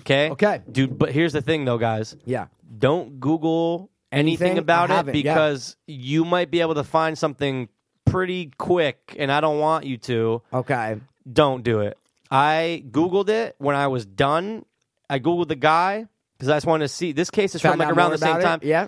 Speaker 2: Okay,
Speaker 1: Okay.
Speaker 2: dude. But here's the thing, though, guys.
Speaker 1: Yeah.
Speaker 2: don't Google anything,
Speaker 1: Anything?
Speaker 2: about
Speaker 1: I
Speaker 2: it
Speaker 1: haven't, yeah.
Speaker 2: because you might be able to find something pretty quick, and I don't want you to
Speaker 1: Okay.
Speaker 2: don't do it. I googled it when I was done. I googled the guy because I just wanted to see. This case is
Speaker 1: Found
Speaker 2: from
Speaker 1: out
Speaker 2: like around
Speaker 1: more
Speaker 2: the same
Speaker 1: about it?
Speaker 2: time.
Speaker 1: Yeah.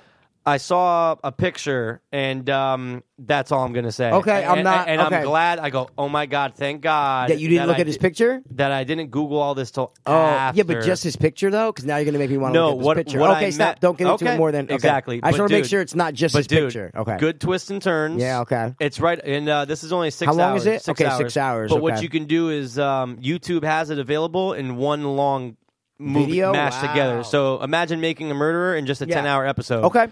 Speaker 2: I saw a picture, and um, that's all I'm gonna say.
Speaker 1: Okay, I'm
Speaker 2: And-
Speaker 1: not-
Speaker 2: and,
Speaker 1: okay.
Speaker 2: I'm glad. I go, oh my god, thank God
Speaker 1: That you didn't look
Speaker 2: I
Speaker 1: at his
Speaker 2: di-
Speaker 1: picture.
Speaker 2: That I didn't Google all this till
Speaker 1: Oh,
Speaker 2: after.
Speaker 1: yeah, but just his picture though, because now you're gonna make me want to
Speaker 2: No,
Speaker 1: look at his
Speaker 2: what-
Speaker 1: picture.
Speaker 2: what
Speaker 1: okay,
Speaker 2: I
Speaker 1: stop.
Speaker 2: meant-
Speaker 1: Don't get into it
Speaker 2: okay,
Speaker 1: more than okay.
Speaker 2: exactly.
Speaker 1: I just
Speaker 2: But
Speaker 1: want to make
Speaker 2: dude-
Speaker 1: sure it's not just
Speaker 2: but
Speaker 1: his
Speaker 2: dude,
Speaker 1: picture. Okay.
Speaker 2: Good twists and turns.
Speaker 1: Yeah, okay.
Speaker 2: It's right, and uh, this is only six.
Speaker 1: How long
Speaker 2: hours,
Speaker 1: is it?
Speaker 2: Six
Speaker 1: Okay,
Speaker 2: hours.
Speaker 1: six hours,
Speaker 2: But
Speaker 1: okay.
Speaker 2: what you can do is um, YouTube has it available in one long movie
Speaker 1: Video?
Speaker 2: mashed
Speaker 1: Wow.
Speaker 2: together. So imagine making a murderer in just a
Speaker 1: Yeah.
Speaker 2: ten hour episode.
Speaker 1: Okay.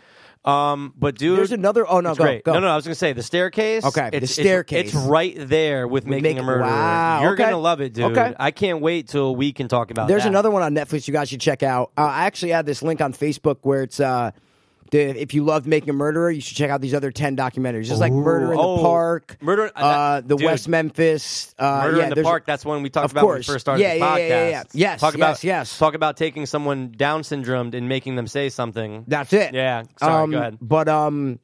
Speaker 2: Um, but dude,
Speaker 1: There's another- oh, no,
Speaker 2: it's
Speaker 1: go,
Speaker 2: great.
Speaker 1: go.
Speaker 2: No, no, I was gonna say the staircase.
Speaker 1: Okay, the
Speaker 2: it's, it's-
Speaker 1: staircase.
Speaker 2: It's, right there with making
Speaker 1: Make-
Speaker 2: a murderer.
Speaker 1: wow,
Speaker 2: You're
Speaker 1: okay.
Speaker 2: gonna love it, dude.
Speaker 1: Okay.
Speaker 2: I can't wait till we can talk about.
Speaker 1: There's
Speaker 2: that.
Speaker 1: another one on Netflix you guys should check out. Uh, I actually had this link on Facebook where it's uh, the, if you loved Making a Murderer, you should check out these other ten documentaries. It's like
Speaker 2: Ooh,
Speaker 1: Murder in
Speaker 2: oh,
Speaker 1: the Park,
Speaker 2: Murder-
Speaker 1: uh,
Speaker 2: that-
Speaker 1: the
Speaker 2: dude.
Speaker 1: West Memphis, uh,
Speaker 2: Murder
Speaker 1: yeah,
Speaker 2: in the
Speaker 1: there's-
Speaker 2: Park. That's one we talked
Speaker 1: Of
Speaker 2: about when we
Speaker 1: course.
Speaker 2: first started
Speaker 1: Yeah,
Speaker 2: this
Speaker 1: yeah,
Speaker 2: podcast.
Speaker 1: yeah, yeah, yeah. Yes,
Speaker 2: talk about,
Speaker 1: yes, yes.
Speaker 2: Talk about taking someone Down syndromed and making them say something.
Speaker 1: That's it.
Speaker 2: Yeah. Sorry.
Speaker 1: um,
Speaker 2: go ahead.
Speaker 1: But um,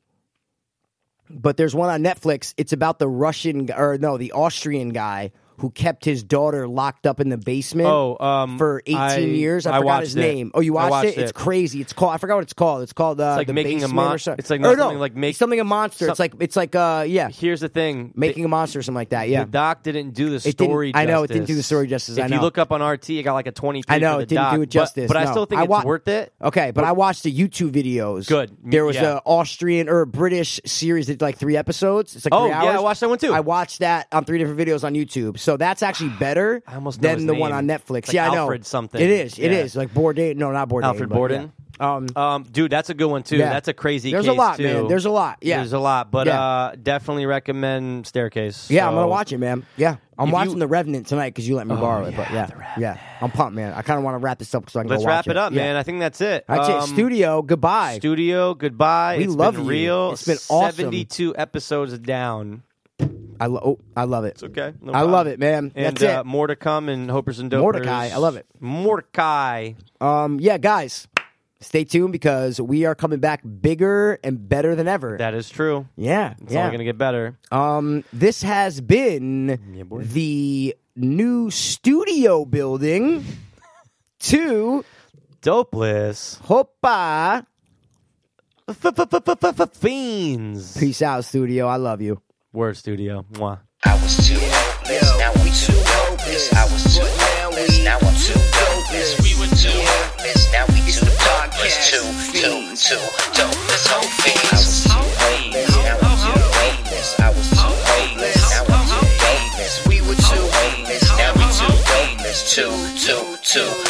Speaker 1: but there's one on Netflix. It's about the Russian g- or no, the Austrian guy who kept his daughter locked up in the basement.
Speaker 2: Oh, um,
Speaker 1: for 18
Speaker 2: I-
Speaker 1: years. I,
Speaker 2: I
Speaker 1: forgot his
Speaker 2: watched it.
Speaker 1: name. Oh, you
Speaker 2: I
Speaker 1: watched,
Speaker 2: watched
Speaker 1: it? It's
Speaker 2: it.
Speaker 1: crazy. It's called. I forgot what it's called. It's called uh,
Speaker 2: like
Speaker 1: the
Speaker 2: making a
Speaker 1: Basement
Speaker 2: mon-
Speaker 1: or something.
Speaker 2: it's like
Speaker 1: or no,
Speaker 2: something like make-
Speaker 1: something a monster. it's
Speaker 2: some-
Speaker 1: like it's like uh yeah,
Speaker 2: Here's the thing.
Speaker 1: making a monster or something like that. Yeah,
Speaker 2: The doc didn't do the
Speaker 1: It didn't-
Speaker 2: story.
Speaker 1: I
Speaker 2: justice.
Speaker 1: know, it didn't do the story justice,
Speaker 2: If
Speaker 1: I know.
Speaker 2: you look up on RT, it got like a twenty.
Speaker 1: I know
Speaker 2: for the
Speaker 1: it didn't
Speaker 2: doc,
Speaker 1: do it justice.
Speaker 2: But, but
Speaker 1: no.
Speaker 2: I still think
Speaker 1: wa-
Speaker 2: it's worth it.
Speaker 1: Okay, but I watched a YouTube videos.
Speaker 2: Good. Me-
Speaker 1: There was a
Speaker 2: yeah.
Speaker 1: Austrian or a British series that did like three episodes. It's like
Speaker 2: Oh,
Speaker 1: three
Speaker 2: yeah, I
Speaker 1: hours.
Speaker 2: watched that one, too.
Speaker 1: I watched that on three different videos on YouTube. So that's actually better
Speaker 2: I almost know
Speaker 1: than
Speaker 2: his
Speaker 1: the one
Speaker 2: name.
Speaker 1: on Netflix.
Speaker 2: It's like
Speaker 1: yeah, I know.
Speaker 2: Alfred something.
Speaker 1: It is. It
Speaker 2: Yeah.
Speaker 1: is like Bourdain. No, not Bourdain.
Speaker 2: Alfred
Speaker 1: but
Speaker 2: Borden.
Speaker 1: yeah. Um,
Speaker 2: Um, dude, that's a good one too.
Speaker 1: Yeah.
Speaker 2: That's a crazy.
Speaker 1: There's a
Speaker 2: case
Speaker 1: lot,
Speaker 2: too.
Speaker 1: man. There's a lot. Yeah.
Speaker 2: there's a lot. But
Speaker 1: Yeah.
Speaker 2: uh, definitely recommend Staircase.
Speaker 1: Yeah, I'm gonna
Speaker 2: So-
Speaker 1: watch it, man. Yeah, I'm
Speaker 2: If
Speaker 1: watching
Speaker 2: you- Oh,
Speaker 1: The Revenant tonight because you let me borrow it. But yeah, yeah, I'm pumped, man. I kind of want to wrap this up so I can
Speaker 2: Let's
Speaker 1: go watch
Speaker 2: wrap it up,
Speaker 1: Yeah.
Speaker 2: man. I think that's it.
Speaker 1: That's it.
Speaker 2: Um,
Speaker 1: Studio, goodbye.
Speaker 2: Studio, goodbye.
Speaker 1: We
Speaker 2: It's
Speaker 1: love
Speaker 2: been
Speaker 1: you.
Speaker 2: real.
Speaker 1: It's been awesome.
Speaker 2: 72 episodes down.
Speaker 1: I, lo- oh, I love it.
Speaker 2: It's okay. No
Speaker 1: I
Speaker 2: problem.
Speaker 1: love it, man.
Speaker 2: And
Speaker 1: That's
Speaker 2: uh,
Speaker 1: it.
Speaker 2: more to come and Hopers and Dopers.
Speaker 1: Mordecai. I love it.
Speaker 2: Mordecai.
Speaker 1: Um, yeah, guys, stay tuned because we are coming back bigger and better than ever.
Speaker 2: That is true.
Speaker 1: yeah,
Speaker 2: It's
Speaker 1: yeah.
Speaker 2: only going to get better.
Speaker 1: Um, this has been
Speaker 2: Yeah, boy.
Speaker 1: the new studio building to
Speaker 2: Dopeless.
Speaker 1: Hopa.
Speaker 2: Fiends.
Speaker 1: Peace out, studio. I love you.
Speaker 2: Word studio. Mwah.
Speaker 3: I was too hopeless, now we too hopeless. I was too hopeless, now I'm too dopeless. We were too hopeless, now we too darkest. Too, too, too dopeless. Hopeless. I was too hopeless, now I'm too hopeless. I was too hopeless, now I'm too dopeless. We were too hopeless, now we too dopeless. Too, too, too